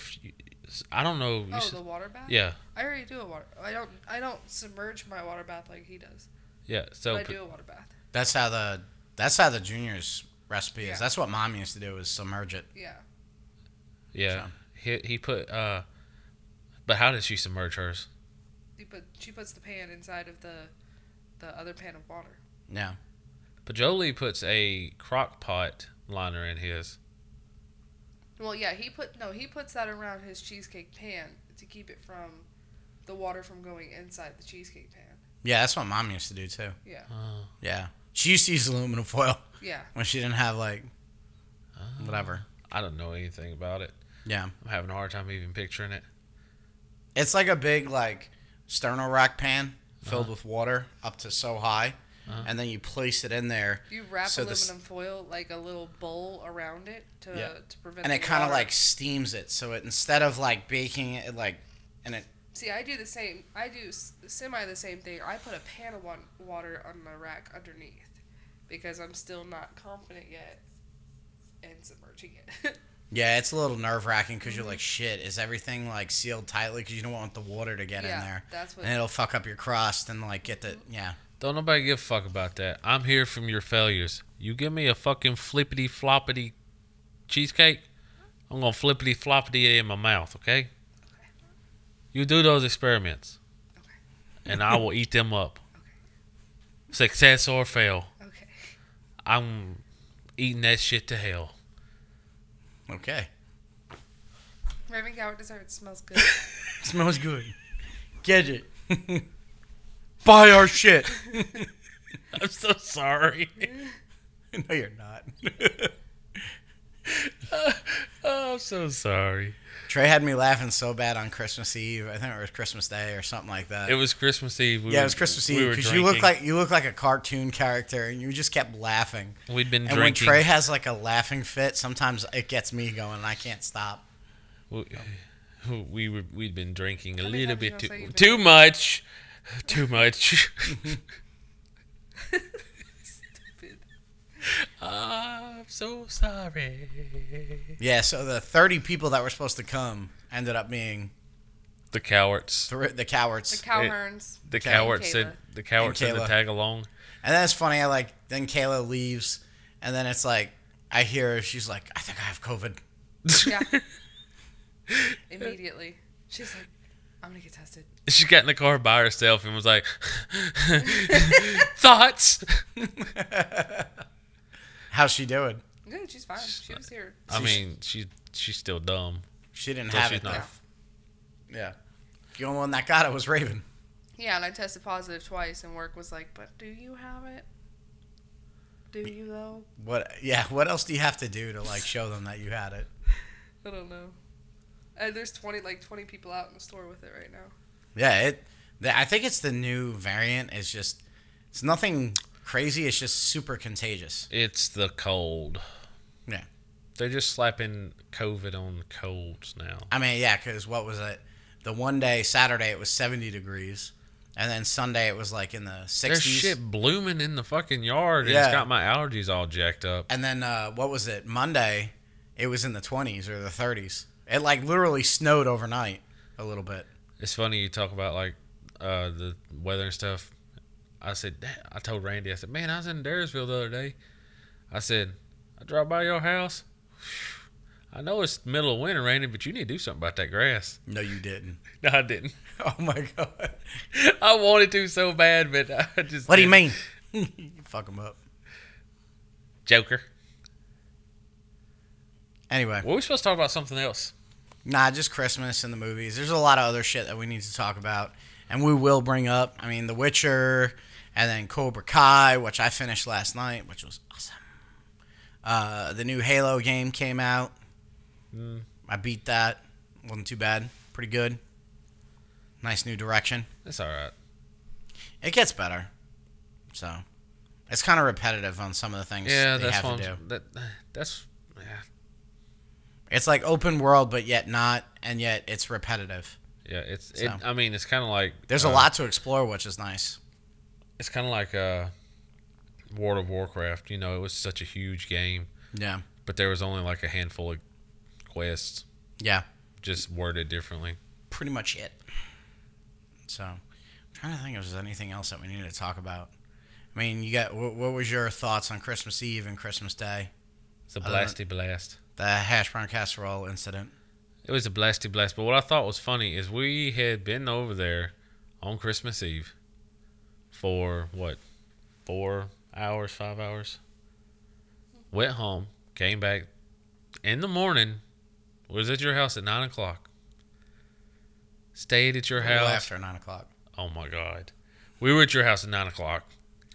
A: I don't know. You
C: Oh,
A: said-
C: the water bath.
A: yeah.
C: I already do a water. I don't. I don't submerge my water bath like he does.
A: Yeah.
C: But
A: So
C: I
A: p-
C: do a water bath.
B: That's how the that's how the juniors recipe is.
C: Yeah.
B: That's what mom used to do is submerge it.
C: Yeah.
A: yeah.
B: So.
A: He he put uh but how did she submerge hers?
C: You put, she puts the pan inside of the the other pan of water.
B: Yeah,
A: Pajoli puts a crock pot liner in his.
C: Well, yeah, he put no, he puts that around his cheesecake pan to keep it from the water from going inside the cheesecake pan.
B: yeah, that's what mom used to do too.
C: Yeah,
A: Oh,
B: Yeah, she used to use aluminum foil
C: yeah.
B: when she didn't have like whatever.
A: I don't know anything about it.
B: Yeah.
A: I'm having a hard time even picturing it.
B: It's like a big like sterno rack pan filled with water up to so high, and then you place it in there,
C: You wrap
B: So
C: aluminum
B: this-
C: foil like a little bowl around it to
B: Yeah.
C: to prevent.
B: and
C: the
B: it kind of
C: water-
B: like steams it. So it instead of like baking it, it, like and it
C: See, I do the same. I do s- semi the same thing. I put a pan of wa- water on my rack underneath because I'm still not confident yet in submerging it.
B: yeah, it's a little nerve wracking because
C: Mm-hmm.
B: you're like shit. Is everything like sealed tightly? Because you don't want the water to get in
C: Yeah,
B: there,
C: that's what- Mm-hmm.
B: and it'll fuck up your crust and like get the yeah.
A: Don't nobody give a fuck about that. I'm here from your failures. You give me a fucking flippity floppity cheesecake, I'm gonna flippity floppity it in my mouth, okay? You do those experiments. And I will eat them up. Success or fail.
C: okay.
A: I'm eating that shit to hell.
B: Okay,
C: Raven Gower dessert smells good.
B: smells good. Get it. Buy our shit.
A: I'm so sorry.
B: no, you're not.
A: Oh, I'm so sorry.
B: Trey had me laughing so bad on Christmas Eve. I think it was Christmas Day or something like that.
A: It was Christmas Eve. We
B: yeah,
A: were-
B: it was Christmas
A: we
B: Eve
A: were
B: because you look
A: drinking.
B: like you look like a cartoon character, and you just kept laughing.
A: we'd been
B: And when
A: drinking.
B: Trey has like a laughing fit, sometimes it gets me going, and I can't stop.
A: we, we were we'd been drinking a
C: many
A: little bit
C: times
A: too
C: you gonna say you've been
A: too much, too much.
C: Stupid.
A: I'm so sorry.
B: Yeah, so the 30 people that were supposed to come ended up being
A: The cowards.
B: thr the cowards.
C: The cowherns.
A: The
B: Okay.
A: cowards said the cowards said
B: Kayla.
A: the tag along.
B: And then it's funny. I like then Kayla leaves, and then it's like I hear she's like, "I think I have COVID."
C: Yeah. Immediately. She's like, I'm going to get tested.
A: She got in the car by herself and was like, "Thoughts."
B: How's she doing?
C: Good. She's fine. She was here.
A: I
B: She's-
A: mean, she she's still dumb.
B: She didn't
A: Well,
B: have
A: she's
B: it
A: not.
B: though. Yeah, the only one that got it was Raven.
C: Yeah, and I tested positive twice, and work was like, but do you have it? Do you, though?
B: What? Yeah. What else do you have to do to like show them that you had it?
C: I don't know. Uh, there's 20, like 20 people out in the store with it right now.
B: Yeah. It. The, I think it's the new variant. It's just. It's nothing crazy. It's just super contagious.
A: It's the cold.
B: Yeah.
A: They're just slapping COVID on colds now.
B: I mean, yeah, because what was it? The one day Saturday it was seventy degrees, and then Sunday it was like in the
A: There's
B: sixties.
A: shit blooming in the fucking yard, and
B: Yeah.
A: it's got my allergies all jacked up.
B: And then uh, what was it? Monday, it was in the 20s or the 30s. It like literally snowed overnight a little bit.
A: It's funny you talk about like uh, the weather and stuff. I said, "Damn," I told Randy, I said, man, I was in Daresville the other day. I said, I dropped by your house. I know it's middle of winter, Randy, but you need to do something about that grass.
B: No, you didn't.
A: No, I didn't.
B: Oh my god.
A: I wanted to so bad, but I just.
B: What do you
A: didn't.
B: mean? you fuck them up.
A: Joker?
B: Anyway,
A: Well, we were supposed to talk about something else.
B: nah, just Christmas and the movies. There's a lot of other shit that we need to talk about, and we will bring up. I mean, The Witcher, and then Cobra Kai, which I finished last night, which was awesome. Uh, the new Halo game came out. I beat that. wasn't too bad. Pretty good. Nice new direction.
A: That's all right.
B: It gets better. So it's kind of repetitive on some of the things
A: Yeah,
B: they
A: that's
B: have
A: one.
B: to do.
A: That, that's. Yeah.
B: It's like open world, but yet not, and yet it's repetitive.
A: Yeah, it's. It,
B: So.
A: I mean, it's kind of like
B: There's
A: uh,
B: a lot to explore, which is nice.
A: It's kind of like uh, World of Warcraft. You know, it was such a huge game,
B: Yeah,
A: but there was only like a handful of quests,
B: yeah,
A: just worded differently.
B: pretty much it. So I'm trying to think if there's anything else that we need to talk about. I mean, you got what, what was your thoughts on Christmas Eve and Christmas Day?
A: It's a
B: I don't-
A: blasty blast.
B: The hash brown casserole incident.
A: It was a blasty blast. But what I thought was funny is we had been over there on Christmas Eve for what four hours, five hours. Went home, came back in the morning. Was at your house at nine o'clock. Stayed at your
B: A little
A: house.
B: after nine o'clock.
A: Oh my god. We were at your house at nine o'clock.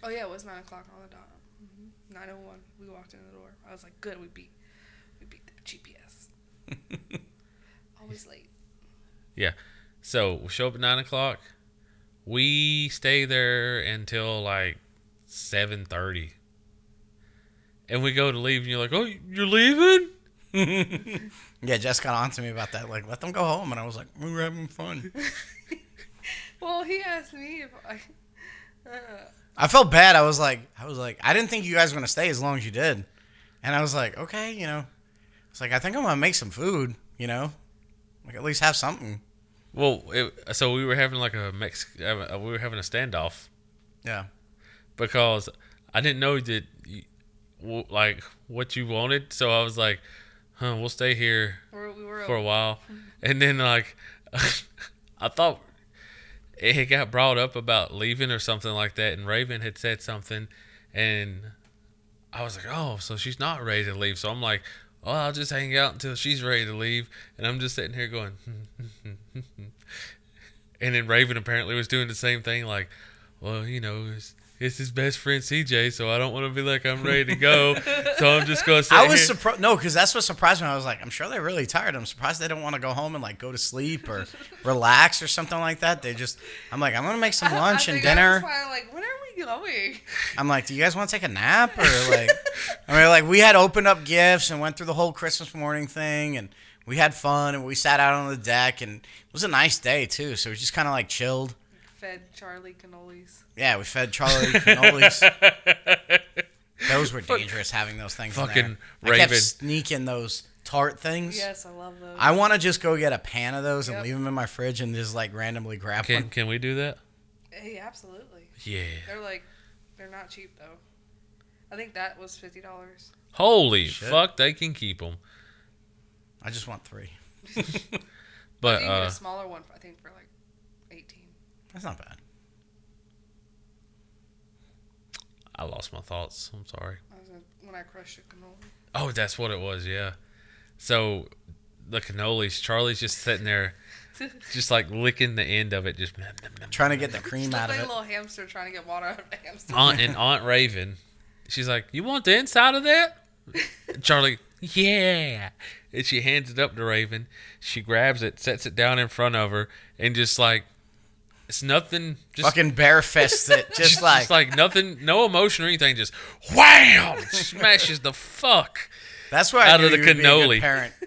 C: Oh, yeah, it was 9 o'clock on the dot. Mm-hmm. 901. We walked in the door. I was like, good, we beat. We beat the GPS. Always late.
A: Yeah. So we show up at nine o'clock. We stay there until like seven thirty. And we go to leave and you're like, Oh, you're leaving?
B: Yeah, Jess got on to me about that. Like, let them go home, and I was like, we were having fun.
C: Well, he asked me if I. Uh,
B: I felt bad. I was like, I was like, I didn't think you guys were gonna stay as long as you did, and I was like, okay, you know, it's like I think I'm gonna make some food, you know, like at least have something.
A: Well, it, so we were having like a Mex, uh, we were having a standoff
B: Yeah,
A: because I didn't know that, you, w- like, what you wanted. So I was like, "Huh, we'll stay here
C: where we were
A: for a while, and then like I thought it had got brought up about leaving or something like that, and Raven had said something, and I was like, oh, so she's not ready to leave. So I'm like, oh, I'll just hang out until she's ready to leave, and I'm just sitting here going, and then Raven apparently was doing the same thing, like, well, you know, it's it's his best friend CJ, so I don't want to be like I'm ready to go. so I'm just gonna sit
B: I was
A: here.
B: surprised. No, because that's what surprised me. I was like, I'm sure they're really tired. I'm surprised they don't want to go home and like go to sleep or relax or something like that. They just, I'm like, I'm gonna make some lunch
C: I
B: and
C: think I
B: dinner.
C: was probably like, when are we going?
B: I'm like, do you guys want to take a nap or like? I mean, like we had opened up gifts and went through the whole Christmas morning thing, and we had fun and we sat out on the deck, and it was a nice day too. So we just kind of like chilled.
C: Fed Charlie cannolis.
B: Yeah, we fed Charlie cannolis. Those were dangerous having those things. in there.
A: Fucking
B: I kept
A: Raven.
B: sneaking those tart things.
C: Yes, I love those.
B: I want to just go get a pan of those and
C: Yep.
B: leave them in my fridge and just like randomly grab
A: Can
B: one.
A: can we do that?
C: hey, absolutely.
A: Yeah.
C: They're like, they're not cheap though. I think that was fifty dollars.
A: Holy
B: Shit.
A: fuck, they can keep them.
B: I just want three.
A: But
C: you can get
A: uh,
C: a smaller one. I think for like eighteen.
B: That's not bad.
A: I lost my thoughts. I'm sorry.
C: I was gonna, when I crushed a cannoli.
A: Oh, that's what it was. Yeah. So the cannolis, Charlie's just sitting there, just like licking the end of it, just. nom, nom, nom,
B: Trying to
A: nom,
B: get the
A: nom.
B: cream
C: Looked
B: out of
C: like a
B: it.
C: little hamster trying to get water out of a hamster.
A: Aunt and Aunt Raven, she's like, "You want the inside of that?" Charlie, yeah. And she hands it up to Raven. She grabs it, sets it down in front of her, and just like, it's nothing. Just
B: Fucking bare fist it. Just like,
A: It's like nothing, no emotion or anything. Just wham! Smashes the fuck.
B: that's why I
A: out of the
B: knew you would be a good
A: cannoli.
B: parent.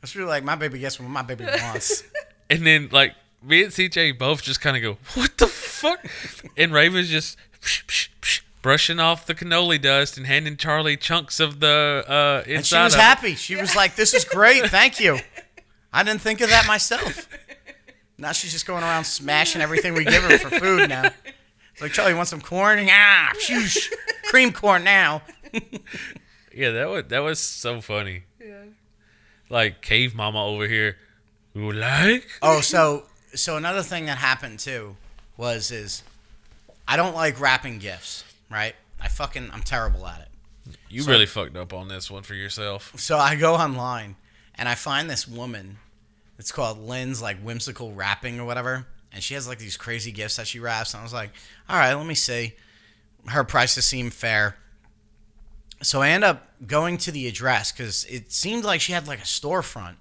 B: That's really like my baby gets what my baby wants.
A: And then like me and CJ both just kind of go, "What the fuck?" And Raven's just psh, psh, psh, brushing off the cannoli dust and handing Charlie chunks of the uh, inside.
B: And she was
A: of it.
B: happy. She was like, "This is great. Thank you." I didn't think of that myself. Now she's just going around smashing everything we give her for food now. It's like, Charlie, you want some corn? Ah, pshoosh. cream corn now.
A: Yeah, that was that was so funny.
C: yeah.
A: Like cave mama over here. Who like?
B: Oh, so so another thing that happened too was is I don't like wrapping gifts, right? I fucking I'm terrible at it.
A: You really fucked up on this one for yourself.
B: So I go online and I find this woman. It's called Lynn's like whimsical wrapping or whatever, and she has like these crazy gifts that she wraps. And I was like, all right, let me see. Her prices seem fair. So I end up going to the address because it seemed like she had like a storefront.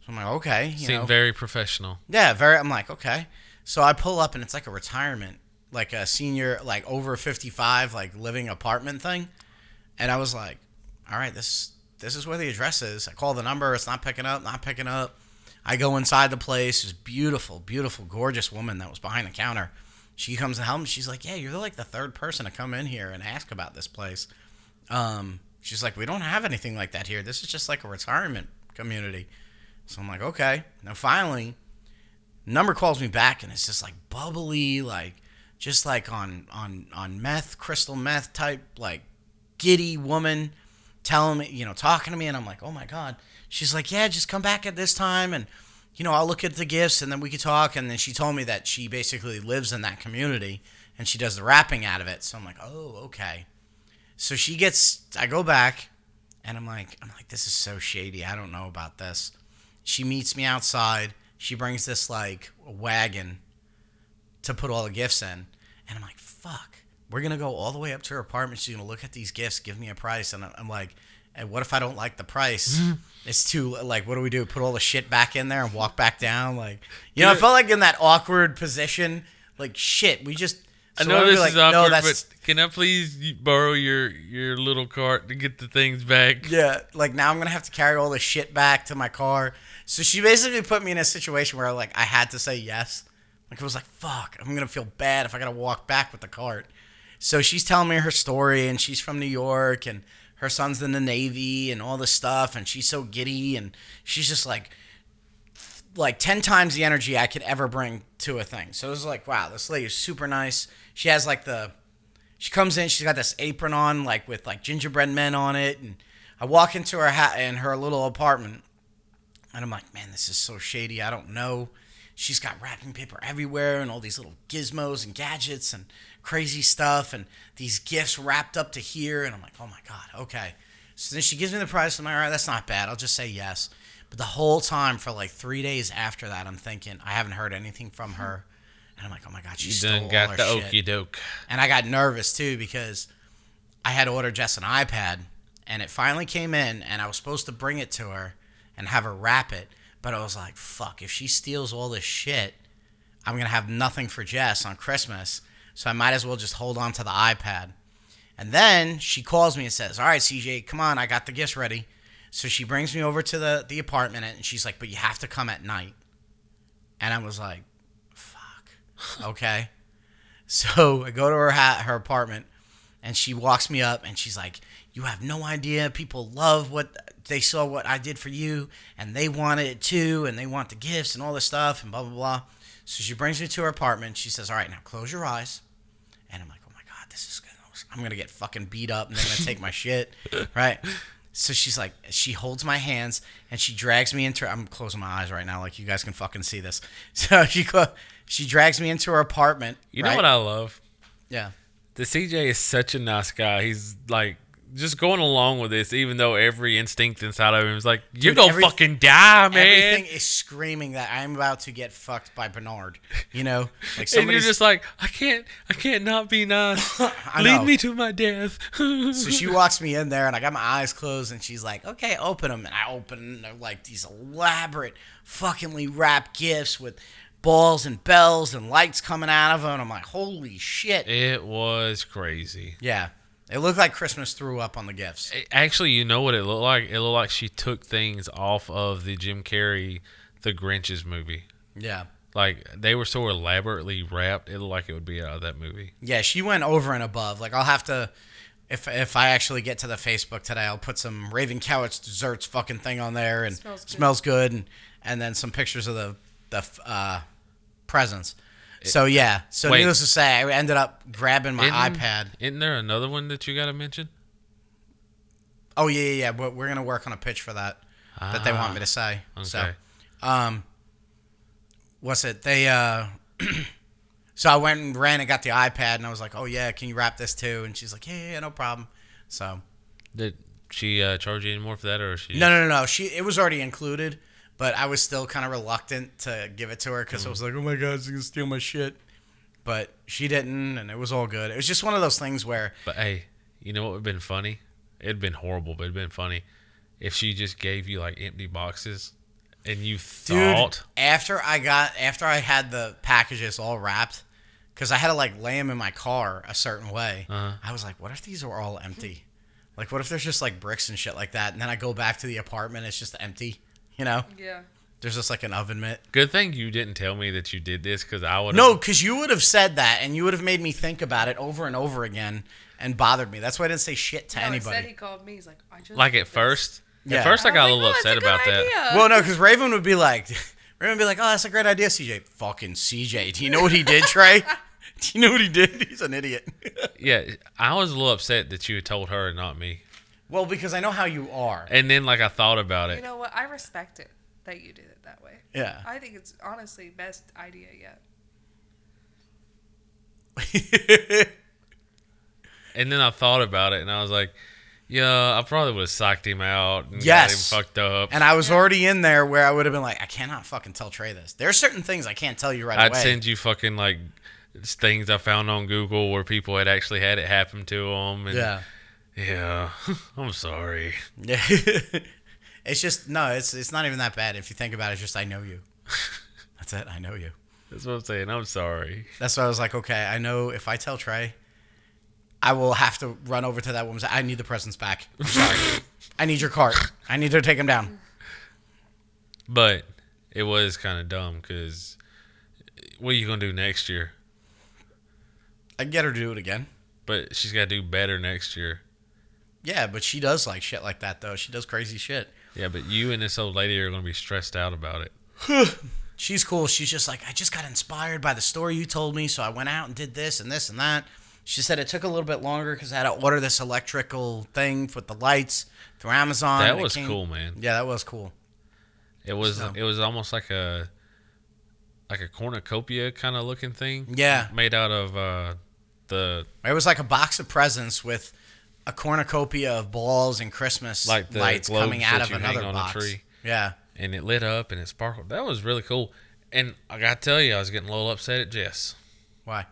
B: So I'm like, okay, you
A: Seemed
B: know,
A: very professional.
B: Yeah, very. I'm like, okay. So I pull up and it's like a retirement, like a senior, like over 55, like living apartment thing. And I was like, all right, this this is where the address is. I call the number. It's not picking up. Not picking up. I go inside the place. This beautiful, beautiful, gorgeous woman that was behind the counter. She comes to help me. She's like, yeah, you're like the third person to come in here and ask about this place. Um, she's like, we don't have anything like that here. This is just like a retirement community. So I'm like, okay. Now finally, number calls me back and it's just like bubbly like just like on on on meth crystal meth type like giddy woman telling me you know talking to me and i'm like oh my god she's like yeah just come back at this time and you know i'll look at the gifts and then we could talk and then she told me that she basically lives in that community and she does the wrapping out of it so i'm like oh okay so she gets i go back and i'm like i'm like this is so shady i don't know about this she meets me outside. She brings this like wagon to put all the gifts in. And I'm like, fuck, we're going to go all the way up to her apartment. She's going to look at these gifts, give me a price. And I'm- I'm like, and what if I don't like the price? it's too, like, what do we do? Put all the shit back in there and walk back down? Like, you know, I felt like in that awkward position. Like, shit, we just.
A: I
B: so
A: know
B: I'd be
A: this
B: like,
A: is awkward,
B: no, that's,
A: but can I please y- borrow your your little cart to get the things back?
B: Yeah, like now I'm gonna have to carry all this shit back to my car. So she basically put me in a situation where like I had to say yes. Like it was like fuck, I'm gonna feel bad if I gotta walk back with the cart. So she's telling me her story, and she's from New York, and her son's in the Navy, and all this stuff, and she's so giddy, and she's just like, like 10 times the energy I could ever bring to a thing. So it was like, wow, this lady is super nice. She has like the, she comes in, she's got this apron on, like with like gingerbread men on it. And I walk into her hat in her little apartment and I'm like, man, this is so shady. I don't know. She's got wrapping paper everywhere and all these little gizmos and gadgets and crazy stuff and these gifts wrapped up to here. And I'm like, oh my God, okay. So then she gives me the price. I'm like, all right, that's not bad. I'll just say yes. But the whole time for like three days after that, I'm thinking, I haven't heard anything from her. And I'm like, oh my god, she
A: You
B: stole
A: done
B: all
A: got
B: our
A: the
B: shit.
A: okey doke.
B: And I got nervous too because I had ordered Jess an iPad and it finally came in and I was supposed to bring it to her and have her wrap it. But I was like, fuck, if she steals all this shit, I'm going to have nothing for Jess on Christmas. So I might as well just hold on to the iPad. And then she calls me and says, all right, CJ, come on, I got the gifts ready. So she brings me over to the, the apartment and she's like, but you have to come at night. And I was like, fuck, okay. So I go to her ha- her apartment, and she walks me up, and she's like, "You have no idea. People love what they saw what I did for you, and they want it too, and they want the gifts and all this stuff, and blah blah blah." So she brings me to her apartment. She says, "All right, now close your eyes," and I'm like, "Oh my god, this is gonna I'm gonna get fucking beat up, and they're gonna take my shit, right?" So she's like, she holds my hands and she drags me into. I'm closing my eyes right now, like you guys can fucking see this. So she go, she drags me into her apartment.
A: You know
B: right?
A: what I love?
B: Yeah.
A: The CJ is such a nice guy. He's like just going along with this, even though every instinct inside of him is like, "You're
B: Dude,
A: gonna
B: every-
A: fucking die, man."
B: Everything is screaming that I'm about to get fucked by Bernard. You know, like
A: And you're
B: somebody's.
A: just like, I can't, I can't not be nice.
B: I
A: Lead
B: know.
A: me to my death.
B: so she walks me in there, and I got my eyes closed, and she's like, "Okay, open them." And I open, 'em, and they're like these elaborate, fuckingly wrapped gifts with balls and bells and lights coming out of them. And I'm like, "Holy shit!"
A: it was crazy.
B: Yeah, it looked like Christmas threw up on the gifts.
A: It- actually, you know what it looked like? It looked like she took things off of the Jim Carrey, The Grinch's movie.
B: Yeah,
A: Like they were so elaborately wrapped, it looked like it would be out of that movie.
B: yeah, she went over and above. Like I'll have to. If, if I actually get to the Facebook today, I'll put some Raven Cowitz desserts fucking thing on there and
C: Smells good.
B: smells good and, and then some pictures of the the uh, presents. So yeah, so
A: Wait.
B: needless to say, I ended up grabbing my
A: Isn't-
B: iPad.
A: Isn't there another one that you got to mention?
B: Oh yeah, yeah, yeah. But we're gonna work on a pitch for that that they want me to say. So,
A: Ah. okay.
B: um, what's it? They uh, so I went and ran and got the iPad, and I was like, oh yeah, can you wrap this too? And she's like, yeah, yeah, yeah, no problem. So
A: Did she uh, charge you any more for that, or is she?
B: no, no, no, no. She it was already included, but I was still kind of reluctant to give it to her because I was like, oh my god, she's gonna steal my shit. But she didn't, and it was all good. It was just one of those things where
A: But hey, you know what would have been funny? It'd been horrible, but it'd been funny if she just gave you like empty boxes and you
B: Dude,
A: thought
B: after I got after I had the packages all wrapped, because I had to like lay them in my car a certain way. I was like, what if these are all empty? Like, what if there's just like bricks and shit like that? And then I go back to the apartment, it's just empty. You know,
C: Yeah.
B: there's just like an oven mitt.
A: Good thing you didn't tell me that you did this because I would
B: No, because you would have said that, and you would have made me think about it over and over again, and bothered me. That's why I didn't say shit to
C: No,
B: anybody.
C: Instead, he called me. He's like, I just
A: like
C: did
A: at
C: this."
A: first.
B: Yeah.
A: At first, I
C: I
A: got a
C: was
A: little
C: like, "Oh,
A: upset
C: that's a
A: about
C: good
A: that.
C: idea."
B: Well, no, because Raven would be like, Raven would be like, oh, that's a great idea, CJ. Fucking CJ. Do you know what he did, Trey? Do you know what he did? He's an idiot.
A: Yeah, I was a little upset that you had told her and not me.
B: well, because I know how you are.
A: And then like I thought about
C: You
A: it.
C: know what? I respect it that you did it that way.
B: Yeah.
C: I think it's honestly best idea yet.
A: And then I thought about it, and I was like, yeah, I probably would have psyched him out and
B: Yes.
A: got him fucked up.
B: and I was already in there where I would have been like, I cannot fucking tell Trey this. There are certain things I can't tell you right
A: I'd
B: away.
A: send you fucking like things I found on Google where people had actually had it happen to them. And
B: yeah.
A: yeah, I'm sorry.
B: Yeah. it's just no, it's it's not even that bad if you think about it, it's just I know you. That's it, I know you.
A: That's what I'm saying. I'm sorry.
B: That's why I was like, okay, I know if I tell Trey, I will have to run over to that woman's. I need the presents back. I'm sorry. I need your cart. I need to take him down.
A: But it was kind of dumb because what are you going to do next year?
B: I can get her to do it again.
A: But she's got to do better next year.
B: Yeah, but she does like shit like that though. She does crazy shit.
A: Yeah, but you and this old lady are going to be stressed out about it.
B: She's cool. She's just like, I just got inspired by the story you told me, so I went out and did this and this and that. She said it took a little bit longer because I had to order this electrical thing with the lights through Amazon.
A: That
B: and it
A: was
B: came-
A: cool, man.
B: Yeah, that was cool.
A: It was
B: So-
A: it was almost like a like a cornucopia kind of looking thing.
B: Yeah.
A: made out of uh, the
B: It was like a box of presents with a cornucopia of balls and Christmas
A: Like the
B: lights
A: globes
B: coming out
A: that
B: of
A: you hang
B: another
A: on a
B: box.
A: tree.
B: Yeah,
A: and it lit up and it sparkled. That was really cool. And I gotta tell you, I was getting a little upset at Jess
B: Why?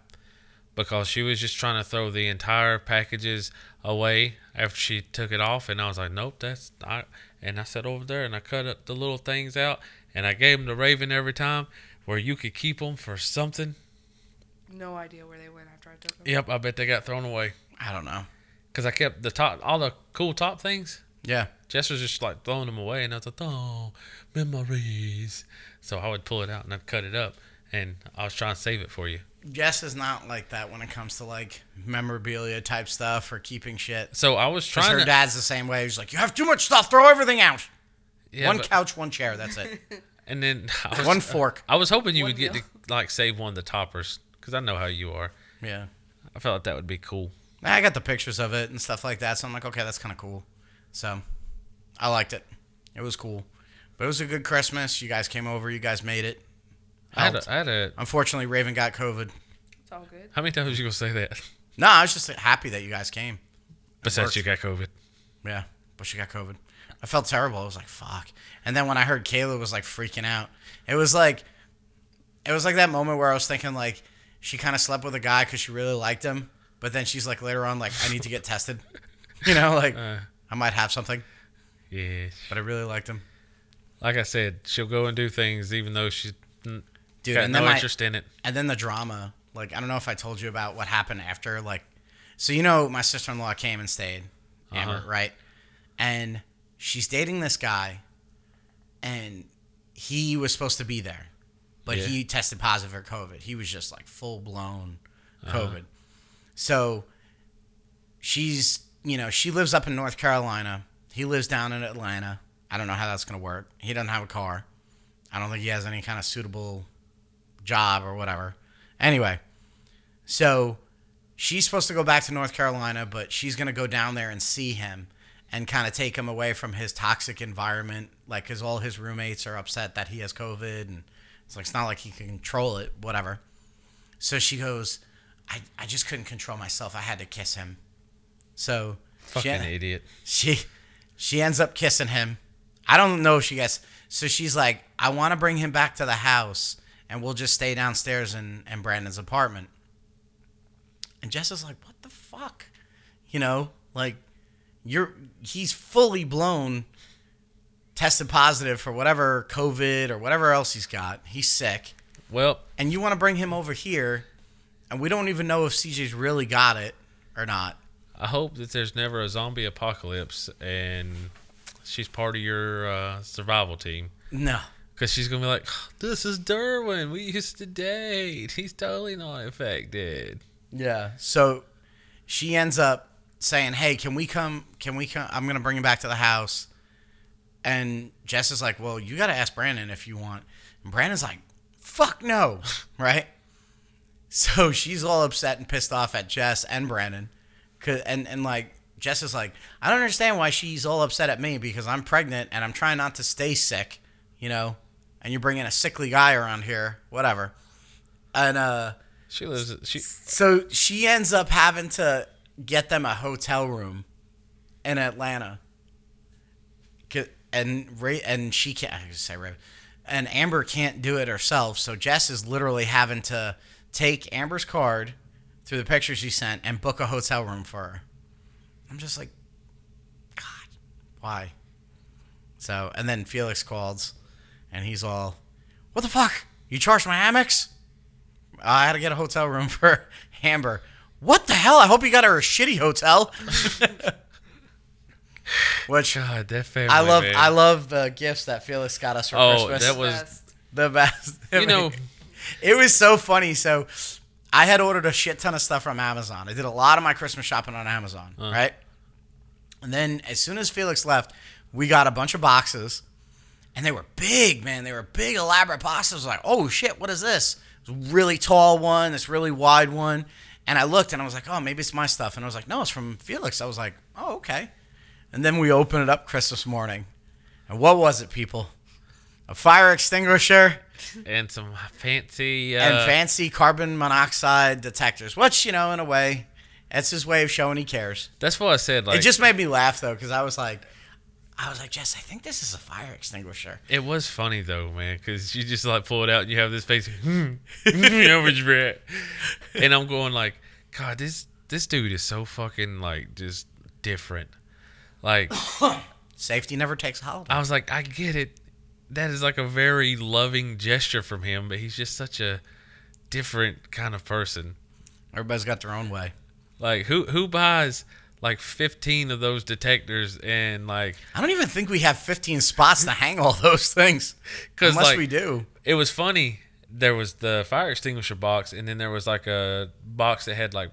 A: because she was just trying to throw the entire packages away after she took it off, and I was like, nope, that's I. And I sat over there and I cut up the little things out, and I gave them to Raven every time, where you could keep them for something.
C: No idea where they went after I took them.
A: Yep, I bet they got thrown away
B: I don't know.
A: because I kept the top, all the cool top things.
B: Yeah.
A: Jess was just like throwing them away, and I was like, "Oh, memories." So I would pull it out and I'd cut it up, and I was trying to save it for you.
B: Jess is not like that when it comes to like memorabilia type stuff or keeping shit.
A: So I was
B: 'Cause
A: trying
B: her
A: to.
B: dad's the same way. He's like, you have too much stuff. Throw everything out.
A: yeah,
B: one
A: but-
B: couch, one chair. That's it.
A: and then I was,
B: one fork.
A: I was hoping you would
C: One
A: get to
C: meal.
A: like save one of the toppers because I know how you are.
B: Yeah.
A: I felt like that would be cool.
B: I got the pictures of it and stuff like that. So I'm like, okay, that's kind of cool. So I liked it. It was cool. But it was a good Christmas. You guys came over. You guys made it.
A: I had,
B: Helped.
A: a, I had a.
B: Unfortunately, Raven got COVID.
C: It's all good.
A: How many times you gonna say that?
B: No, I was just happy that you guys came.
A: Besides,
B: worked.
A: you got COVID.
B: Yeah, but she got COVID. I felt terrible. I was like, fuck. And then when I heard Kayla was like freaking out, it was like, it was like that moment where I was thinking like, she kind of slept with a guy because she really liked him, but then she's like later on like, I need to get tested. You know, like
A: Uh.
B: I might have something,
A: Yeah.
B: but I really liked him,
A: Like I said, she'll go and do things even though she's n-
B: dude.
A: got
B: and
A: no
B: then my,
A: interest in it.
B: and then the drama. Like I don't know if I told you about what happened after. Like, so you know, my sister in law came and stayed, Amber,
A: Uh-huh.
B: right? And she's dating this guy, and he was supposed to be there, but
A: Yeah.
B: he tested positive for COVID. He was just like full blown
A: Uh-huh.
B: COVID. So she's, you know, she lives up in North Carolina. He lives down in Atlanta. I don't know how that's going to work. He doesn't have a car. I don't think he has any kind of suitable job or whatever. Anyway, so she's supposed to go back to North Carolina, but she's going to go down there and see him and kind of take him away from his toxic environment. Like, because all his roommates are upset that he has COVID. And it's like, it's not like he can control it, whatever. So she goes, I, I just couldn't control myself. I had to kiss him. So
A: Fucking
B: she,
A: idiot.
B: she she ends up kissing him. I don't know if she gets so she's like, I want to bring him back to the house and we'll just stay downstairs in, in Brandon's apartment. And Jess is like, What the fuck? You know, like you're he's fully blown tested positive for whatever COVID or whatever else he's got. He's sick.
A: Well,
B: And you want to bring him over here and we don't even know if CJ's really got it or not.
A: I hope that there's never a zombie apocalypse and she's part of your uh, survival team.
B: No.
A: Because she's going to be like, this is Derwin. We used to date. He's totally not infected.
B: Yeah. So she ends up saying, "Hey, can we come? Can we come? I'm gonna bring him back to the house." And Jess is like, "Well, you gotta ask Brandon if you want." And Brandon's like, "Fuck no!" Right? So she's all upset and pissed off at Jess and Brandon, 'Cause- and and like Jess is like, "I don't understand why she's all upset at me because I'm pregnant and I'm trying not to stay sick, you know." And you're bringing a sickly guy around here, whatever. And uh,
A: She lives. She
B: so she ends up having to get them a hotel room in Atlanta. 'Cause- And Ray and she can't. I was gonna say Ray, and Amber can't do it herself. So Jess is literally having to take Amber's card through the picture she sent and book a hotel room for her. I'm just like, God, why? So and then Felix calls, and he's all, "What the fuck? You charged my Amex?" I had to get a hotel room for Amber. What the hell? I hope you got her a shitty hotel. Which
A: God, that family.
B: I love.
A: man.
B: I love the gifts that Felix got us for
A: Oh,
B: Christmas.
A: that was-
C: Best.
B: the best.
A: You know,
B: it was so funny. So, I had ordered a shit ton of stuff from Amazon. I did a lot of my Christmas shopping on Amazon, right? And then as soon as Felix left, we got a bunch of boxes, and they were big, man. They were big, elaborate boxes. Like, oh shit, what is this? It was a really tall one, this really wide one. And I looked and I was like, oh, maybe it's my stuff. And I was like, no, it's from Felix. I was like, oh, okay. And then we opened it up Christmas morning. And what was it, people? A fire extinguisher
A: and some fancy. Uh,
B: and fancy carbon monoxide detectors, which you know, in a way, that's his way of showing he cares.
A: that's what I said. Like,
B: it just made me laugh though, because I was like, I was like, Jess, I think this is a fire extinguisher.
A: It was funny though, man, because you just like pull it out and you have this face hmm, hmm, over your head. and I'm going like, God, this this dude is so fucking like just different. Like
B: Safety never takes a holiday.
A: I was like, I get it. That is like a very loving gesture from him, but he's just such a different kind of person.
B: Everybody's got their own way.
A: Like who who buys like 15 of those detectors and like
B: I don't even think we have 15 spots to hang all those things.
A: 'Cause,
B: Unless
A: like-
B: we do.
A: it was funny. There was the fire extinguisher box, and then there was like a box that had like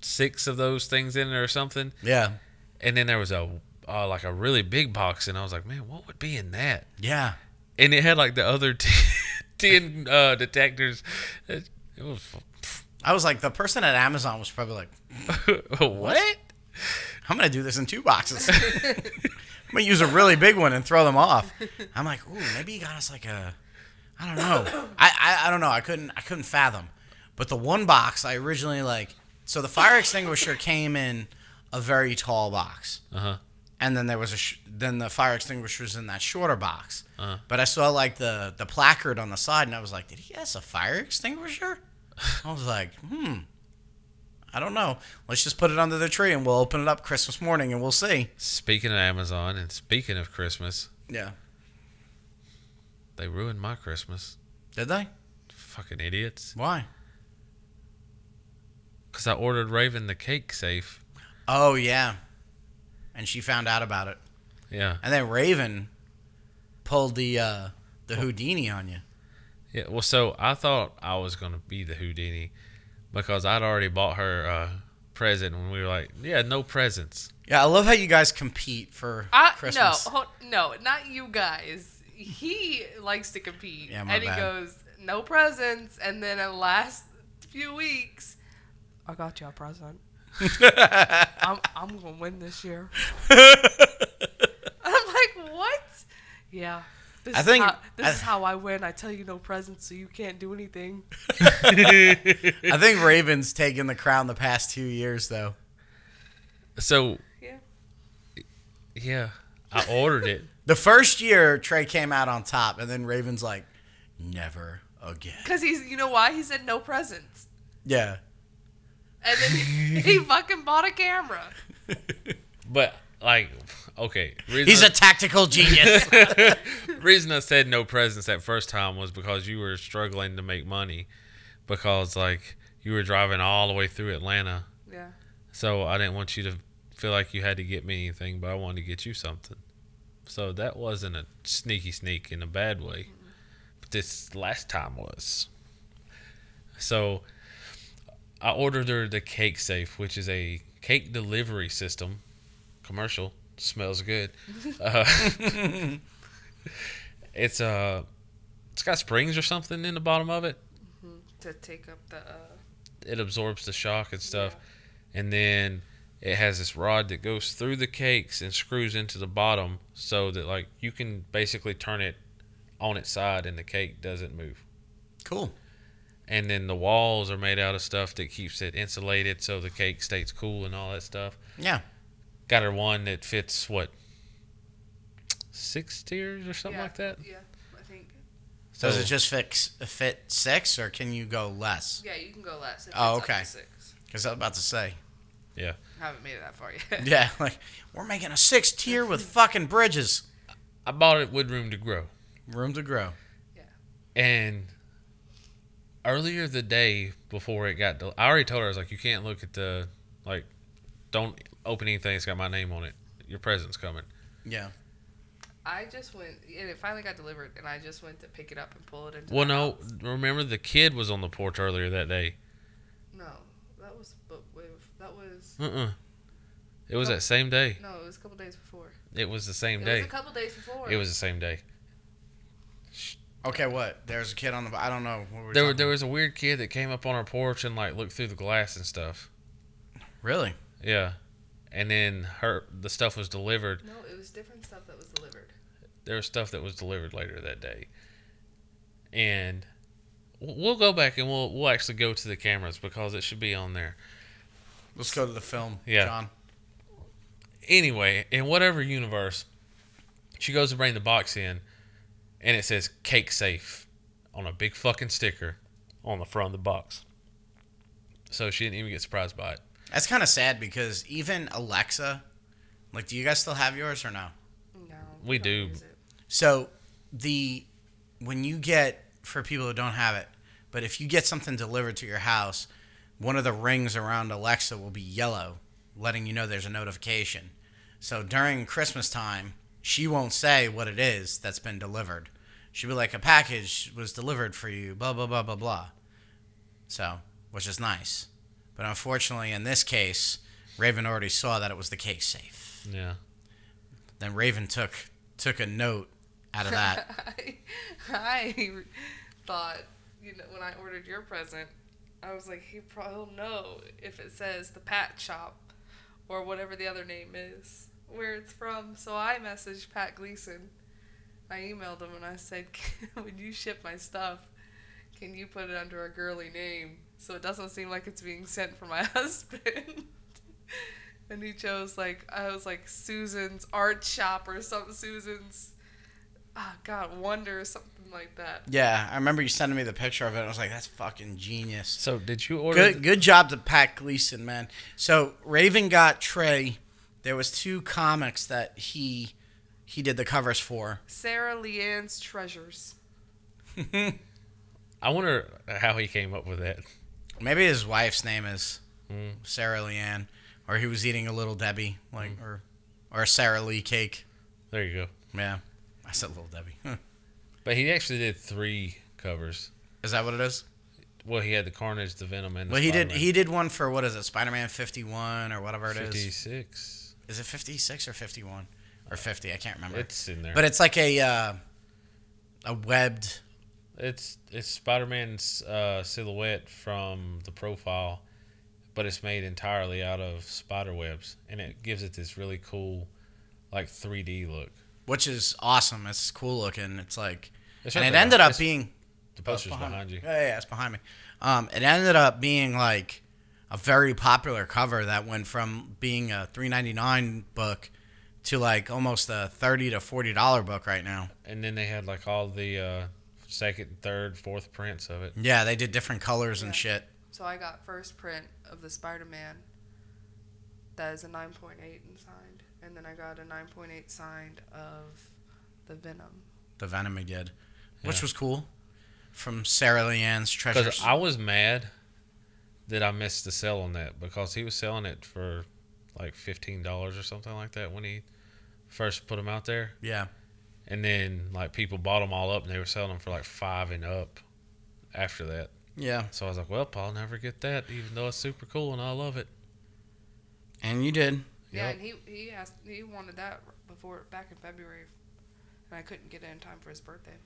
A: six of those things in it or something.
B: Yeah.
A: And then there was a uh, like a really big box, and I was like, man, what would be in that?
B: Yeah.
A: And it had like the other t- ten uh, detectors. It, it was
B: I was like, the person at Amazon was probably like,
A: what?
B: I'm gonna do this in two boxes. I'm gonna use a really big one and throw them off. I'm like, ooh, maybe he got us like a, I don't know. I, I I don't know. I couldn't I couldn't fathom. But the one box I originally like, so the fire extinguisher came in a very tall box,
A: Uh huh.
B: and then there was a sh- then the fire extinguisher was in that shorter box. But I saw like the the placard on the side, and I was like, did he has a fire extinguisher? I was like, hmm. I don't know. Let's just put it under the tree and we'll open it up Christmas morning and we'll see.
A: Speaking of Amazon and speaking of Christmas,
B: Yeah.
A: they ruined my Christmas.
B: Did they?
A: Fucking idiots.
B: Why?
A: Because I ordered Raven the cake safe.
B: Oh yeah. And she found out about it.
A: Yeah.
B: And then Raven pulled the uh the Houdini on you.
A: Yeah, well, so I thought I was gonna be the Houdini because I'd already bought her uh, present when we were like, yeah, no presents.
B: Yeah, I love how you guys compete for
C: I,
B: Christmas.
C: No, hold, no, not you guys. He likes to compete.
B: Yeah, my
C: and he
B: bad.
C: goes, no presents. And then in the last few weeks, I got you a present. I'm, I'm going to win this year. I'm like, what? Yeah. This
B: I think-
C: is how, this
B: I-
C: is how I win. I tell you no presents, so you can't do anything.
B: I think Raven's taken the crown the past two years though.
A: So
C: Yeah.
A: yeah, I ordered it.
B: The first year Trey came out on top and then Raven's like, Never again.
C: Because he's, you know why? He said no presents.
B: Yeah.
C: And then he fucking bought a camera.
A: But like, okay, reason
B: He's a tactical genius.
A: reason I said no presents that first time was because you were struggling to make money because like you were driving all the way through Atlanta,
C: Yeah.
A: so I didn't want you to feel like you had to get me anything, but I wanted to get you something. So that wasn't a sneaky sneak in a bad way. But this last time was. So I ordered her the Cake Safe, which is a cake delivery system. Commercial. Smells good. Uh, it's Uh, it's got springs or something in the bottom of it.
C: To take up the. Uh,
A: It absorbs the shock and stuff. And then it has this rod that goes through the cakes and screws into the bottom so that like you can basically turn it on its side and the cake doesn't move.
B: cool.
A: and then the walls are made out of stuff that keeps it insulated so the cake stays cool and all that stuff.
B: Yeah.
A: Got her one that fits what six tiers or something
C: yeah,
A: like that.
C: Yeah, I think.
B: So does it just fix fit six, or can you go less?
C: Yeah, you can go less. If
B: Oh,
C: it's up to
B: okay.
C: Six.
B: Because I was about to say,
A: yeah.
C: I haven't made it that far yet.
B: yeah, like we're making a six tier with fucking bridges.
A: I bought it with room to grow,
B: Room to grow.
A: and earlier the day before it got, del- I already told her I was like, you can't look at the like, don't open anything that's got my name on it. Your present's coming.
B: Yeah.
C: I just went, and it finally got delivered, and I just went to pick it up and pull it into.
A: Well,
C: the
A: no,
C: house.
A: remember the kid was on the porch earlier that day.
C: No, that was, but wait, that was.
A: Uh-uh. It was that same day.
C: No, it was a couple days before.
A: It was the same
C: It
A: day.
C: was a couple days before.
A: It was the same day.
B: Okay, what? There's a kid on the. I don't know. What were we
A: There, were-
B: talking
A: there was a weird kid that came up on our porch and like looked through the glass and stuff.
B: about? Really?
A: Yeah, and then her the stuff was delivered.
C: No, it was different stuff that was delivered.
A: There was stuff that was delivered later that day, and w- we'll go back and we'll we'll actually go to the cameras because it should be on there.
B: Let's go to the film.
A: Yeah.
B: John.
A: Anyway, in whatever universe, She goes to bring the box in, and it says cake safe on a big fucking sticker on the front of the box. So she didn't even get surprised by it.
B: That's kind of sad because even Alexa, like, do you guys still have yours or no?
C: No.
A: We
C: don't
A: do.
C: use it.
B: So the when you get for people who don't have it, but if you get something delivered to your house, one of the rings around Alexa will be yellow, letting you know there's a notification. So during Christmas time, she won't say what it is that's been delivered. She'll be like, a package was delivered for you, blah, blah, blah, blah, blah. So, which is nice. But unfortunately, in this case, Raven already saw that it was the case safe
A: Yeah.
B: then Raven took took a note out of that.
C: I, I thought, you know, when I ordered your present, I was like, he probably will know if it says the Pat Shop or whatever the other name is, where it's from. So I messaged Pat Gleason. I emailed him and I said, when you ship my stuff, can you put it under a girly name so it doesn't seem like it's being sent for my husband? and he chose like I was like Susan's art shop or something. Susan's, oh God, wonder or something like that.
B: yeah, I remember you sending me the picture of it. I was like, that's fucking genius.
A: So did you order?
B: Good good job to Pat Gleason, man. So Raven got Trey. There was two comics that he he did the covers for.
C: Sarah Leanne's treasures.
A: I wonder how he came up with that.
B: Maybe his wife's name is
A: Hmm.
B: Sarah Leanne, or he was eating a little Debbie,
A: Hmm.
B: like or or a Sarah Lee cake.
A: There you go.
B: Yeah, I said little Debbie. Huh.
A: But he actually did three covers.
B: Is that what it is?
A: Well, he had the Carnage, the Venom, and the
B: Well, he did.
A: Spider-Man.
B: He did one for what is it? Spider Man fifty one or whatever it is.
A: 56.
B: is it 56 or 51 or 50 i can't remember
A: It's in there.
B: but it's like a uh, a webbed
A: It's it's Spider Man's uh, silhouette from the profile, but it's made entirely out of spider webs, and it gives it this really cool, like 3D look.
B: which is awesome it's cool looking it's like
A: It's
B: and
A: right
B: it
A: there.
B: ended up
A: It's-
B: being
A: The poster's behind, you.
B: yeah, yeah it's behind me um, it ended up being like a very popular cover that went from being a 399 book to like almost a 30 to 40 dollar book right now
A: And then they had like all the uh, second, third, fourth prints of it.
B: yeah they did different colors and
C: Yeah.
B: shit
C: So I got first print of the Spider Man that is a 9.8 and signed. And then I got a 9.8 signed of the Venom.
B: the venom he did which
A: Yeah.
B: was cool from sarah leanne's treasures
A: Because I was mad that I missed the sell on that because he was selling it for like fifteen dollars or something like that when he first put them out there,
B: yeah
A: and then like people bought them all up and they were selling them for like five and up after that.
B: yeah
A: So I was like, well, I'll never get that, even though it's super cool and I love it.
B: And you did.
C: Yeah,
A: Yep.
C: and he, he asked, he wanted that before, back in February. And I couldn't get it in time for his birthday.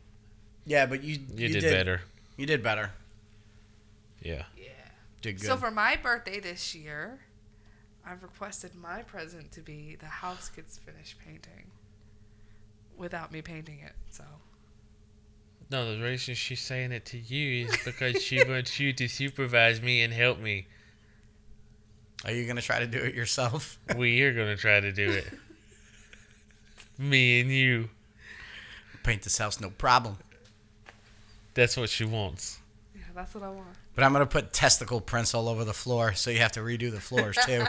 B: Yeah, but you
A: You, did, better.
B: You did better.
A: Yeah.
C: Yeah.
B: Did good.
C: So for my birthday this year, I've requested my present to be the house gets finished painting without me painting it. So
A: No, the reason she's saying it to you is because she wants you to supervise me and help me.
B: Are you gonna try to do it yourself?
A: We are going to try to do it. me and you.
B: Paint this house, no problem.
A: That's what she wants.
C: yeah, that's what I want.
B: But I'm gonna put testicle prints all over the floor, so you have to redo the floors too.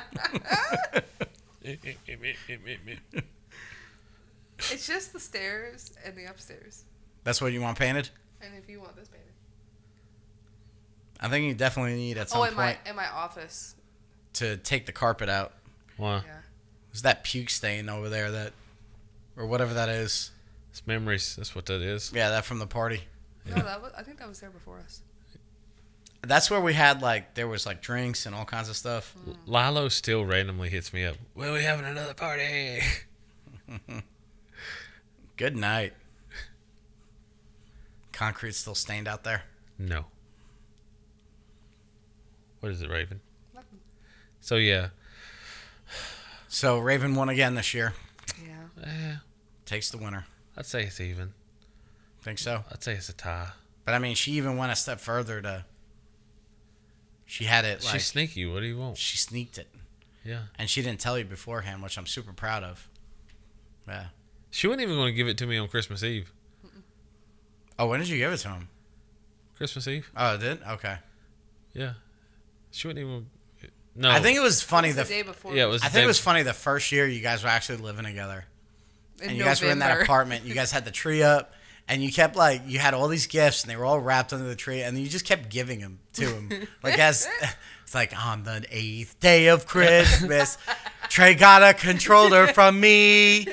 C: It's just the stairs and the upstairs.
B: That's what you want painted.
C: And if you want this painted.
B: I think you definitely need at some
C: oh, in
B: point
C: my in my office.
B: to take the carpet out.
A: wow.
C: Yeah.
B: There's that puke stain over there that, or whatever that is.
A: It's memories. That's what that is.
B: Yeah, that from the party.
C: No, that was I think that was there before us.
B: That's where we had like there was like drinks and all kinds of stuff.
A: Lilo still randomly hits me up. Well, we having another party.
B: Good night. Concrete's still stained out there.
A: No. What is it, Raven?
C: Nothing.
A: So, yeah.
B: So Raven won again this year.
C: Yeah.
A: Eh,
B: Takes the winner.
A: I'd say it's even.
B: Think so?
A: I'd say it's a tie.
B: But I mean, she even went a step further to. She had it like
A: She's sneaky. What do you want?
B: she sneaked it,
A: Yeah.
B: and she didn't tell you beforehand, which I'm super proud of. Yeah,
A: She wasn't even going to give it to me on Christmas Eve.
B: Oh, when did you give it to him?
A: Christmas Eve?
B: Oh, it did? Okay.
A: Yeah. She wouldn't even. No.
B: I think it was funny
C: It was
B: the,
C: the day before.
A: Yeah, it was.
B: I
A: the
B: think
A: day
B: it was funny the first year you guys were actually living together.
C: in
B: and you guys were in that
C: November.
B: apartment. You guys had the tree up, and you kept like you had all these gifts, and they were all wrapped under the tree, and you just kept giving them to him. like as it's like on the eighth day of Christmas, Trey got a controller from me.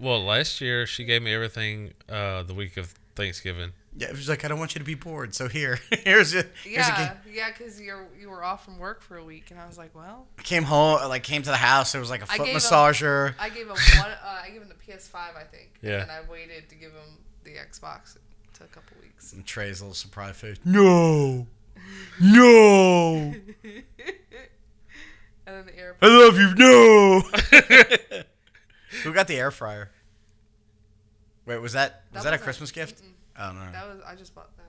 A: Well, last year she gave me everything uh, the week of Thanksgiving.
B: Yeah, it was like I don't want you to be bored, so here, here's a here's a
C: Yeah,
B: game.
C: yeah, because you you were off from work for a week, and I was like, well,
B: Came home, uh, like came to the house. There was like a
C: I
B: foot
C: gave him-
B: massager.
C: I gave him one. Uh, I gave him the PS5, I think.
A: Yeah.
C: And then I waited to give him the Xbox. It took a couple weeks.
B: and Trey's little surprise face. No, no,
C: And then the airport.
B: I love you. No. Who got the air fryer? Wait, was that was that,
C: That
B: a
C: wasn't-
B: Christmas gift? I don't know.
C: That was I just bought that.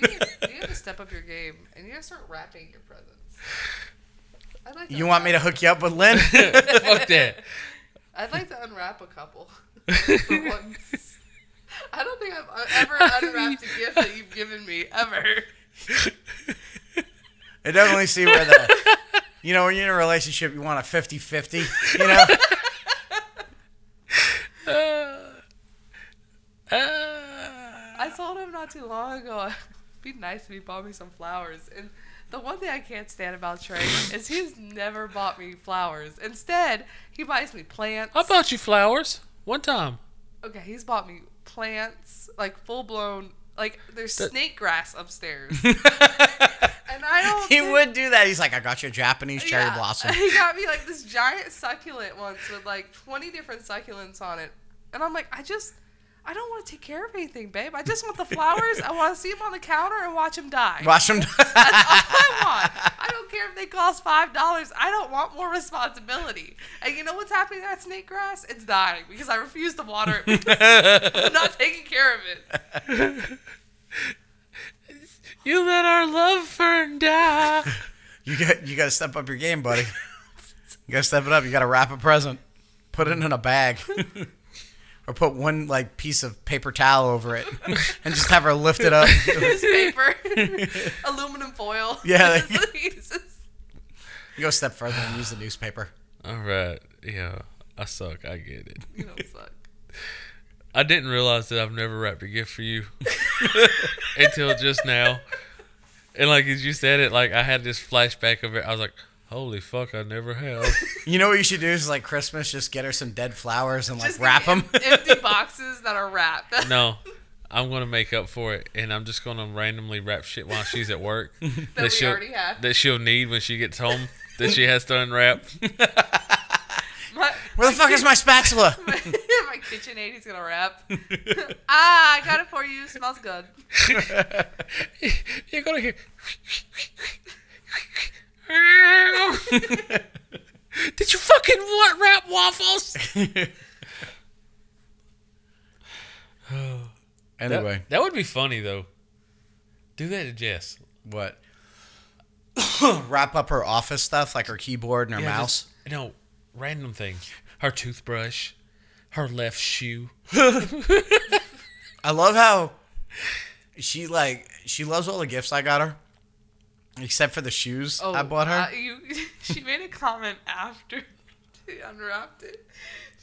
C: In.
B: Mm.
C: You, have, you have to step up your game, and you gotta start wrapping your presents. I'd like. To
B: You want me to hook you up with Lynn?
A: Fuck that.
C: I'd like to unwrap a couple. for once. I don't think I've uh, ever unwrapped a gift that you've given me ever.
B: I definitely see where the you know when you're in a relationship you want a 50-50, you know?
A: Uh,
C: I told him not too long ago, be nice if he bought me some flowers. And the one thing I can't stand about Trey is he's never bought me flowers. Instead, he buys me plants.
A: I bought you flowers one time.
C: okay, he's bought me plants, like full blown, like there's
A: That-
C: snake grass upstairs.
A: I
C: And I don't.
B: He
C: think-
B: would do that. He's like, I got you a Japanese cherry
C: Yeah.
B: blossom.
C: He got me like this giant succulent once with like 20 different succulents on it. And I'm like, I just, I don't want to take care of anything, babe. I just want the flowers. I want to see them on the counter and watch them die.
B: Watch him.
C: That's all I want. I don't care if they cost five dollars. I don't want more responsibility. And you know what's happening to that snake grass? It's dying because I refuse to water it. because I'm not taking care of it.
A: You let our love fern die.
B: you got you got to step up your game, buddy. You got to step it up. You got to wrap a present, put it in a bag, or put one like piece of paper towel over it, and just have her lift it up.
C: This paper, aluminum foil.
B: Yeah, like-
C: It's just-
B: You go a step further and use the newspaper.
A: All right. Yeah. I suck. I get it.
C: you don't suck.
A: I didn't realize that I've never wrapped a gift for you until just now. And like as you said it, like I had this flashback of it. I was like, "Holy fuck, I never have."
B: You know what you should do is like Christmas, just get her some dead flowers and like
C: Just
B: wrap
C: give
B: them.
C: me em- empty boxes that are wrapped.
A: No, I'm gonna make up for it, and I'm just gonna randomly wrap shit while she's at work that,
C: we
A: she'll
C: already have.
A: that she'll need when she gets home that she has to unwrap.
C: My,
B: Where the fuck is my spatula?
C: my KitchenAid is gonna wrap. ah, I got it for you. Smells good.
A: You're gonna hear. Did you fucking want wrap waffles?
B: Anyway,
A: That would be funny though. Do that to Jess.
B: what? wrap up her office stuff like her keyboard and her
A: Yeah,
B: mouse.
A: just- no, random thing. Her toothbrush, her left shoe.
B: I love how she like she loves all the gifts I got her, except for the shoes I bought her.
C: uh, you, she made a comment after she unwrapped it.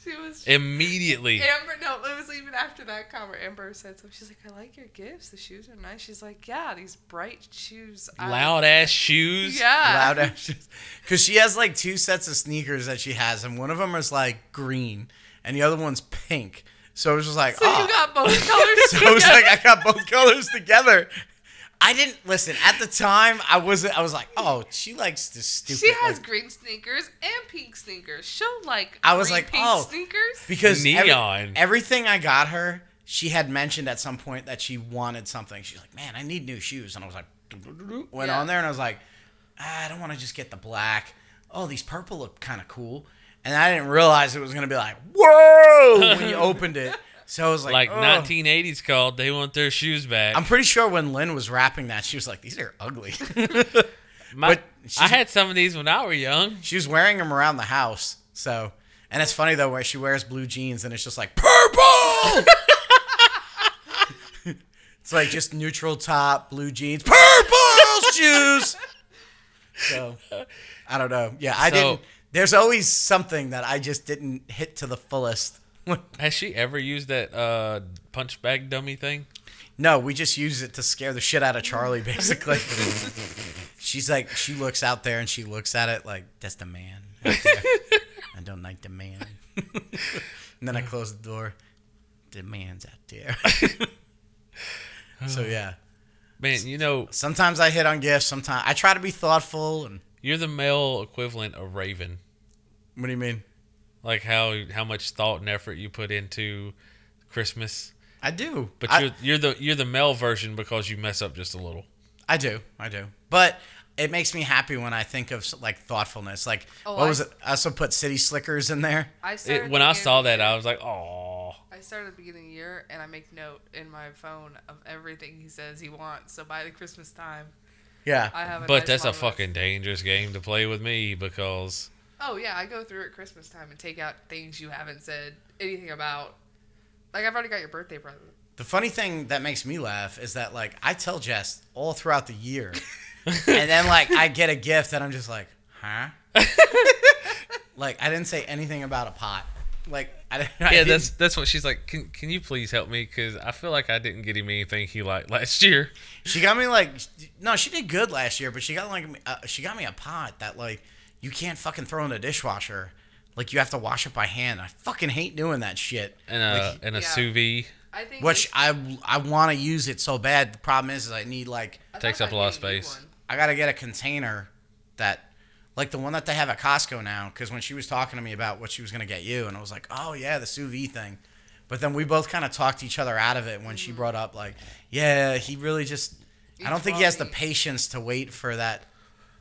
C: She was.
A: Immediately.
C: Amber, no, it was even after that comment. Amber said something. She's like, I like your gifts. The shoes are nice. She's like, yeah, these bright shoes. I-
A: Loud ass shoes.
C: Yeah.
B: loud ashes. Because she has like two sets of sneakers that she has, and one of them is like green, and the other one's pink. So it was just like,
C: So
B: oh.
C: you got both colors.
B: so I was
C: together.
B: like, I got both colors together. I didn't listen at the time. I wasn't. I was like, oh, she likes this stupid.
C: She has
B: like-
C: green sneakers and pink sneakers. She'll like.
B: I was
C: green,
B: like,
C: pink
B: oh.
C: sneakers.
B: because every-
A: Neon.
B: everything I got her, she had mentioned at some point that she wanted something. She's like, man, I need new shoes, and I was like, went
C: Yeah.
B: on there, and I was like, ah, I don't want to just get the black. Oh, these purple look kind of cool, and I didn't realize it was gonna be like, whoa, when you opened it. So I was like,
A: Like
B: oh.
A: 1980s called. They want their shoes back.
B: I'm pretty sure when Lynn was wrapping that, she was like, these are ugly.
A: My,
B: but
A: I
B: she's-
A: had some of these when I were young.
B: She was wearing them around the house. So, and it's funny though where she wears blue jeans and it's just like purple. it's like just neutral top, blue jeans, purple shoes. So, I don't know. Yeah, I
A: So-
B: didn't. There's always something that I just didn't hit to the fullest.
A: Has she ever used that uh, punch bag dummy thing?
B: No, we just use it to scare the shit out of Charlie, basically. She's like, she looks out there and she looks at it like, that's the man. out there. I don't like the man. and then I close the door. The man's out there. so, yeah.
A: Man, you know,
B: Sometimes I hit on gifts. Sometimes I try to be thoughtful. And
A: you're the male equivalent of Raven.
B: what do you mean?
A: Like how how much thought and effort you put into Christmas,
B: I do.
A: but
B: I-
A: you're you're the you're the male version because you mess up just a little.
B: I do, I do. But it makes me happy when I think of like thoughtfulness. Like,
C: Oh,
B: what
C: I
B: was
C: s-
B: it? I also put city slickers in there.
C: I
A: It,
C: started
A: when I
C: beginning
A: saw
C: of the
A: that,
C: year-
A: I was like, oh.
C: I started at the beginning of the year and I make note in my phone of everything he says he wants. So by the Christmas time,
B: Yeah,
C: I have. A
A: But
C: nice
A: that's a
C: long list.
A: fucking dangerous game to play with me because
C: Oh yeah, I go through at Christmas time and take out things you haven't said anything about. Like I've already got your birthday present.
B: The funny thing that makes me laugh is that like I tell Jess all throughout the year, and then like I get a gift and I'm just like, huh? like I didn't say anything about a pot. Like I didn't. I
A: yeah,
B: didn't-
A: that's that's what she's like. Can can you please help me? Because I feel like I didn't get him anything he liked last year.
B: she got me like no, she did good last year, but she got like uh, she got me a pot that like you can't fucking throw in the dishwasher. Like you have to wash it by hand. I fucking hate doing that shit.
A: And a
B: Like,
A: and a
C: Yeah.
A: sous vide
C: I think
B: which
C: it's-
B: I I want to use it so bad. The problem is, is I need like
C: I
A: takes
C: thought
A: up
C: I
A: a lot of
C: gave you
A: space.
C: one.
B: I gotta get a container that, like the one that they have at Costco now. Because when she was talking to me about what she was gonna get you, and I was like, oh yeah, the sous vide thing. But then we both kind of talked each other out of it when she brought up like, yeah, he really just. I
C: Eats
B: don't think
C: raw
B: he has the
C: meat.
B: patience to wait for that.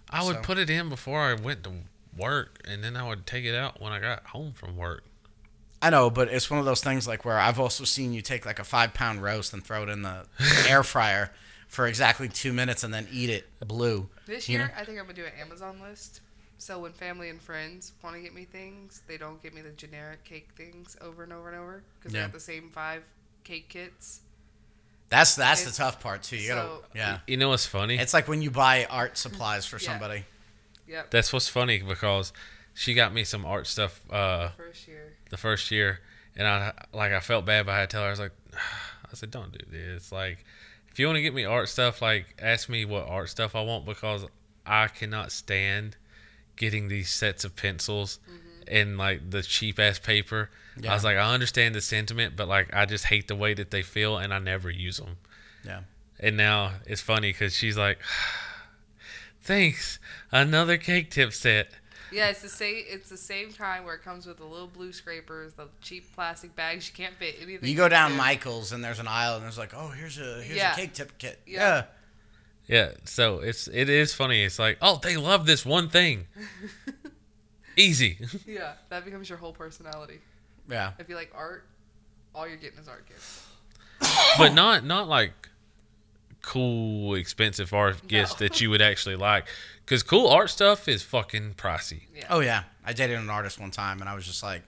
A: I would
B: So-
A: put it in before I went to work, and then I would take it out when I got home from work.
B: I know, but it's one of those things like where I've also seen you take like a five pound roast and throw it in the air fryer for exactly two minutes and then eat it blue.
C: This
B: you
C: year,
B: know?
C: I think I'm gonna do an Amazon list. So when family and friends want to get me things, they don't get me the generic cake things over and over and over because
B: Yeah.
C: they got the same five cake kits.
B: That's that's the
C: It's-
B: tough part too. You
C: so-
B: gotta, yeah.
A: You know what's funny?
B: It's like when you buy art supplies for
C: Yeah.
B: somebody.
C: Yep.
A: That's what's funny because she got me some art stuff uh,
C: First year.
A: the first year, and I like I felt bad, but I had to tell her I was like, I said, don't do this. Like, if you want to get me art stuff, like ask me what art stuff I want because I cannot stand getting these sets of pencils and like the cheap ass paper. I was
B: Yeah.
A: like, I understand the sentiment, but like I just hate the way that they feel, and I never use them.
B: Yeah.
A: And now it's funny because she's like, thanks, another cake tip set.
C: Yeah, it's the same. It's the same kind where it comes with the little blue scrapers, the cheap plastic bags. You can't fit anything.
B: You go down
C: into.
B: Michael's and there's an aisle and there's like, oh, here's a here's
C: Yeah.
B: a cake tip kit. Yeah.
C: Yeah.
A: Yeah, so it's it is funny. It's like, oh, they love this one thing. Easy.
C: Yeah, that becomes your whole personality.
B: Yeah.
C: If you like art, all you're getting is art gifts.
A: but not not like cool expensive art gifts that you would actually like cuz cool art stuff is fucking pricey.
C: Yeah.
B: Oh yeah. I dated an artist one time and I was just like,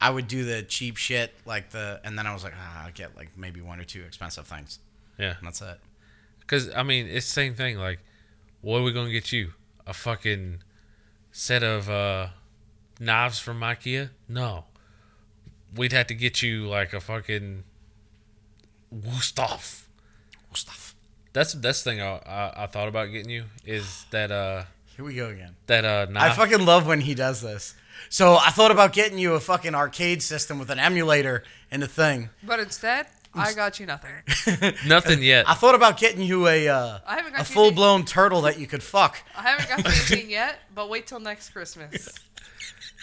B: I would do the cheap shit like the, and then I was like, ah, I get like maybe one or two expensive things
A: Yeah.
B: and that's it.
A: Cuz I mean, it's same thing like what are we going to get you? A fucking set of uh knives from IKEA? No. We'd have to get you like a fucking Wusthof.
B: Cool stuff.
A: That's that's the thing I, I, I thought about getting you is that uh
B: Here we go again.
A: that uh
B: I
A: knife.
B: fucking love when he does this. So I thought about getting you a fucking arcade system with an emulator and a thing.
C: But instead, I got you nothing.
A: nothing yet.
B: I thought about getting you a uh,
C: I haven't got
B: a
C: you
B: full blown turtle that you could fuck.
C: I haven't got you anything yet. But wait till next Christmas.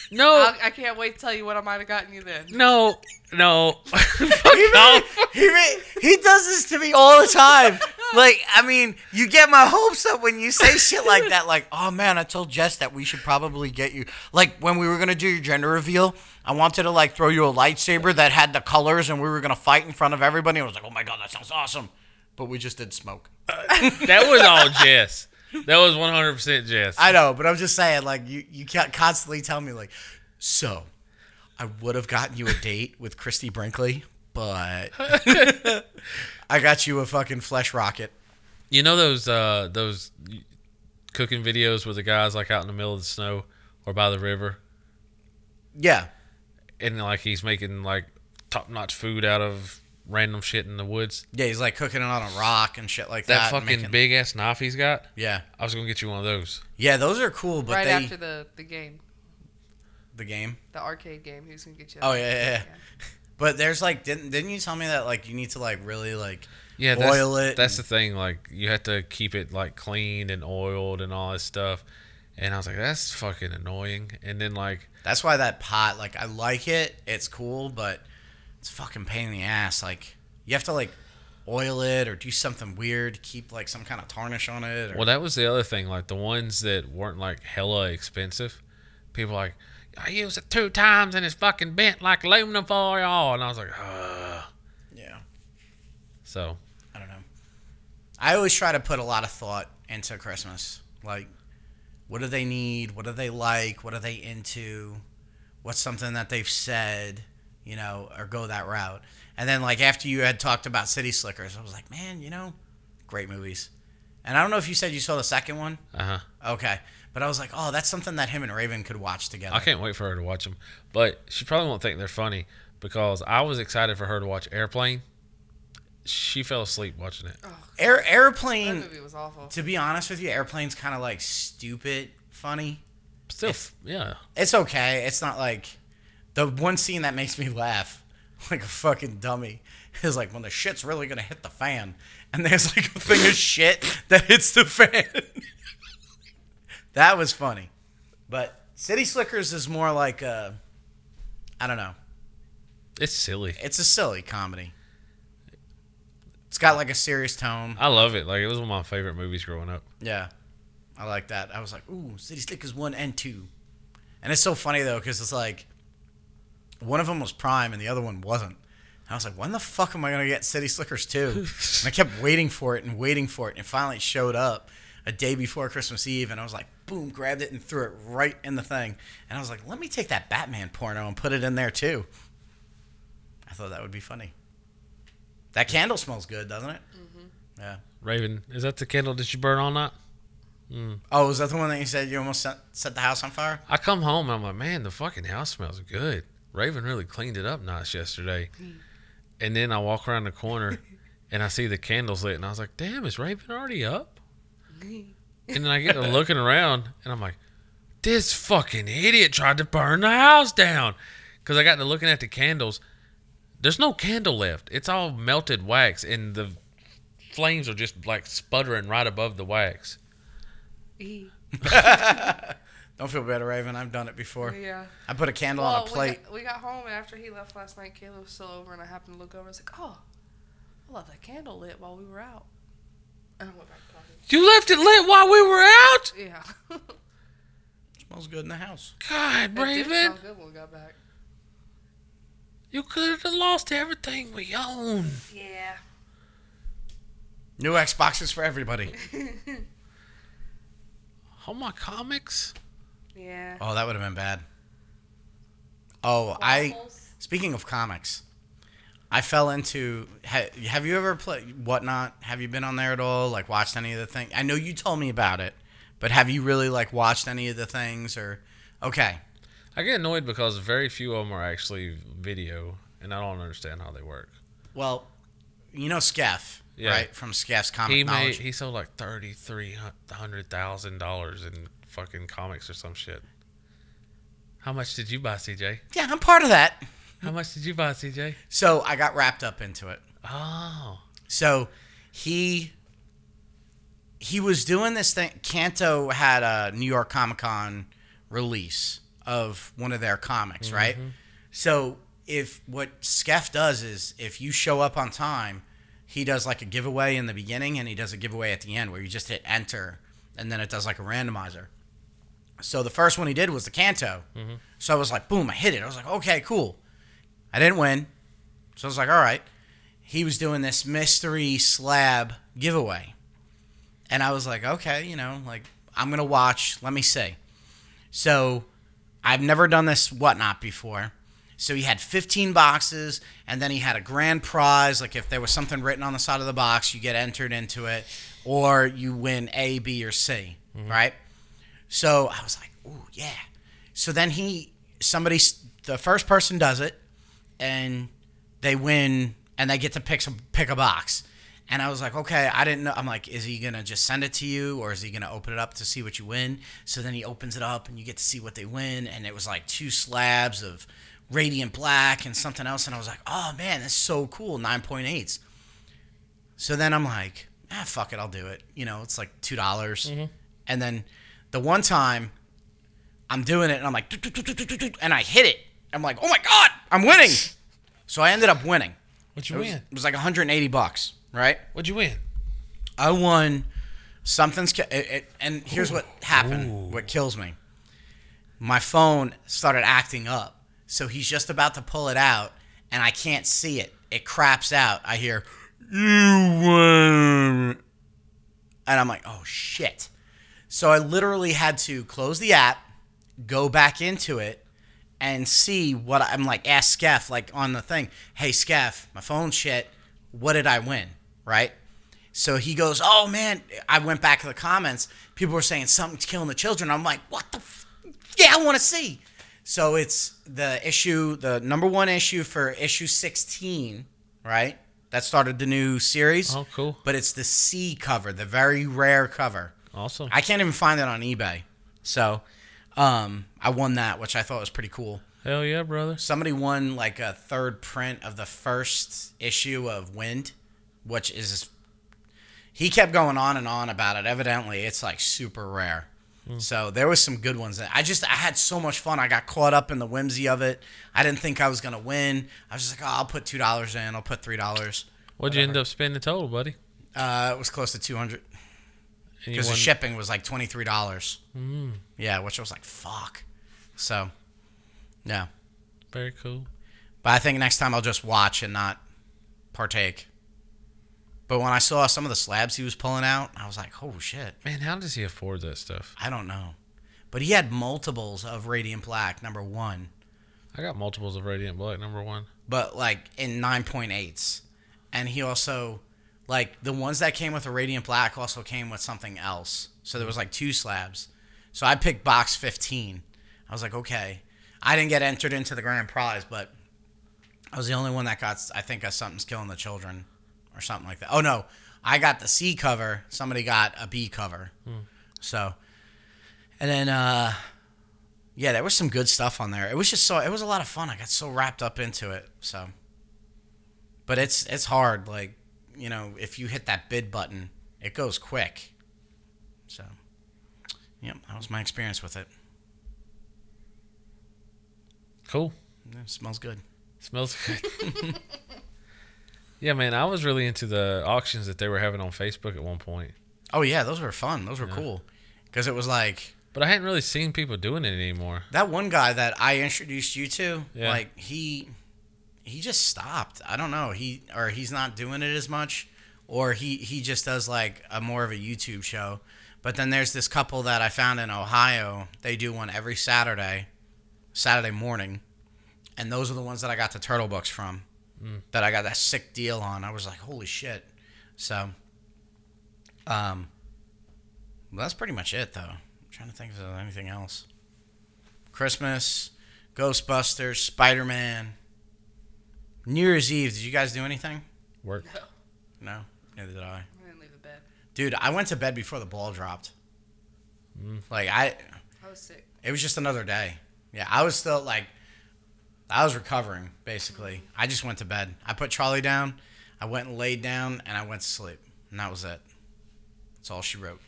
A: no,
C: I'll, I can't wait to tell you what I might have gotten you then.
A: no, no. Fuck
B: He, really,
A: off.
B: he, re- he does this to me all the time. Like, I mean, you get my hopes up when you say shit like that. Like, oh man, I told Jess that we should probably get you. Like, when we were gonna do your gender reveal, I wanted to like throw you a lightsaber that had the colors, and we were gonna fight in front of everybody. I was like, oh my god, that sounds awesome. But we just did smoke.
A: That was all Jess. That was one hundred percent Jess.
B: I know, but I'm just saying, like, you you can't constantly tell me like, So, I would have gotten you a date with Christy Brinkley, but I got you a fucking flesh rocket.
A: You know those uh, those cooking videos where the guys like out in the middle of the snow or by the river,
B: Yeah.
A: and like he's making like top notch food out of random shit in the woods.
B: Yeah, he's like cooking it on a rock and shit like
A: That
B: that. and
A: fucking
B: making-
A: big ass knife he's got.
B: Yeah.
A: I was gonna get you one of those.
B: Yeah, those are cool, but
C: right
B: they
C: after the, the game,
B: the game.
C: the arcade game. Who's gonna get you?
B: Oh yeah, yeah, yeah. But there's like didn't didn't you tell me that like you need to like really like
A: Yeah,
B: Oil
A: that's,
B: it
A: That's the thing. Like you have to keep it like clean and oiled and all this stuff. And I was like, that's fucking annoying. And then like,
B: that's why that pot like I like it, it's cool, but it's fucking pain in the ass. Like you have to like oil it or do something weird, keep like some kind of tarnish on it. Or,
A: well, that was the other thing. Like the ones that weren't like hella expensive, people were like, I used it two times and it's fucking bent like aluminum foil. And I was like, Ugh.
B: yeah,
A: so
B: I don't know. I always try to put a lot of thought into Christmas. Like, what do they need? What do they like? What are they into? What's something that they've said, you know, or go that route? And then, like, after you had talked about City Slickers, I was like, man, you know, great movies. And I don't know if you said you saw the second one.
A: uh huh.
B: Okay. But I was like, oh, that's something that him and Raven could watch together.
A: I can't wait for her to watch them. But she probably won't think they're funny because I was excited for her to watch Airplane. She fell asleep watching it.
B: Air,
C: that
B: airplane,
C: movie was awful.
B: to be honest with you, airplane's kind of like stupid funny.
A: Still, f- yeah.
B: It's okay. It's not like the one scene that makes me laugh like a fucking dummy is like when the shit's really gonna hit the fan, and there's like a thing of shit that hits the fan. that was funny, but City Slickers is more like a, I don't know.
A: It's silly.
B: It's a silly comedy. It's got like a serious tone.
A: I love it. Like it was one of my favorite movies growing up.
B: Yeah, I like that. I was like, ooh, City Slickers one and two, and it's so funny though because it's like one of them was Prime and the other one wasn't. And I was like, when the fuck am I gonna get City Slickers two? and I kept waiting for it and waiting for it, and it finally showed up a day before Christmas Eve, and I was like, boom, grabbed it and threw it right in the thing, and I was like, let me take that Batman porno and put it in there too. I thought that would be funny. That candle smells good, doesn't it? Yeah.
A: Raven, is that the candle that you burn all night?
B: Oh, is that the one that you said you almost set, set the house on fire?
A: I come home and I'm like, man, the fucking house smells good. Raven really cleaned it up nice yesterday. And then I walk around the corner and I see the candles lit and I was like, damn, is Raven already up? And then I get to looking around and I'm like, this fucking idiot tried to burn the house down. Because I got to looking at the candles. There's no candle left. It's all melted wax and the flames are just like sputtering right above the wax.
B: Don't feel bad, Raven. I've done it before.
C: yeah.
B: I put a candle
C: Well,
B: on a plate.
C: We, got, we got home and after he left last night. Caleb was still over, and I happened to look over. I was like, "Oh, I left that candle lit while we were out." And I went back to
A: You left it lit while we were out?
C: talking. Yeah.
B: Smells good in the house.
A: God,
C: It did
A: Raven,
C: smell good when we got back.
A: you could have lost everything we own.
C: Yeah.
B: New Xboxes for everybody.
A: All my comics?
C: Yeah.
B: Oh, that would have been bad. Oh, I. Speaking of comics, I fell into. Ha, have you ever played Whatnot? Have you been on there at all? Like watched any of the things? I know you told me about it, but have you really like watched any of the things or? Okay,
A: I get annoyed because very few of them are actually video, and I don't understand how they work.
B: well, you know Skeff,
A: Yeah.
B: right? From Skeff's comic
A: He
B: knowledge.
A: made he sold like thirty three hundred thousand dollars in fucking comics or some shit. How much did you buy, CJ?
B: yeah, I'm part of that.
A: How much did you buy, CJ?
B: So I got wrapped up into it.
A: Oh,
B: So he he was doing this thing. Canto had a New York Comic Con release of one of their comics, right? So if what Skeff does is if you show up on time, he does like a giveaway in the beginning and he does a giveaway at the end where you just hit enter and then it does like a randomizer. So the first one he did was the Canto. So I was like, boom, I hit it. I was like, okay, cool. I didn't win. So I was like, all right he was doing this mystery slab giveaway. And I was like, okay, you know, like I'm going to watch. Let me see. So I've never done this whatnot before. So he had 15 boxes, and then he had a grand prize. Like if there was something written on the side of the box, you get entered into it, or you win A, B, or C, right? So I was like, "Ooh, yeah." So then he, somebody, the first person does it, and they win, and they get to pick some, pick a box. And I was like, okay, I didn't know. I'm like, is he gonna just send it to you, or is he gonna open it up to see what you win? So then he opens it up, and you get to see what they win. And it was like two slabs of radiant black and something else. And I was like, oh man, that's so cool, nine point eights. So then I'm like, ah, fuck it, I'll do it. You know, it's like two dollars. And then the one time I'm doing it, and I'm like, "Doot, doot, doot, doot, doot, doot," and I hit it. I'm like, oh my god, I'm winning. So I ended up winning.
A: What'd
B: It
A: you
B: was,
A: win?
B: it was like 180 bucks, right?
A: What'd you win?
B: I won something's ki- it, it, and here's what happened what kills me my phone started acting up so he's just about to pull it out and I can't see it it craps out I hear you win and I'm like oh shit so I literally had to close the app go back into it and see what I'm like ask Skeff like on the thing hey Skeff my phone shit what did I win right so he goes, "Oh man!" I went back to the comments. People were saying something's killing the children. I'm like, "What the? F- yeah, I want to see." So it's the issue, the number one issue for issue 16, right? That started the new series.
A: Oh, cool.
B: But it's the C cover, the very rare cover.
A: Awesome.
B: I can't even find it on eBay. So, um, I won that, which I thought was pretty cool.
A: Hell yeah, brother.
B: Somebody won like a third print of the first issue of Wind, which is he kept going on and on about it. Evidently, it's like super rare. So there was some good ones. I just I had so much fun. I got caught up in the whimsy of it. I didn't think I was gonna win. I was just like, oh, I'll put two dollars in. I'll put three dollars.
A: What'd you end up spending total, buddy?
B: Uh, it was close to two hundred
A: And you
B: because the
A: won.
B: shipping was like twenty three dollars. Yeah, which I was like, fuck. So, yeah.
A: Very cool.
B: But I think next time I'll just watch and not partake. But when I saw some of the slabs he was pulling out, I was like, oh shit,
A: Man, how does he afford that stuff?
B: I don't know. But he had multiples of Radiant Black, number one,
A: I got multiples of Radiant Black, number one.
B: but like in 9.8s. And he also, like, the ones that came with the Radiant Black also came with something else. So there was like two slabs. So I picked box 15. I was like, okay. I didn't get entered into the grand prize, but I was the only one that got, I think, a something's killing the children or something like that. Oh, no. I got the C cover. Somebody got a B cover. So, and then, uh, yeah, there was some good stuff on there. It was just so, it was a lot of fun. I got so wrapped up into it. So, but it's, it's hard. Like, you know, if you hit that bid button, it goes quick. So, yep, that was my experience with it.
A: Cool.
B: Yeah, it smells good.
A: Smells good. yeah, man, I was really into the auctions that they were having on Facebook at one point.
B: Oh, yeah, those were fun. Those were cool. Because it was like,
A: But I hadn't really seen people doing it anymore.
B: That one guy that I introduced you to,
A: Yeah.
B: like he he just stopped. I don't know. He or he's not doing it as much or he he just does like a more of a YouTube show. But then there's this couple that I found in Ohio. They do one every Saturday, Saturday morning. And those are the ones that I got the turtle books from. That I got that sick deal on. I was like, "Holy shit." So um well, that's pretty much it though. I'm trying to think if there's anything else. Christmas, Ghostbusters, Spider Man. New Year's Eve, did you guys do anything?
A: Work.
B: No, neither did I.
C: I didn't leave the bed.
B: Dude, I went to bed before the ball dropped. Like I,
C: I was sick.
B: it was just another day. Yeah, I was still like, I was recovering basically. I just went to bed. I put Charlie down. I went and laid down, and I went to sleep, and that was it. That's all she wrote.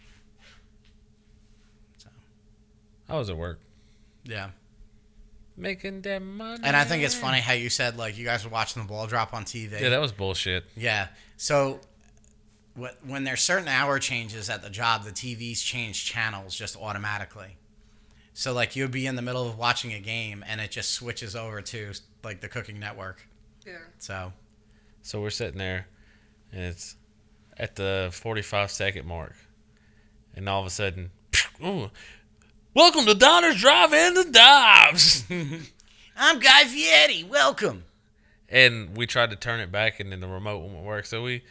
A: I was at work
B: Yeah.
A: making that money.
B: And I
A: Mm.
B: think it's funny how you said like you guys were watching the ball drop on TV.
A: Yeah, that was bullshit.
B: Yeah. So wh- when there's certain hour changes at the job, the TVs change channels just automatically. So like you'd be in the middle of watching a game and it just switches over to like the cooking network.
C: Yeah.
B: So
A: So we're sitting there, and it's at the 45 second mark, and all of a sudden, ooh, Welcome to Donner's Drive In and Dives.
B: I'm Guy Fieri. Welcome.
A: and we tried to turn it back, and then the remote wouldn't work. So we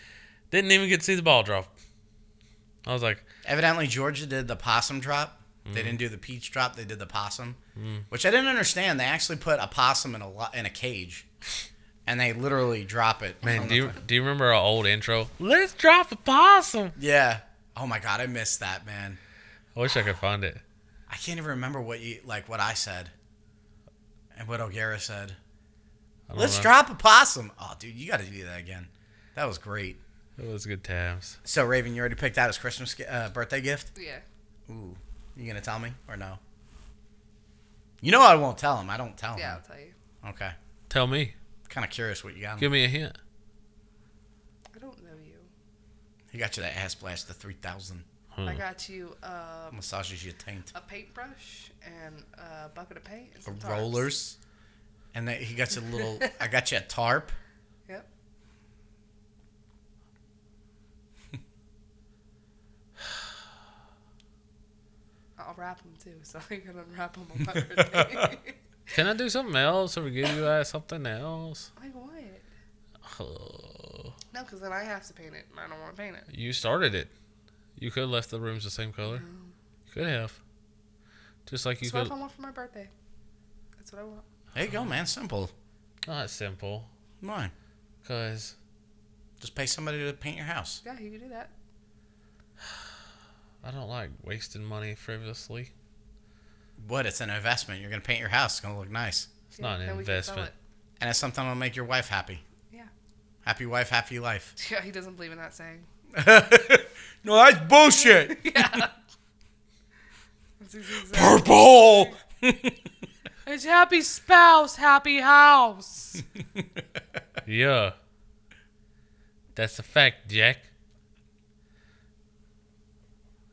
A: didn't even get to see the ball drop. I was like,
B: Evidently, Georgia did the possum drop.
A: Mm.
B: They didn't do the peach drop. They did the possum, which I didn't understand. They actually put a possum in a lo- in a cage, and they literally drop it.
A: man,
B: from
A: do you,
B: the-
A: do you remember our old intro? Let's drop a possum.
B: Yeah. Oh my god, I missed that, man.
A: I wish I could find it.
B: I can't even remember what you like what I said, and what O'Gara said.
A: I don't
B: Let's
A: know.
B: drop a possum. Oh, dude, you got to do that again. That was great.
A: It was good times.
B: So, Raven, you already picked out his Christmas gi- uh, birthday gift.
C: Yeah.
B: Ooh, you gonna tell me or no? You know I won't tell him. I don't tell him.
C: Yeah, I'll tell you.
B: Okay.
A: Tell me.
B: Kind of curious what you got. Him.
A: Give me a hint.
C: I don't know you.
B: He got you that ass blast, the three thousand
C: I got you um,
B: massages your taint,
C: a paintbrush and a bucket of paint. And some tarps.
B: rollers, and then he got you a little. I got you a tarp.
C: Yep. I'll wrap them too, so I can unwrap them on my birthday.
A: Can I do something else or give you guys something else?
C: I want it.
A: Oh,
C: No, because then I have to paint it, and I don't want to paint it.
A: you started it. You could have left the rooms the same color. You could have. Just like you
C: That's what
A: could.
C: I want for my birthday. That's what I want.
B: There you go, man. Simple.
A: Not simple.
B: Come on.
A: Because
B: Just pay somebody to paint your house.
C: Yeah, you can do that.
A: I don't like wasting money frivolously.
B: What? It's an investment. You're gonna paint your house. It's gonna look nice,
A: It's not an
C: and we can sell
A: investment.
B: and it's something that'll make your wife happy.
C: Yeah.
B: Happy wife, happy life.
C: it. Yeah, he doesn't believe in that saying.
B: no, that's bullshit.
C: Yeah. That's exactly-
B: Purple.
C: it's happy spouse, happy house.
A: Yeah. That's a fact, Jack.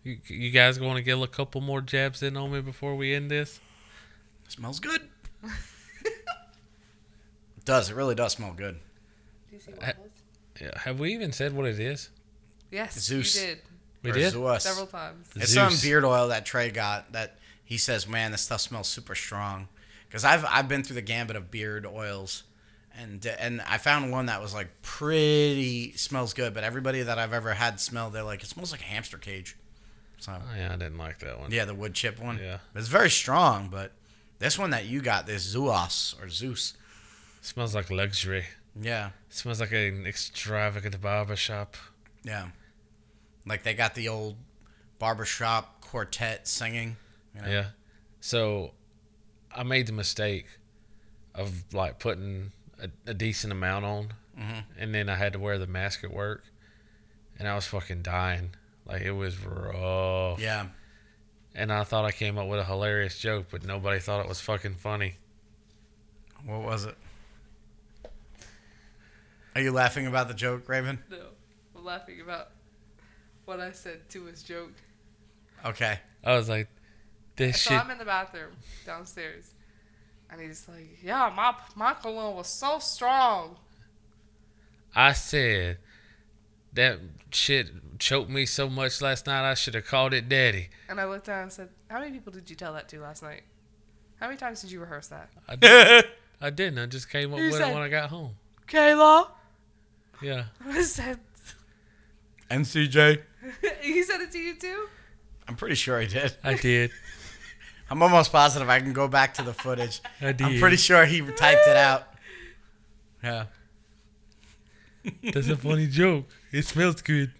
A: You, you guys going to get a couple more jabs in on me before we end this?
B: Smells good. it does. It really does smell good.
C: Do you see waffles?
A: Yeah, Have we even said what it is?
C: Yes,
B: Zeus.
C: you did
A: We
B: Or
A: did?
B: Zeus.
C: several times.
B: It's some
A: Zeus.
B: beard oil that Trey got that he says, man, this stuff smells super strong. Because I've I've been through the gambit of beard oils, and and I found one that was like pretty smells good, but everybody that I've ever had smell, they're like it smells like a hamster cage. So
A: Oh, yeah, I didn't like that one.
B: yeah, the wood chip one.
A: Yeah.
B: it's very strong, but this one that you got, this Zeus or Zeus,
A: smells like luxury.
B: yeah,
A: smells like an extravagant barber shop.
B: yeah, like they got the old barbershop quartet singing. You know?
A: Yeah. So I made the mistake of like putting a, a decent amount on,
B: Mm-hmm.
A: and then I had to wear the mask at work, and I was fucking dying. Like it was rough.
B: yeah.
A: And I thought I came up with a hilarious joke, but nobody thought it was fucking funny.
B: What was it? Are you laughing about the joke, Raven?
C: No, I'm laughing about what I said to his joke.
B: Okay.
A: I was like, this
C: So
A: shit.
C: I'm in the bathroom downstairs, and he's like, "Yeah, my my cologne was so strong."
A: I said that shit choked me so much last night. I should have called it daddy.
C: And I looked down and said, "How many people did you tell that to last night? How many times did you rehearse that?"
A: I, did. I didn't. I just came up
C: You
A: with
C: said-
A: it when I got home.
C: Kayla,
A: Yeah.
C: I said,
B: NCJ.
C: "He said it to you too."
B: I'm pretty sure I did.
A: I did.
B: I'm almost positive I can go back to the footage.
A: I did.
B: I'm pretty sure he typed it out. Yeah.
A: That's a funny joke. It smells good.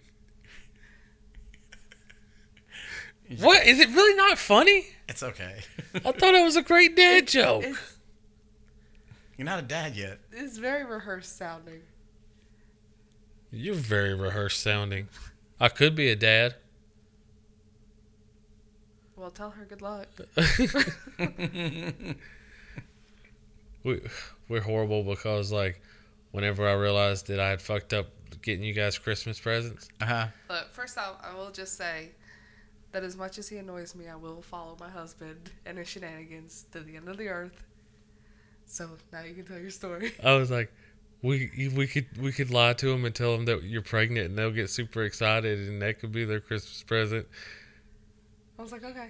A: What is it really not funny?
B: It's okay.
A: I thought it was a great dad joke.
C: It's
B: You're not a dad yet.
C: it's very rehearsed sounding.
A: You're very rehearsed sounding. I could be a dad.
C: Well, tell her good luck.
A: we we're horrible because like whenever I realized that I had fucked up getting you guys Christmas presents,
B: Uh huh.
C: But first off, I will just say that as much as he annoys me, I will follow my husband and his shenanigans to the end of the earth. So now you can tell your story.
A: I was like, we we could we could lie to them and tell them that you're pregnant and they'll get super excited and that could be their Christmas present.
C: I was like, okay.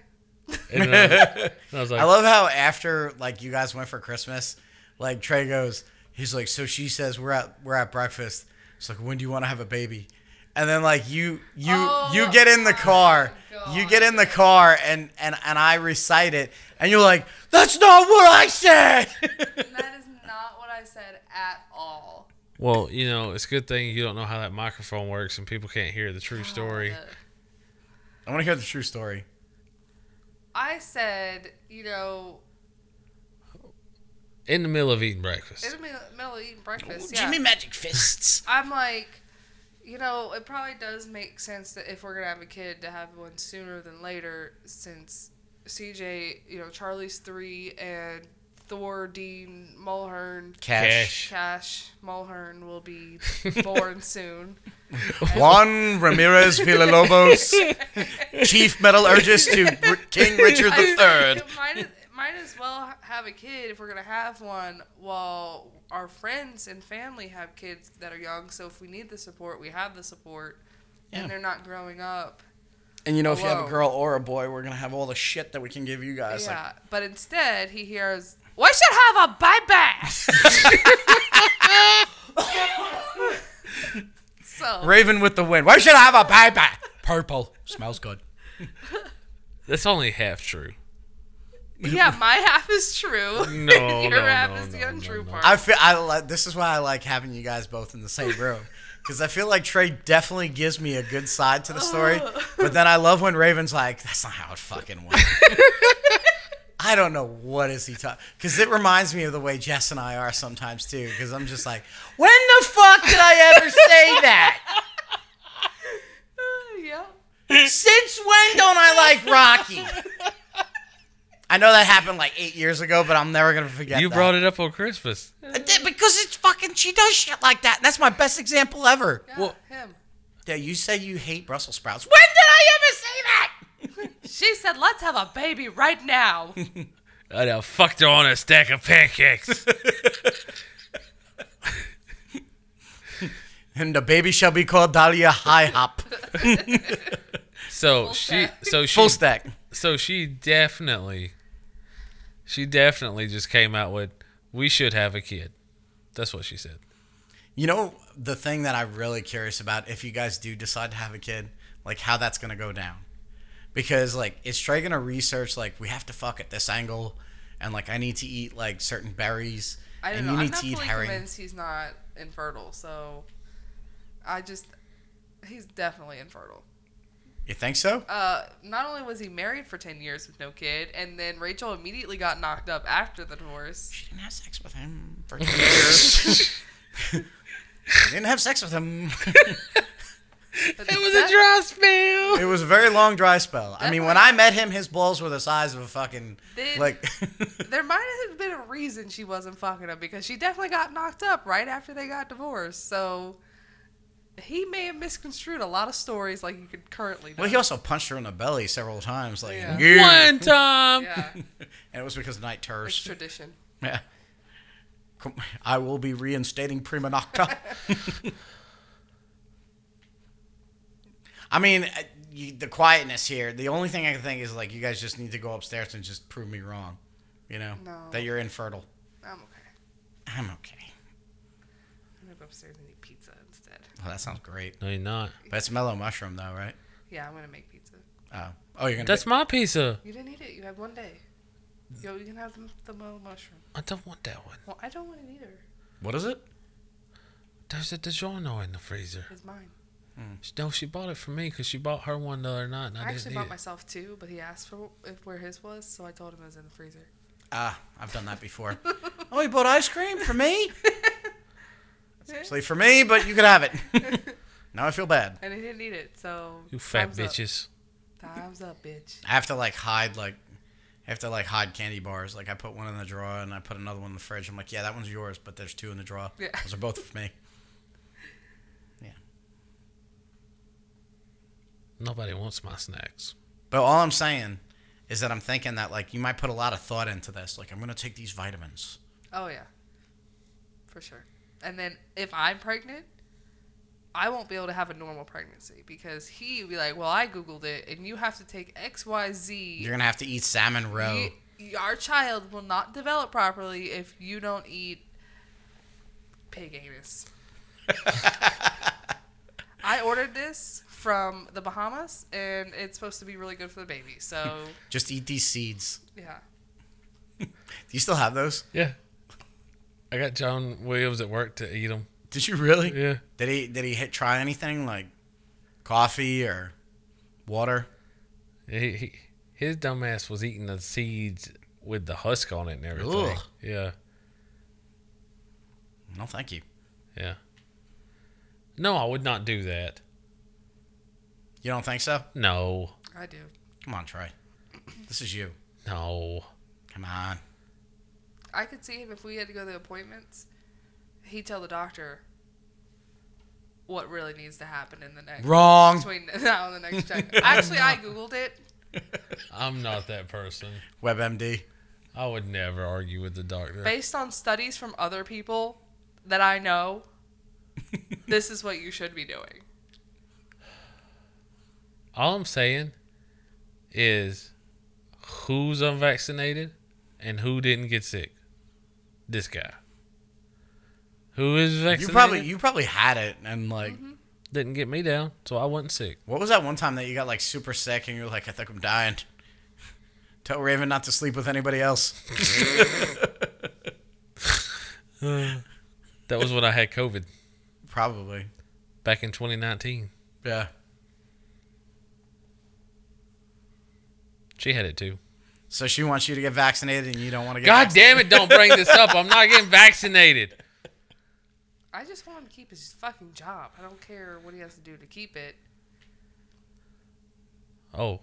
A: And then I, was, and I was like,
B: I love how after like you guys went for Christmas, like Trey goes, he's like, so she says we're at we're at breakfast. It's like, when do you want to have a baby? And then like you you
C: Oh,
B: you get in the car,
C: God.
B: you get in the car, and and and I recite it, and you're like, that's not what I said.
C: That is not what I said at all.
A: well, you know, it's a good thing you don't know how that microphone works and people can't hear the
C: Ah,
A: true story.
B: I want to hear the true story.
C: I said, you know,
A: In the middle of eating breakfast.
C: in the middle- middle of eating breakfast, yeah.
B: Jimmy Magic Fists.
C: I'm like, you know, it probably does make sense that if we're gonna have a kid to have one sooner than later, since CJ, you know, Charlie's three and Thor Dean Mulhern
A: Cash.
C: Cash Mulhern will be born soon.
B: Juan Ramirez Villalobos, chief metallurgist to R- King Richard
C: I said,
B: III.
C: might, might as well have a kid if we're gonna have one while our friends and family have kids that are young. So if we need the support, we have the support,
B: Yeah.
C: and they're not growing up.
B: And you know, if you have a
C: Hello.
B: girl or a boy, we're gonna have all the shit that we can give you guys.
C: yeah, but instead he hears, "We should have a buyback." so
B: Like, Raven with the wind. Why should I have a baby? Purple smells good.
A: That's only half true.
C: yeah, my half is true.
A: No,
C: your
A: no,
C: half
A: no,
C: is the
A: no,
C: untrue
A: no, no.
C: part. Uh,
B: I feel I like this is why I like having you guys both in the same room because I feel like Trey definitely gives me a good side to the story, but then I love when Raven's like, "That's not how it fucking went." I don't know what is he talking because it reminds me of the way Jess and I are sometimes too because I'm just like, when the fuck did I ever say that?
C: yeah. uh,
B: Since when don't I like Rocky? I know that happened like eight years ago, but I'm never gonna forget.
A: you
B: that. Uh,
A: brought it up on Christmas.
B: because it's fucking she does shit like that. And that's my best example ever.
C: Yeah,
A: Well-
C: him.
B: Yeah, you say you hate Brussels sprouts. When did I ever say that?
C: She said, "Let's have a baby right now."
A: I done fucked her on a stack of pancakes.
B: and the baby shall be called Dahlia High Hop.
A: So she,
C: stack.
A: so she,
B: Full stack.
A: so she definitely, she definitely just came out with, "We should have a kid." That's what she said.
B: You know the thing that I'm really curious about if you guys do decide to have a kid, like how that's gonna go down. Because like is Trey gonna research like we have to fuck at this angle and like I need to eat like certain berries
C: I don't
B: and
C: know.
B: you
C: I'm
B: need
C: not
B: to eat
C: fully
B: herring.
C: convinced he's not infertile, so I just he's definitely infertile.
B: You think so?
C: Uh, not only was he married for ten years with no kid, and then Rachel immediately got knocked up after the divorce.
B: She didn't have sex with him for two years. she didn't have sex with him.
C: But
A: It
C: the
A: was a
C: sec-
A: dry spell.
B: It was a very long dry spell. I mean, when I met him, his balls were the size of a fucking
C: Then-
B: like.
C: There might have been a reason she wasn't fucking him because she definitely got knocked up right after they got divorced. So he may have misconstrued a lot of stories like you could currently know.
B: well, he also punched her in the belly several times, like
C: Yeah.
B: "Yeah."
A: One time.
C: yeah,
B: and it was because of night
C: it's
B: terrors.
C: tradition.
B: Yeah. Come- I will be reinstating prima nocta. I mean, uh, you, the quietness here. The only thing I can think is like, you guys just need to go upstairs and just prove me wrong. You know
C: No.
B: that you're infertile.
C: I'm okay.
B: I'm okay.
C: I'm gonna go upstairs and eat pizza instead.
B: Oh, that sounds great.
A: No, you're not.
B: But it's mellow mushroom though, right?
C: Yeah, I'm gonna make pizza.
B: Oh, oh, you're gonna.
A: That's my pizza.
C: You didn't eat it. You had one day. Yo, you can have the, the mo mushroom.
A: I don't want that one.
C: Well, I don't want it either.
B: what is it?
A: There's a DiGiorno in the freezer.
C: It's mine.
A: No, she bought it for me because she bought her one the other night, and I,
C: I
A: didn't
C: actually
A: eat
C: bought
A: it.
C: myself two, but he asked for if, where his was, so I told him it was in the freezer.
B: Ah, I've done that before. oh, you bought ice cream for me? That's actually for me, but you could have it. now I feel bad.
C: And he didn't eat it, so.
A: You fat
C: time's
A: bitches.
C: Up. Time's up, bitch.
B: I have to like hide like I have to like hide candy bars. Like I put one in the drawer and I put another one in the fridge. I'm like, yeah, that one's yours, but there's two in the drawer.
C: Yeah.
B: Those are both for me.
A: Nobody wants my snacks.
B: But all I'm saying is that I'm thinking that like you might put a lot of thought into this. Like I'm gonna take these vitamins.
C: Oh, yeah. For sure. And then if I'm pregnant, I won't be able to have a normal pregnancy because he be like, well, I googled it, and you have to take X, Y, Z.
B: You're gonna have to eat salmon roe.
C: You- you- our child will not develop properly if you don't eat pig anus. I ordered this from the Bahamas, and it's supposed to be really good for the baby. So
B: Just eat these seeds.
C: yeah,
B: Do you still have those?
A: Yeah. I got John Williams at work to eat them.
B: Did you really?
A: Yeah.
B: Did he did he hit try anything like coffee or water?
A: He, he his dumbass was eating the seeds with the husk on it and everything.
B: Ugh.
A: Yeah.
B: No, thank you.
A: Yeah. No, I would not do that.
B: You don't think so?
A: No.
C: I do.
B: Come on, Trey. This is you.
A: No.
B: Come on.
C: I could see him if we had to go to appointments. He'd tell the doctor what really needs to happen in the next
B: Wrong.
C: between now and the next check. Actually, I googled it.
A: I'm not that person.
B: WebMD.
A: I would never argue with the doctor.
C: based on studies from other people that I know, this is what you should be doing.
A: All I'm saying is who's unvaccinated and who didn't get sick? This guy. Who is
B: You
A: vaccinated?
B: probably you probably had it and like
C: Mm-hmm.
A: didn't get me down, so I wasn't sick.
B: what was that one time that you got like super sick and you were like, I think I'm dying. Tell Raven not to sleep with anybody else.
A: That was when I had COVID
B: Probably.
A: back in 2019.
B: Yeah.
A: She had it too.
B: So she wants you to get vaccinated and you don't want to get
A: God
B: vaccinated.
A: damn it, don't bring this up. I'm not getting vaccinated.
C: I just want him to keep his fucking job. I don't care what he has to do to keep it.
A: Oh.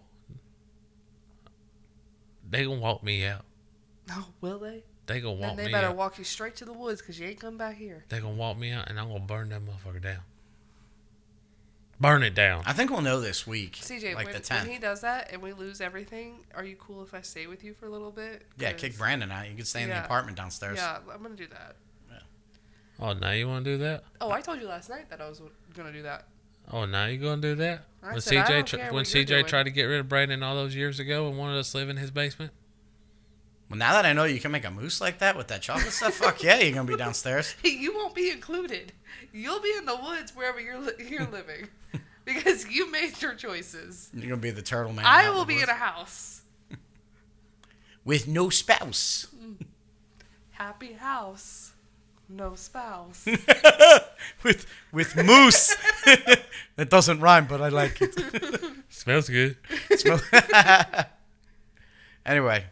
A: They gonna walk me out.
C: No, Oh, will they?
A: They gonna
C: Then
A: walk
C: they
A: me
C: better
A: out.
C: walk you straight to the woods because you ain't coming back here.
A: they gonna walk me out and I'm gonna burn that motherfucker down. Burn it down.
B: I think we'll know this week.
C: CJ,
B: like
C: when,
B: the
C: when
B: tenth.
C: he does that and we lose everything, are you cool if I stay with you for a little bit?
B: Yeah,
C: 'Cause-
B: kick Brandon out. You could stay in
C: Yeah.
B: the apartment downstairs.
C: Yeah, I'm gonna do that.
A: Oh, now you wanna do that?
C: Oh, I told you last night that I was gonna do that.
A: Oh, now you gonna do that?
C: I
A: when
C: said, I
A: CJ
C: don't
A: tr-
C: care
A: when
C: what you're
A: CJ
C: doing.
A: tried to get rid of Brandon all those years ago and wanted us to live in his basement.
B: Well, now that I know you can make a moose like that with that chocolate stuff, fuck yeah, you're gonna be downstairs.
C: you won't be included. You'll be in the woods wherever you're li- you're living, because you made your choices.
B: You're gonna be the turtle man. out
C: I
B: in
C: will
B: the
C: be in
B: woods.
C: a house,
B: with no spouse.
C: happy house, no spouse.
B: with with moose. that doesn't rhyme, but I like it.
A: Smells good.
B: Smell- anyway,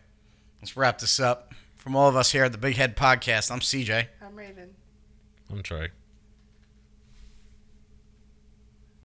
B: let's wrap this up. From all of us here at the Big Head Podcast, I'm CJ.
C: I'm Raven.
A: I'm Trey.